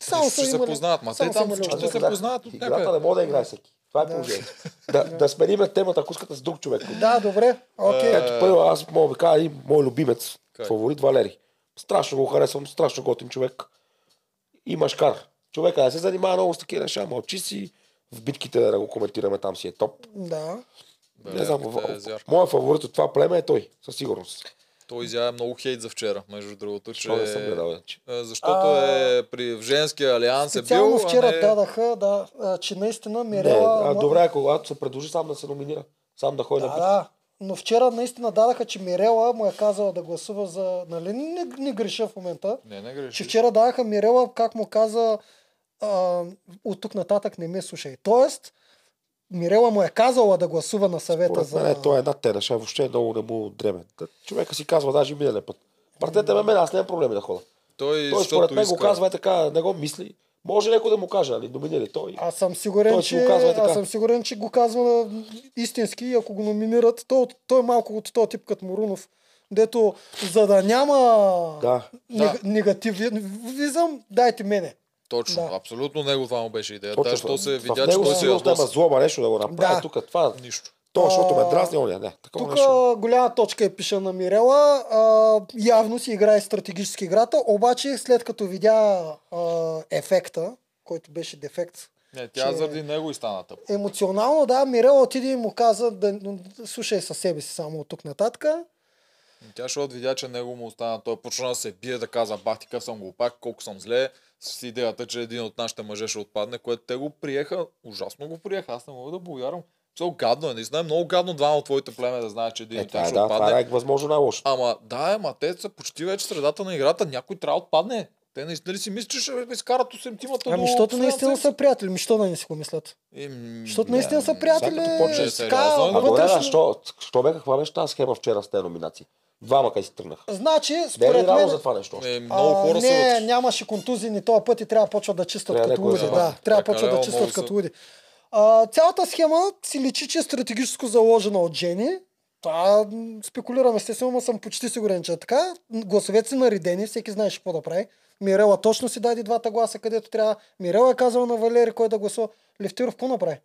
Само
Нищо,
са
ще се
имали-
познават. Ма те
само са
там
имали
всички ще
отвън.
се
Да.
познават от
Играта
някъде.
не може да играе всеки. Това е положението. Да, да смениме темата, ако искате с друг човек.
Да, добре. Окей.
Ето, Е, първо аз мога да кажа един мой любимец,
Кой?
фаворит Валери. Страшно го харесвам, страшно готин човек. И машкар. Човека не се занимава много с такива неща, мълчи си. В битките да не го коментираме, там си е топ.
Да.
не знам, в-
е зярко.
моят фаворит от това племе е той, със сигурност.
Той изява много хейт за вчера, между другото. Че...
Защо не съм гледал иначе?
Е, Защото е при в женския алианс е бил,
Специално вчера
а не...
дадаха, да, а, че наистина
Не,
Мирела...
а, добре, ако когато се предложи сам да се номинира, сам да ходи
да,
на битки.
да. Но вчера наистина дадаха, че Мирела му е казала да гласува за... Нали не, не греша в момента?
Не, не греши.
Че вчера дадаха Мирела, как му каза, а, от тук нататък не ме слушай. Тоест, Мирела му е казала да гласува на съвета
Според
за...
мен е, той е една тереша, въобще много не му дреме. Та, Човека си казва даже и миналия път. Пратете ме мен, аз нямам проблеми да хода.
Той,
Той
защото
според мен го
иска.
казва е така, не го мисли. Може някой да му каже, нали, доминира той.
Аз съм сигурен,
Той си
че,
го казва така.
аз съм сигурен, че го казва истински и ако го номинират, той, от- той е малко от този тип като Морунов, дето за да няма
Да.
нег- негативизъм, дайте мене.
Точно, абсолютно него това му беше идеята.
Точно
Е, Що се
в
видя, че той
него
е
си
се
сигурно няма
ядоса.
злоба нещо да го направи
Да.
тук. Това,
Нищо.
То, защото ме
А,
дразни, оня, не. Такова
Тук
нещо.
а, голяма точка е пише на Мирела. А, явно си играе стратегически играта, обаче след като видя а, ефекта, който беше дефект,
Не, тя
че-
заради него и стана тъп.
емоционално, да, Мирела отиде и му каза, да, слушай със себе си само от тук нататък.
Тя защото видя, че него му остана. Той почна да се бие, да каза, бах, така съм го пак, колко съм зле. С идеята, че един от нашите мъже ще отпадне, което те го приеха. Ужасно го приеха. Аз не мога да повярвам. Все гадно е, наистина е много гадно двама от твоите племе да знаят, че един
Е,
от
това
тях
е,
ще
да,
отпадне.
това е възможно най-лошо.
Ама да, ама те са почти вече средата на играта, някой трябва да отпадне. Те наистина ли си мислят, че ще изкарат 8 тимата
Ами,
до
защото
финал
наистина
сега?
са приятели, ми, що да не си го мислят?
Еми,
Защото
не,
наистина са приятели.
почне Е, сериозно,
А добре,
вътрешно-
да, що, що бе, каква беше тази схема вчера с тези номинации? Двама къде си тръгнах.
Значи,
Не е ли
според
рано
мен...
за това нещо?
Е,
а, не, нямаше контузии ни този път и трябва да почват да чистят
Трябва
като
някой да
луди. Да,
хване.
е,
трябва да
Прекалено
почват да
много
чистят
са.
като луди. А, цялата схема си личи, че е стратегическо заложена от Джени. Това м, спекулирам, естествено, но съм почти сигурен, че е така. М, Гласовете са наредени, всеки знаеше какво да прави. Мирела точно си даде двата гласа, където трябва. Мирела е казала на Валери кой да гласува. Левтиров какво направи?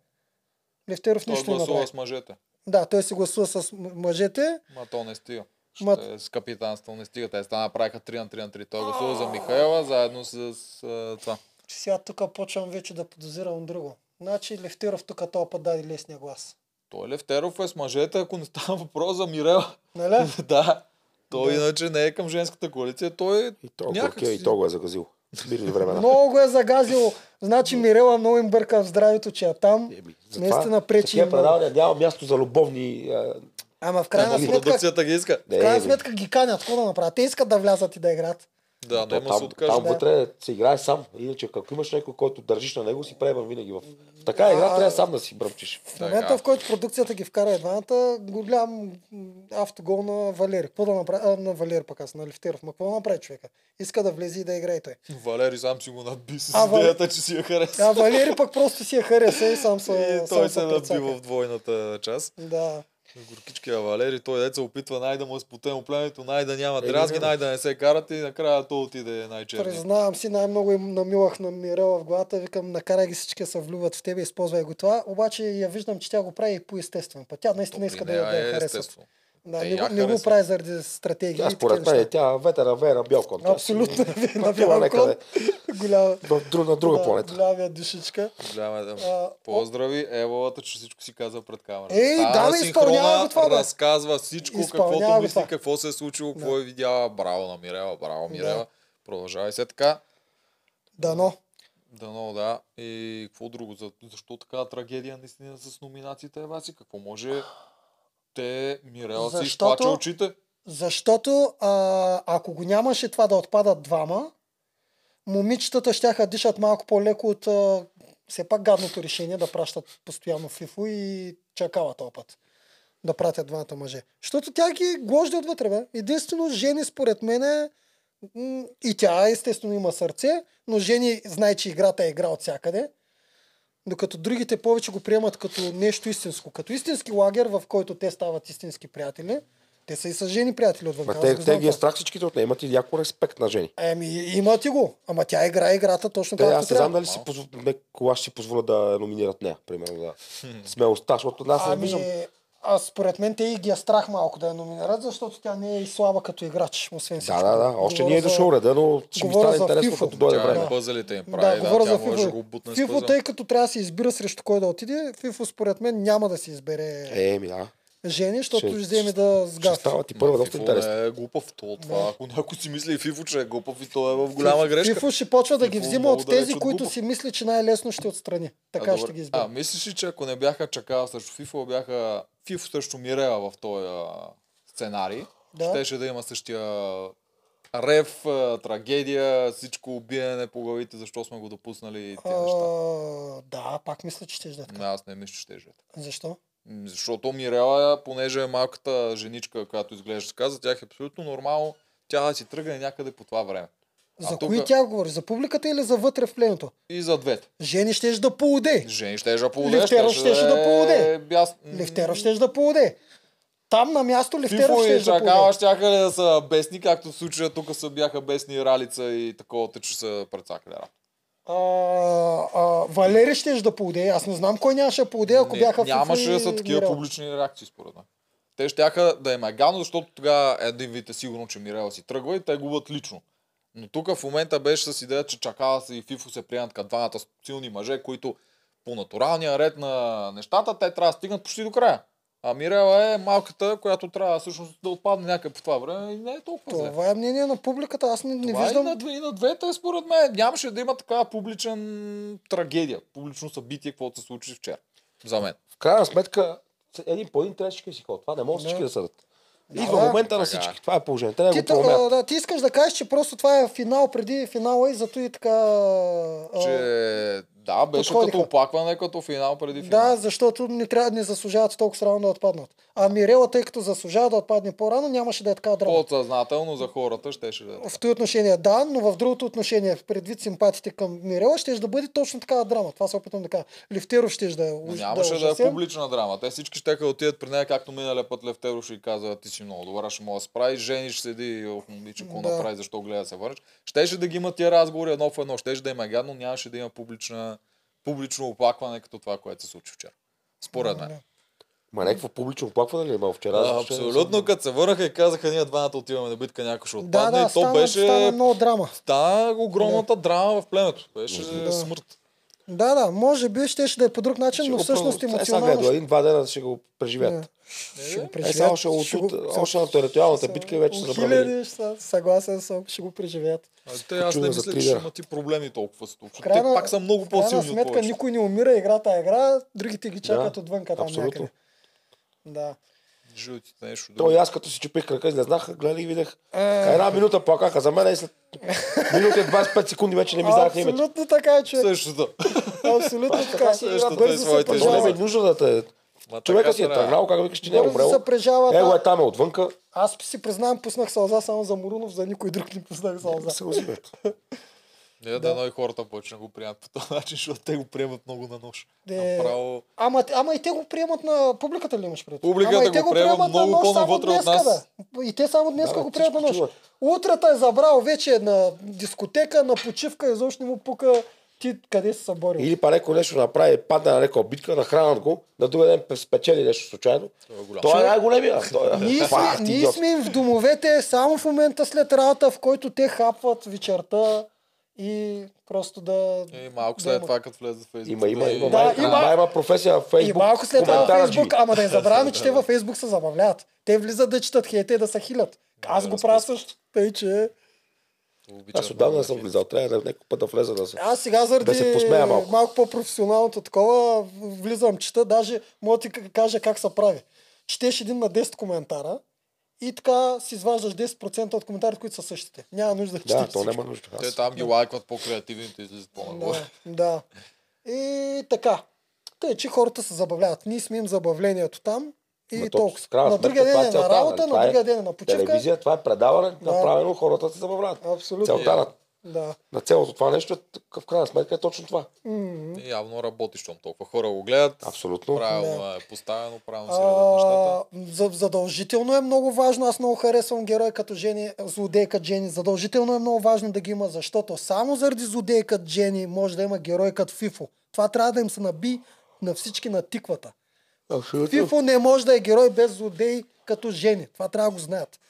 Левтиров
Той
е нищо не направи.
гласува с мъжете.
Да, той се гласува с м- мъжете.
Ма то не стига.
Ма-
Ще е С капитанство не стига. Те стана направиха 3 на 3 на 3. Той гласува за Михайла, заедно с, а, това.
Че сега тук почвам вече да подозирам друго. Значи Левтиров тук този път даде лесния глас.
Той Левтеров е с мъжете, ако не става въпрос за Мирела.
Нали?
[LAUGHS] да. Той
Да.
иначе не е към женската коалиция. Той е
Той го
някак
е и
си...
той го е загазил. Мирни времена.
Много го е загазил. Значи Мирела много им бърка в здравето, че е там.
Затова
Наистина пречи.
Такива
им много.
предавания няма място за любовни... а,
Ама в крайна
Ама
сметка, в
Продукцията ги иска.
Не,
крайна
бе.
сметка ги канят. Какво да направят? Те искат да влязат и да играят.
Да,
То
но има се
там,
откажа.
там вътре се играе сам. Иначе, ако имаш някой, който държиш на него, си пребъм винаги. В... в Така игра
А,
трябва сам да си бръмчиш.
В момента, в който продукцията ги вкара едваната, голям м, автогол на Валери. Какво да направи? А, на Валери пък аз, на Левтеров. Ма какво да направи човека? Иска да влезе и да играе той.
Валери сам си го наби с
А, Вал-
идеята, че си я хареса.
А Валери пък просто си я хареса и сам
[LAUGHS] И
се
той
сам
се
прецака.
набива в двойната част.
Да.
Горкичкия Валери, той деца опитва най да му е спутено племето, най да няма
Е,
дразги,
да.
най да не се карат и накрая той отиде най-черния.
Признавам си, най-много им намилах на Мирела в главата. Викам, накарай ги всички да се влюбят в тебе, използвай го това. Обаче я виждам, че тя го прави и по естествен път. Тя наистина иска да я, да
е,
е
я харесва. Да,
Те
не,
я
го, не го
харесват.
прави заради стратегия.
Тя
и такива
според мен, е.
неща.
тя ветера вее на бял кон. Тя си-
Абсолютно е на
Отива някъде.
Белкон. Голяма,
В друг- на друга
да,
планета.
Голямия душичка.
Голяма е
А,
да. Поздрави, Евалата, че всичко си казва пред камерата.
Ей,
Стана
да, бе,
синхрона,
изпълнява го това, бе.
Разказва всичко,
Изпълнява
каквото
го
мисли,
това.
какво се е случило, какво е видяла. Браво на Мирела, браво Мирела.
Да.
Продължавай се така.
Дано.
Дано, да. И какво друго? За, защо така трагедия наистина с номинациите, Васи? Какво може те, Мирела си
Защото-
изплача очите?
Защото а, ако го нямаше това да отпадат двама, момичетата щяха дишат малко по-леко от а, все пак гадното решение да пращат постоянно Фифо и чакала този път. Да пратят двамата мъже. Защото тя ги гложди отвътре, бе. Единствено, Жени според мен е... м, И тя естествено има сърце, но Жени знае, че играта е игра от всякъде. Докато другите повече го приемат като нещо истинско. Като истински лагер, в който те стават истински приятели. Те са и с жени приятели отвън.
Ма
аз
те,
го
те
знам
ги е
това.
страх всичките от нея. Имат и яко респект на жени.
Еми, има ти го. Ама тя играе играта точно
Те,
както
Е, аз не
трябва.
знам дали си позволя, кога ще си позволя да номинират нея, примерно. Да. Смелостта, защото аз не
Ами,
виждам.
а според мен те и ги е страх малко да я номинират, защото тя не е и слаба като играч, освен всичко.
Да, да, да. Още не е
Говоря
дошъл
за-
реда, но ще ми
говоря
стане
за
интересно,
FIFA.
като дойде
Тя
време.
е пъзелите им
Да,
прави, да,
говоря
тя
за
може да го
Фифо.
бутне с
Фифо,
пъзел.
тъй като трябва да се избира срещу кой да отиде, Фифо според мен няма да се избере
Еми, Е, да.
жени, защото ще
Ще-
вземе да
Ще
сгафи.
става ти първа доста
Фифо
интересно.
не е глупав то, това.
Не.
Ако някой си мисли и Фифо, че е глупав и той е в голяма
Фифо-
грешка.
Фифо ще почва да ги
Фифо
взима
много
от
далеч
тези,
от
които
глупав.
си мисли, че най-лесно ще отстрани. Така ще
добре.
ги избере.
А, мислиш ли, че ако не бяха чакала срещу Фифо, а бяха Фифо срещу Мирела в този а, сценарий,
Да.
щеше да има същия рев, а, трагедия, всичко биене по главите, защо сме го допуснали и тези неща.
А, да, пак мисля, че ще да е така.
Не, аз не мисля, че ще е жета.
Защо?
М, Защото Мирела, понеже е малката женичка, която изглежда така, за тях е абсолютно нормално тя да си тръгне някъде по това време. А
За
тука-
кои тя говори? За публиката или за вътре в племето?
И за двете.
Жени щеш да поуде.
Жени ще да поуде.
Левтеров
щеше
щеше да
е
поуде.
бяс-
Левтеров щеш да поуде. Там на място Левтеров
Фифо
щеш
и
да
Чакала
поуде.
е щяха ли да са бесни, както в случая тук са бяха бесни Ралица и такова, че са прецакали. работа.
А, а, Валери ще да поудее. Аз не знам кой нямаше да поудее, ако
Не,
бяха
нямаше
Фифи
да
и
са такива
Мирела.
публични реакции, според мен. Те щяха да е мегано, защото тогава един вид е сигурно, че Мирела си тръгва и те губят лично. Но тук в момента беше с идея, че чакава се и Фифо се приемат като двамата силни мъже, които по натуралния ред на нещата, те трябва да стигнат почти до края. А Мирела е малката, която трябва всъщност да отпадне някъде по това време и не е толкова зле.
Това е мнение на публиката. Аз не, не
Това
виждам.
и на, две, и на двете, според мен, нямаше да има такава публичен трагедия, публично събитие, каквото се случи вчера. За мен.
В крайна сметка, един по един трябваше да си ход. Това не може всички да съдат. Идва
Да.
момента на всички. Това е положението. Те не
Ти,
го
а,
променят.
да, ти искаш да кажеш, че просто това е финал преди финала и зато и така... а,
Че е да, беше
подходиха.
като оплакване, като финал преди финал.
Да, защото не, трябва, не заслужават толкова срано да отпаднат. А Мирела, тъй като заслужава да отпадне по-рано, нямаше да е така драма.
Подсъзнателно за хората щеше да е.
В това отношение да, но в другото отношение, предвид симпатите към Мирела, ще да бъде точно такава драма. Това се опитвам да кажа. Лифтеров ще да е
Но
уж-
нямаше да, е
ужасен.
публична драма. Те всички ще да отидат при нея, както миналия път Левтеров ще й каза, ти си много добра, ще мога да се справиш, жениш, седи, ох, момиче, какво
Да.
направи, защо гледа да се върнеш. Щеше да ги има тия разговори едно в едно, щеше да има гадно, нямаше да има публична, публично оплакване, като това, което се случи вчера. Според мен.
Ма някакво публично оплакване ли има вчера?
А, абсолютно, като се върнаха и казаха, ние двамата отиваме на битка, някой ще
Да,
отпадне.
да,
и то
стана, беше... стана
беше
много драма.
та огромната драма в племето. Беше
Да.
е, смърт.
Да, да, може би щеше да е по друг начин, но всъщност
Е,
Е,
емоционално... ще-
Един-два дена ще го преживеят.
Ще го
Е,
преживеят.
сега още, от,
ще
от,
го-
още на териториалната
Са-
битка и вече са забравили.
Хиляди, ще са- съгласен съм, ще го преживеят.
А те аз не
Чува за
мисля, че
тригър.
ще имат и проблеми толкова с
В
толкова. Те
крайна-
пак са много
в крайна
по-силни от
сметка
повечето.
никой не умира, играта е игра, другите ги чакат
Да,
отвънка там
абсолютно.
някъде. Да.
Жълтите нещо
То
друго.
и аз като си чупих крака и не знах, гледах и видях.
Е.
Една минута плакаха за мен и след минута и 25 секунди вече не ми знаеха името.
Абсолютно така е, че.
Същото.
Абсолютно така.
е
Бързо се
Голема е
прежава.
нужда да те... Човека си е
трябва.
тръгнал, как викаш, че не е
Бързо
умрел.
се прежава,
Его
да.
е там, е отвънка.
Аз си признавам, пуснах сълза само за Морунов, за никой друг не пуснах
се
сълза.
озиват.
[LAUGHS] Не, да, но и хората повече не го приемат по този начин, защото те го приемат много на нож.
Де,
Направо.
Ама, ама и те го приемат на публиката ли имаш пред?
Публиката
ама и
го
те го
приема
приемат на
много
нощ само
по-навътре от
днеска,
нас.
бе. И те само днеска
Да,
го приемат на
всички
нощ. Утрата е забрал вече на дискотека, на почивка, изобщо не му пука ти къде си се борил.
Или па някой нещо направи, падна на някаква битка, нахранат го, на другия ден спечели нещо случайно. Той е най-големия. Той е-
Ние сме,
Бах, ти
ние
идиот.
сме им в домовете само в момента след работа, в който те хапват вечерта и просто да...
И малко
да
след
имат.
това, като влезе в Фейсбук.
Има, има, има.
Да,
май-
има.
май Има професия в
И
Фейсбук.
малко след това е във
коментараджи.
Фейсбук, ама да не забравяме, че те във Фейсбук се забавляват. Те влизат да четат хейта и да се хилят. Аз го правя също, тъй че...
Аз отдавна не съм влизал. Трябва да някой път да влеза да се...
Аз сега
Да
заради
се посмея малко.
малко по-професионалното такова, влизам, чета, даже мога да ти к- кажа как се прави. Четеш един на 10 коментара и така си изваждаш 10% от коментарите, които са същите. Няма нужда да
Да,
четеш
то
всички.
няма нужда.
Те там ги лайкват по-креативните и излизат по-нагло.
Да, да. И така. Тъй, че хората се забавляват. Ние сме им забавлението там и
Ма то, в
толкова.
крайна
На
сметка,
другия ден
това
е на
целта,
работа,
нали?
на
Това е
другия ден е на почивка.
Телевизия, това е предаване,
Да.
направено хората да се забавляват.
Абсолютно.
Целта на,
Да.
на цялото това нещо, е такъв, в крайна сметка е точно това.
М.
И Явно работи, щом толкова хора го гледат.
Абсолютно.
Правилно е поставено, правилно се редят нещата.
А, за- задължително е много важно. Аз много харесвам герой като Жени, злодейка Джени. Задължително е много важно да ги има, защото само заради злодейка Джени може да има герой като Фифо. Това трябва да им се наби на всички на тиквата. Фифо не може да е герой без злодей като Жени. Това трябва да го знаят.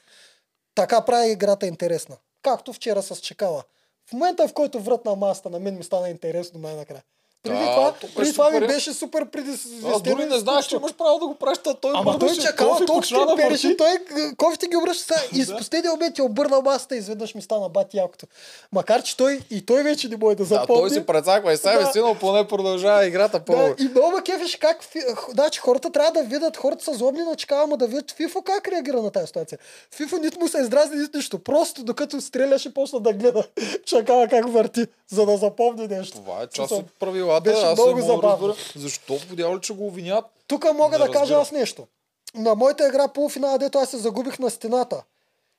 Така прави играта интересна. Както вчера с Чекала. В момента, в който врътна маста, на мен ми стана интересно най-накрая. Преди
Да,
това,
то беше
преди това ми
супер.
беше супер предизвестено.
Аз дори
и
не знаех, че
скучно.
имаш право да го правиш, а той
Ама той
вървеше
чакала
кофе и
толкова
почна да
ще переше,
върти.
той е, кофите ги обръща сега и с последния обед я обърна масата и изведнъж ми стана бати якото. Макар, че той и той вече не може да
Да,
запомни.
той си прецаква и себе
Да.
си, но поне продължава играта по
Да, и много ме кефеше как... Фи- х- Значи хората трябва да видят, хората са злобни на чакава, ама да видят Фифо как реагира на тази ситуация. Фифо нито му се издразни, нито нищо. Просто докато стреляше, почна да гледа [LAUGHS] чакава как върти, за да запомни нещо.
Това е
Смисъл,
част от правилата.
беше
аз не
много
мога да
забавно.
разбера Защо по дявола, че го обвиняват?
Тук мога
Не
да кажа
разбирам.
аз нещо. На моята игра полуфинала, дето аз се загубих на стената.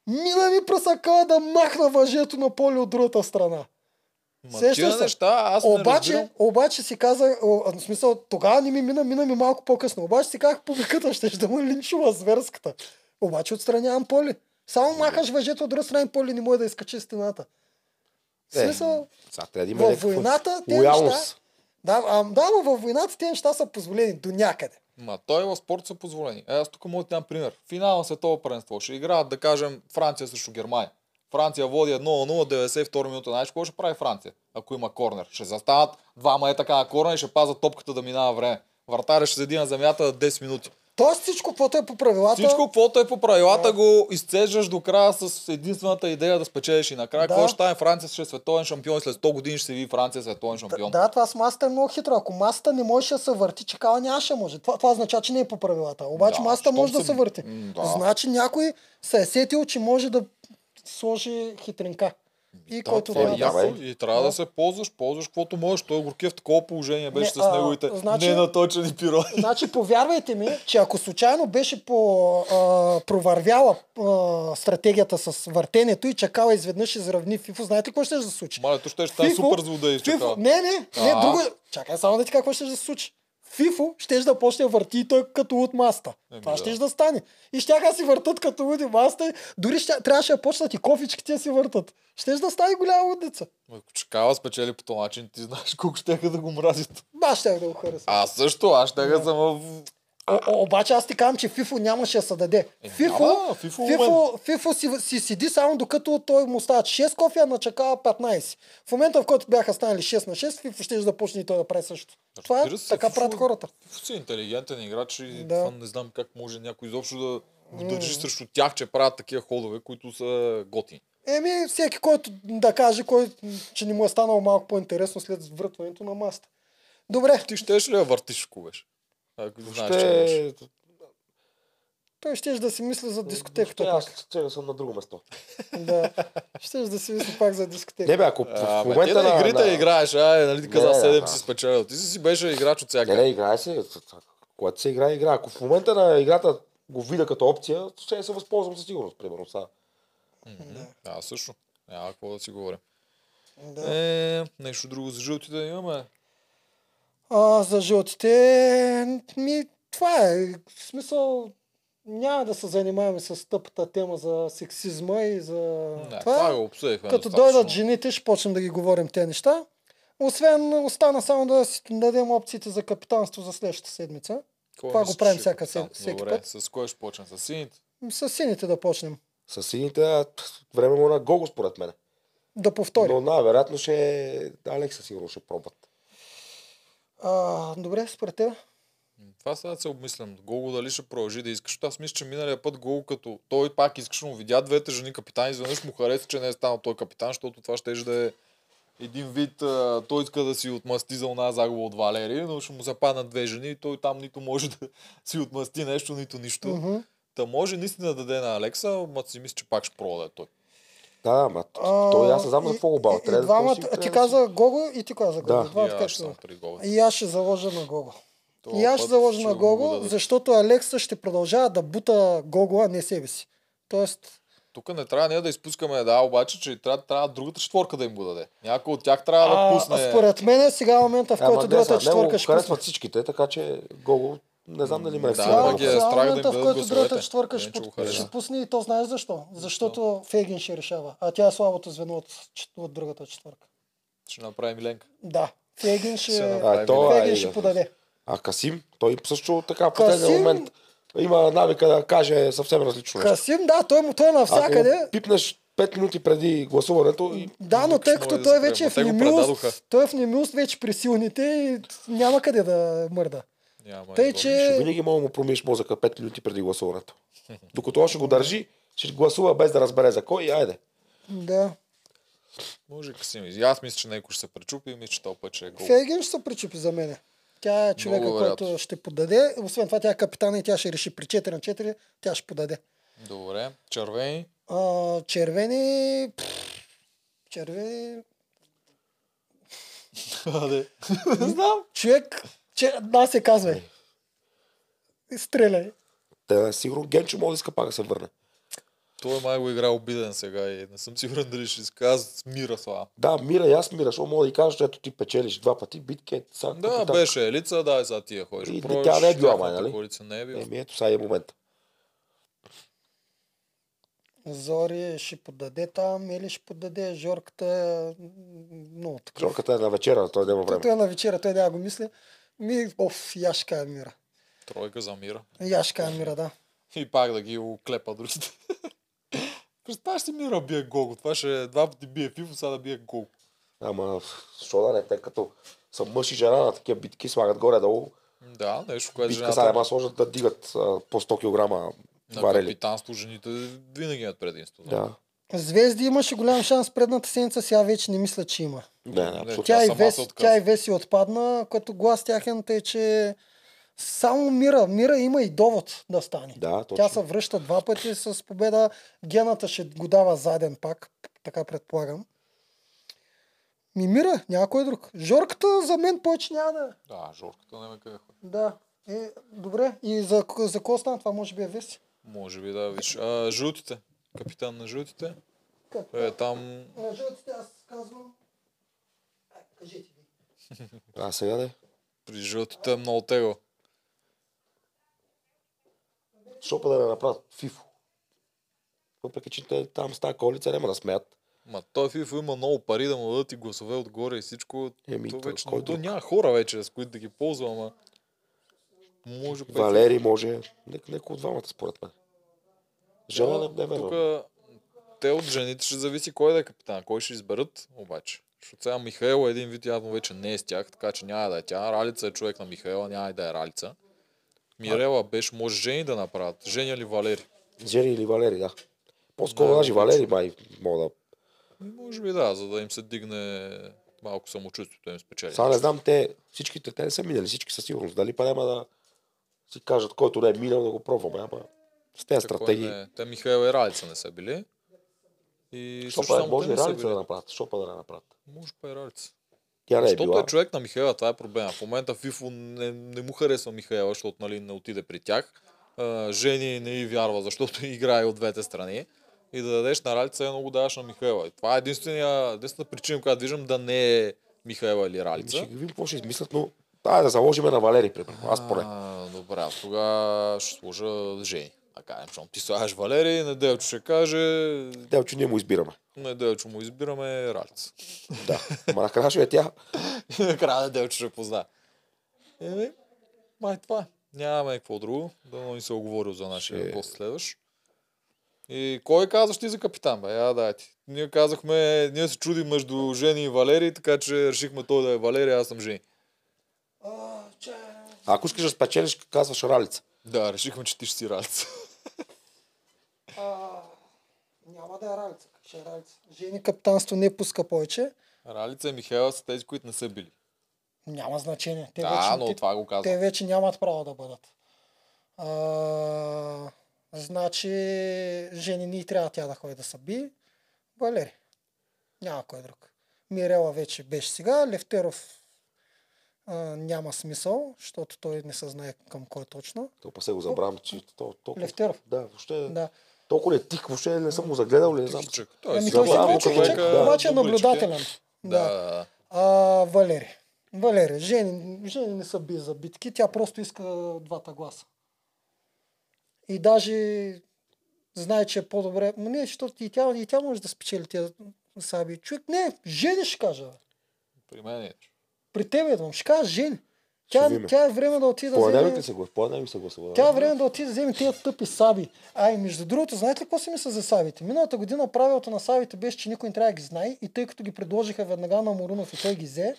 Мина ми пръсъка да махна въжето на поле от другата страна.
Ма
Сещаш
тия
се?
неща аз
е
не
обаче,
разбирам.
обаче си казах, о, в смисъл, тогава не ми мина, мина ми малко по-късно. Обаче си казах, публиката ще да му линчува зверската. Обаче отстранявам поле. Само махаш въжето от друга страна и поле не може да изкачи стената. В смисъл,
сега Е, трябва да има
във
някаква
Е, войната тези неща...
лоялност.
Да, а, да, но във войната тези неща са позволени до някъде.
Ма той е в спорт са позволени. Е, аз тук мога да ти дам пример. Финал на световно първенство. Ще играят, да кажем, Франция срещу Германия. Франция води 1-0, 92 минута. Знаеш какво ще прави Франция? Ако има корнер. Ще застанат двама е така на корнер и ще пазят топката да минава време. Вратаря ще седи на земята 10 минути.
Тоест всичко, каквото е по правилата...
Всичко, каквото е по правилата, го изцеждаш до края с единствената идея да спечелиш и накрая.
Да.
Какво ще стане Франция ще е световен шампион? След 100 години ще се види Франция световен шампион.
Да, това с масата е много хитро. Ако масата не можеше да се върти, чекала нямаше може. Това, това означава, че не е по правилата. Обаче
Да,
масата
щом
може да
се-
се върти.
М, да.
Да. Значи някой се е сетил, че може да сложи хитринка. И
Да,
който
това е
трябва да
ясно.
се-
И трябва да се ползваш, ползваш каквото можеш. Той Горкия в такова положение беше
Не,
с
а,
неговите
значи-
ненаточени пироги.
Значи, повярвайте ми, че ако случайно беше по, а, провървяла а, стратегията с въртенето и чакала изведнъж изравни ФИФО, знаете какво ще се случи?
Малето ще е ще стане
Фифо,
супер злодей.
ФИФО, не, не, не,
А.
друго. Чакай само да ти кажа какво ще се случи. ФИФО ще да почне да върти и той като от маста.
Еми,
Това
да.
ще да стане. И ще да си въртат като луди маста. Дори ще, трябваше да почнат и кофичките да си въртат. Ще да стане голяма лудница.
Ако Чакава спечели по този начин, ти знаеш колко ще да го мразят.
Аз ще да го харесвам.
Аз също, аз ще да съм в...
О, о, обаче аз ти казвам, че Фифо нямаше да се даде.
Е, няма,
Фифо,
Фифо
Фифо,
умен.
Фифо, си, си седи само докато той му стават 6 кофи, а начакава 15. В момента, в който бяха станали 6 на 6, Фифо ще да почне и той да прави същото. Това е,
Разбира се,
така
Фифо
правят
е-
хората.
Фифо си интелигентен играч и
Да.
това не знам как може някой изобщо да го държи
М.
срещу тях, че правят такива ходове, които са готини.
Еми, всеки, който да каже, кой, че не му е станало малко по-интересно след врътването на маста. Добре.
Ти щеш ли я въртиш, ако беше? Ако знаеш, че можеш.
Ще...
Той ще да си мисли за
Ще
дискотеката.
аз вчера съм на друго место.
Да. Ще да си мисли пак за дискотеката.
Не бе, ако
А,
в
бе, ти
момента
на
на...
игрите
на-
играеш, а, е, нали ти
Не,
каза
да,
7
да.
си спечелил. Ти си си беше играч от
Не,
всяка.
не, играе се. Когато се играе, игра. Ако в момента на играта го видя като опция, ще се възползвам със сигурност, примерно. Сега.
Да, също. Няма какво да си говорим.
Да.
Е, нещо друго за жълтите да имаме.
А, за жълтите, ми, това е. В смисъл, няма да се занимаваме с тъпата тема за сексизма и за...
Не, това е го обсъдихме.
Като
достатъчно.
дойдат жените, ще почнем да ги говорим тези неща. Освен, остана само да си дадем опциите за капитанство за следващата седмица.
Кой
това
мислиш,
го правим
че е
всяка,
капитан?
се- всеки
Добре,
път.
с кой ще почнем? С сините?
С сините да почнем.
С сините, а, пф, време му е на Гого, според мен.
Да повторим.
Но най-вероятно ще е Алекса сигурно ще пробват.
А, добре, според теб.
Това сега се обмислям. Гого дали ще продължи да искаш. Аз мисля, че миналия път Гого като той пак искаше, но видя двете жени капитани, изведнъж му хареса, че не е станал той капитан, защото това ще да е един вид, а, той иска да си отмъсти за една загуба от Валери, но ще му западнат две жени и той там нито може да [LAUGHS] си отмъсти нещо, нито нищо.
Мгм.
Та може наистина да даде на Алекса, ма си мисля, че пак ще продаде той.
Да, ма
А,
той аз не знам за
и-
какво го бал.
и- И двамата, ти каза Гого и ти каза Гого.
Да.
Двамата
И аз
казаха.
съм при Гого.
И аз ще заложа на Гого.
Това
и аз
път
ще заложа
ще
на
го
Гого,
дадат.
защото Алекса ще продължава да бута Гого, а не себе си. Тоест,
Тук не трябва ние да изпускаме, да, обаче, че трябва, трябва другата четворка да им го даде. Някой от тях трябва да
а,
пусне.
според мен е сега момента, в който другата четворка ще пусне.
харесват всичките, така че Гого не знам дали ме е
Да,
сигурно.
ама ги е Сега страх да им
момента, в
дадат
който
гласовете.
другата четвърка ще,
Не, че го
пут- ще
харесва.
пусне и то знаеш защо. Защото Фейгин ще решава, а тя е слабото звено от, чет- от другата четвърка.
Ще направи Миленка.
Да, Фейгин ще,
Ще направи
А, то,
Фейгин
е,
ще
да.
подаде.
А Касим, той също така в последния
Касим-
момент има навика да каже съвсем различно нещо.
Касим, да, той му той е навсякъде.
Ако го пипнеш 5 минути преди гласуването и
Да, но тъй като
може да
той
спре,
вече е
ма
в
те го предадоха.
немилост, той е в немилост вече при силните и няма къде да мърда.
Няма
Тъй,
ще
че...
винаги мога да му промиеш мозъка 5 минути преди гласуването. Докато още го държи, ще гласува без да разбере за кой и айде.
Да.
Може Касим. И Аз мисля, че Неко ще се пречупи и мисля, че този път ще е гол.
Фейгин ще се причепи за мене. Тя е човека,
Много вероятно.
който ще подаде. Освен това, тя е капитана и тя ще реши при 4 на 4, тя ще подаде.
Добре. Червени.
А, червени... пф, Червени...
Аде.
[LAUGHS] Не знам. Човек... Че... Да, се казвай. Стреляй.
Та, сигурно Генчо може да иска пак да се върне.
Той май го игра обиден сега и не съм сигурен дали ще иска. Аз мира слава.
Да, мира и аз мира, защото мога да и кажа, че ето ти печелиш два пъти битки. Е, сега,
Да,
капитан.
беше елица, да, и сега ти я ходиш.
И
Пробваш,
тя не е била, май,
тяхната
нали?
коалиция не е била.
Еми ето сега е момент.
Зори ще подаде там или ще подаде Жорката. е, м, Много такъв.
Жорката е на вечера, той няма
Той, той
време.
е на вечера, той няма го мисли. Ми, оф, я ще кажа мира.
Тройка за мира.
Я ще кажа мира, да.
И пак да ги оклепа другите. [LAUGHS] Представяш си мира бие гол. Това ще е два пъти бие фифо, сега да бие гол.
е
Ама, защо да не, тъй като са мъж и жена на такива битки, слагат горе-долу.
Да, нещо, което
Битка сега няма
жената...
сложат да дигат а, по 100 кг
На
варели.
капитанство жените винаги имат предимство. нали?
Да.
Звезди имаше голям шанс предната седмица, сега вече не мисля, че има.
Не, не, абсолютно.
Тя е и, Вес, тя и Веси отпадна, като глас тяхната е, че само Мира, Мира има и довод да стане.
Да,
Тя
точно.
се връща два пъти с победа. Гената ще го дава заден пак, така предполагам. Ми Мира, някой друг. Жорката за мен повече няма да е.
Да, Жорката не ме къде ходи.
Да. Е, добре. И за, за кой стана това може би е Веси.
Може би да, виж. А, жълтите. Капитан на жълтите. Е, там...
На жълтите аз казвам... Ай, кажете ви.
А сега не.
При жълтите е много тегло.
Защо па да не направят фифо? Въпреки, че те там с тази колица няма да смеят.
Ма той FIFA има много пари да му дадат и гласове отгоре и всичко.
Еми,
то
той-
вече,
кой
но то
друг?
няма хора вече, с които да ги ползва, ама... Може пък-
Валери може. Нека, нека от двамата, според мен. Жена не, не
Тук
верно.
те от жените ще зависи кой да е капитан, кой ще изберат обаче. Защото сега Михаела един вид явно вече не е с тях, така че няма да е тя. Ралица е човек на Михаела, няма и да е Ралица. Мирела беше, може жени да направят. Женя ли Валери?
Жени или Валери, да. По-скоро
е- Да,
даже
логично.
Валери май мога да...
Може би да, за да им се дигне малко самочувствието им спечели.
Сега не знам, те, всичките те не са минали, всички със сигурност. Дали па няма да си кажат, който не е минал, да го пробваме, ама с тези
Такова
стратегии.
Не. е. Те Михаела и Ралица не са били. И
Що
също
па,
само
може
те
и
не са
Ралица да
били.
направят, що па да не направят.
Може па и Ралица.
Тя не е
Защото
била.
е човек на Михаела, това е проблема. В момента Фифо не, не му харесва Михаела, защото нали, не отиде при тях. А, Жени не й вярва, защото [LAUGHS] играе от двете страни. И да дадеш на Ралица, едно го даваш на Михаела. И това е единствения, единствената причина, която виждам да не е Михаела или Ралица.
Ами, Ще ги видим какво ще измислят, но Айде да заложиме на Валери, примерно. Аз поне.
А, добре, аз тогава ще сложа Жени. Така, защото ти слагаш Валери, Неделчо ще каже,
Делчо ние му избираме.
Неделчо му избираме Ралица. [LAUGHS]
Ма накрая ще е тя.
И накрая Неделчо ще позна. Еми, май това е. Нямаме какво друго. Да ни се оговорил за нашия гост следващ. И кой е казваш ти за капитан, бе? Я, дай ти. Ние казахме, ние се чудим между Жени и Валери, така че решихме той да е Валери, аз съм Жени.
Ако искаш да спечелиш, казваш Ралица.
Да, решихме, че ти ще си Ралица. [LAUGHS]
А, няма да е Ралица. Ще е Ралица. Жени капитанство не пуска повече.
Ралица и Михайла са тези, които не са били.
Няма значение. Те,
Да,
вече,
но
те,
това го казвам.
те вече нямат право да бъдат. А, значи, жени ни трябва тя да ходи да се би. Валери. Няма кой друг. Мирела вече беше сега. Левтеров а, няма смисъл, защото той не се знае към кой точно.
То па се го забравям, че то, толкова...
Левтеров.
Да, въобще...
Да.
Толкова ли е тик, въобще не съм го загледал, ли не знам.
той
Ами той си
Забравям го
вече,
човека,
човек,
да.
обаче е наблюдателен. Да. А, Валери. Валери, жени, жени не са би за битки, тя просто иска двата гласа. И даже знае, че е по-добре. Ма не, защото и тя, и тя може да спечели тези саби. Човек, не, жени ще кажа. бе.
При мен е.
При теб идвам, ще кажа жени. Тя,
видим.
тя е време да отиде да
Планерите
вземе...
се го, планерите се гласува.
Тя е време да отиде да вземе тези тъпи саби. А и между другото, знаете ли какво си мисля за сабите? Миналата година правилото на сабите беше, че никой не трябва да ги знае и тъй като ги предложиха веднага на Морунов и той ги взе,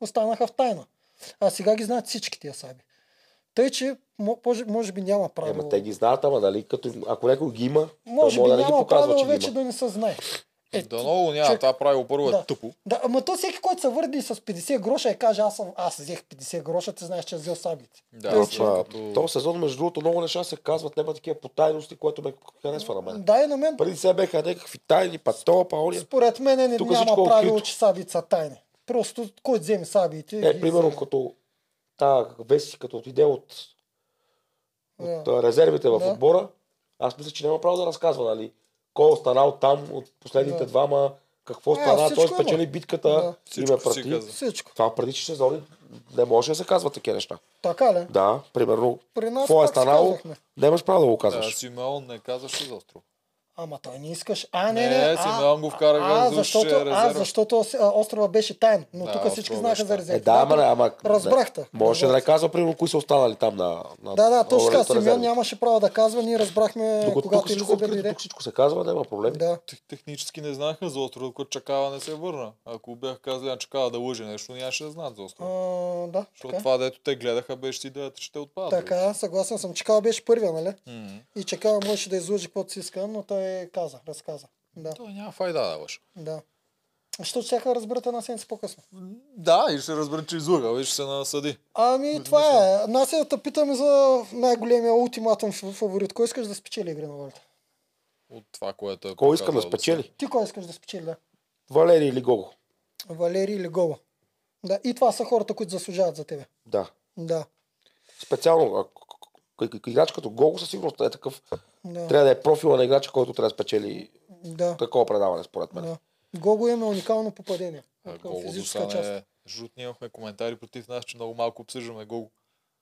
останаха в тайна. А сега ги знаят всички тия саби. Тъй, че мо- може, може би няма правило.
Ама Е, те ги знаят, ама дали, като, им- ако някой ги има,
може би
той може да не ги
няма
показва,
правило
че ги
вече
има.
да не се знае.
Е, да много няма,
човек-
това правило първо е
да.
тъпо.
Да, ама то всеки, който се върди с 50 гроша и каже, аз, съм, аз взех 50 гроша, ти знаеш, че е взел сабите.
Да,
Точно.
след като-
Този сезон, между другото, много неща се казват, няма такива потайности, което ме харесва на мен.
Да, и на мен.
Преди сега беха някакви тайни, па то, па ония.
Според мен не,
Тук
няма
всичко е
правило,
открито.
че сабите са тайни. Просто който вземе сабите.
Е,
ги
примерно,
вземе.
като та веси, като отиде от,
Да.
от а, резервите в
Да.
отбора, аз мисля, че няма право да разказва, нали? Кой е останал там от последните
Да.
двама, какво
Е,
стана, той
всичко има.
спечели битката и ме
Всичко си каза.
прати. Това преди че сезони не може да се казват такива неща.
Така ли?
Да, примерно,
При нас
какво е
пак си
станало,
казахме.
нямаш право да го
Да,
казваш.
Симеон не казваше за остро.
Ама той не искаш. А, не, не.
Не,
а,
Симеон го вкара гол,
а,
Зуш
защото,
е
а,
резерва.
защото а, острова беше тайн, но
Да,
тук всички
острова
знаеха
беше
за
там.
резерва.
Е, да, ама, не, ама...
Разбрахте.
Можеше да не казва, примерно, кои са останали там на... на
Да, да,
на
точно така.
ролята
Симеон
резерви.
нямаше право да казва, ние разбрахме,
Докато тук
когато
всичко
Елизабет
открито,
дойде.
тук всичко се казва, няма проблем.
Да.
Технически не знаеха за острова, докато чакава не се върна. Ако бях казали на чакава да лъже нещо, нямаше да знаят за острова.
А, да,
Защото
така.
това, е дето те гледаха, беше си идеята, че ще отпадат.
Така, съгласен съм. Чакава беше първия, нали?
М.
И Чакава можеше да излъжи каквото си иска, но той каза, разказа. Да.
Той няма файда да лъж.
Да. Защото чака да разберат една седмица по-късно.
Да, и ще разбере, че излъга, и ще се насъди.
Ами, това е. Нас е да питаме за най-големия ултиматум ф- фаворит. Кой искаш да спечели игри на волята?
От това, което е
Кой искам да
показал се.
спечели?
Ти кой искаш да спечели, да?
Валери или Гого?
Валерий или Гола? Да, и това са хората, които заслужават за тебе.
Да.
Да.
Специално, а, к- к- к- играч като Гого със сигурност е такъв.
Да.
Трябва да е профила на играча, който трябва да спечели
Да.
такова предаване, според мен.
да. Гого има уникално попадение.
А,
От към
Гого до
физическа
сега
част.
не е. Жут, ние имахме коментари против нас, че много малко обсъждаме Гого.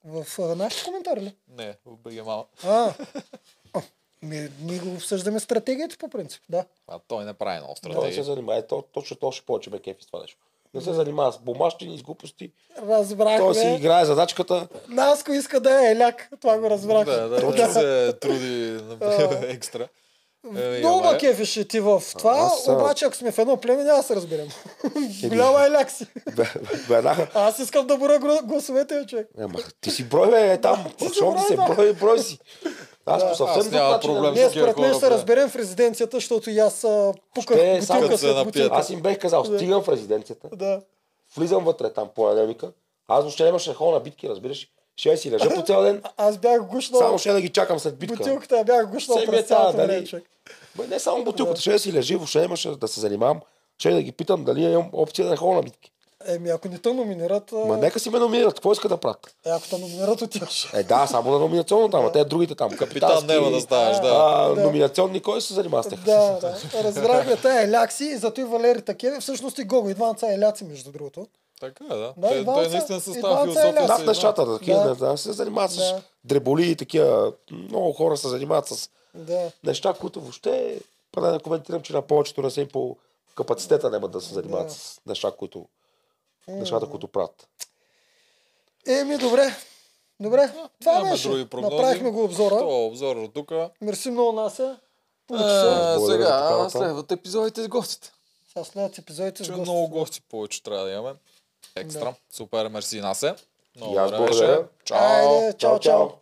В а, нашите коментари ли?
Не, в БГ мал.
А, а, ми, ние го обсъждаме стратегията по принцип, да.
А той не прави много
Той не се
стратегия.
занимава. Е, то, точно то ще повече ме кефи с това нещо. Не се занимава с бумащини, с глупости. Той си
Разбрахме.
играе задачката.
Наско иска да е еляк, това го разбрахме.
Да, да, да, се труди на-
А.
екстра. Е,
Много
ама
ме
е.
кефеше ти в това,
аз съм-
обаче ако сме в едно племе, няма да се разберем. Голяма еляк си.
Веднага.
Аз искам да боря гро- гласовете, човек.
Ама ти си брой, бе, е там.
си
Защо ти
брой,
се
да.
брой, брой си. Аз по съвсем друг начин.
Ние според мен ще се разберем в резиденцията, защото и аз а, пуках
Те само
бутилка след бутилка.
Аз им бех казал,
Да.
стигам в резиденцията,
Да.
влизам вътре там понеделника. Аз въобще нямаше да ходя на битки, разбираш. Ще си лежа по
[LAUGHS]
цял ден,
Аз бях гушнал.
само ще да ги чакам след битка.
Бутилката я бях гушнал
Все ми е
през
тая,
цялото време,
нали?
човек.
Бе, не само бутилката, ще да си лежи, въобще нямаше да се занимавам. Ще да ги питам дали имам опция да ходя на битки.
Еми, ако не те номинират, а,
Ма нека си ме номинират, какво иска да правят?
е, ако те номинират, отиваш.
Е, да, само на номинационната, ама те другите там. Капитан
няма да ставаш, да. Да.
Номинационни, кой се занимава с тях?
Да, да. Разбрахме, тая еляци и зато е и Валери Такеви. Всъщност и Гого, и двамата са еляци, между другото.
Така, е, да.
Да,
Той,
Иван
той
са-
наистина с
Иван са
тази философия.
еляци.
се
Над
занимава.
нещата, такива,
е Да.
не знам, се занимават с
Да.
дреболи и такива. Много хора се занимават с
Да.
неща, които въобще, па да не коментирам, че на повечето не са им по капацитета няма да се занимават
Да.
с неща, които, нещата, които правят.
Еми, добре. Добре, това
Нямаме
беше.
други прогнози.
Направихме го обзора.
То обзор от тук.
Мерси много Нася. Получи се.
А,
Благодаря за
Е, Сега
поканата.
следват епизодите с гостите.
Сега следват епизодите с
Че
гости.
много гости повече трябва да имаме. Екстра.
Да.
Супер, мерси, Насе. Много
И аз
добре беше.
благодаря.
Чао.
Айде, чао, чао.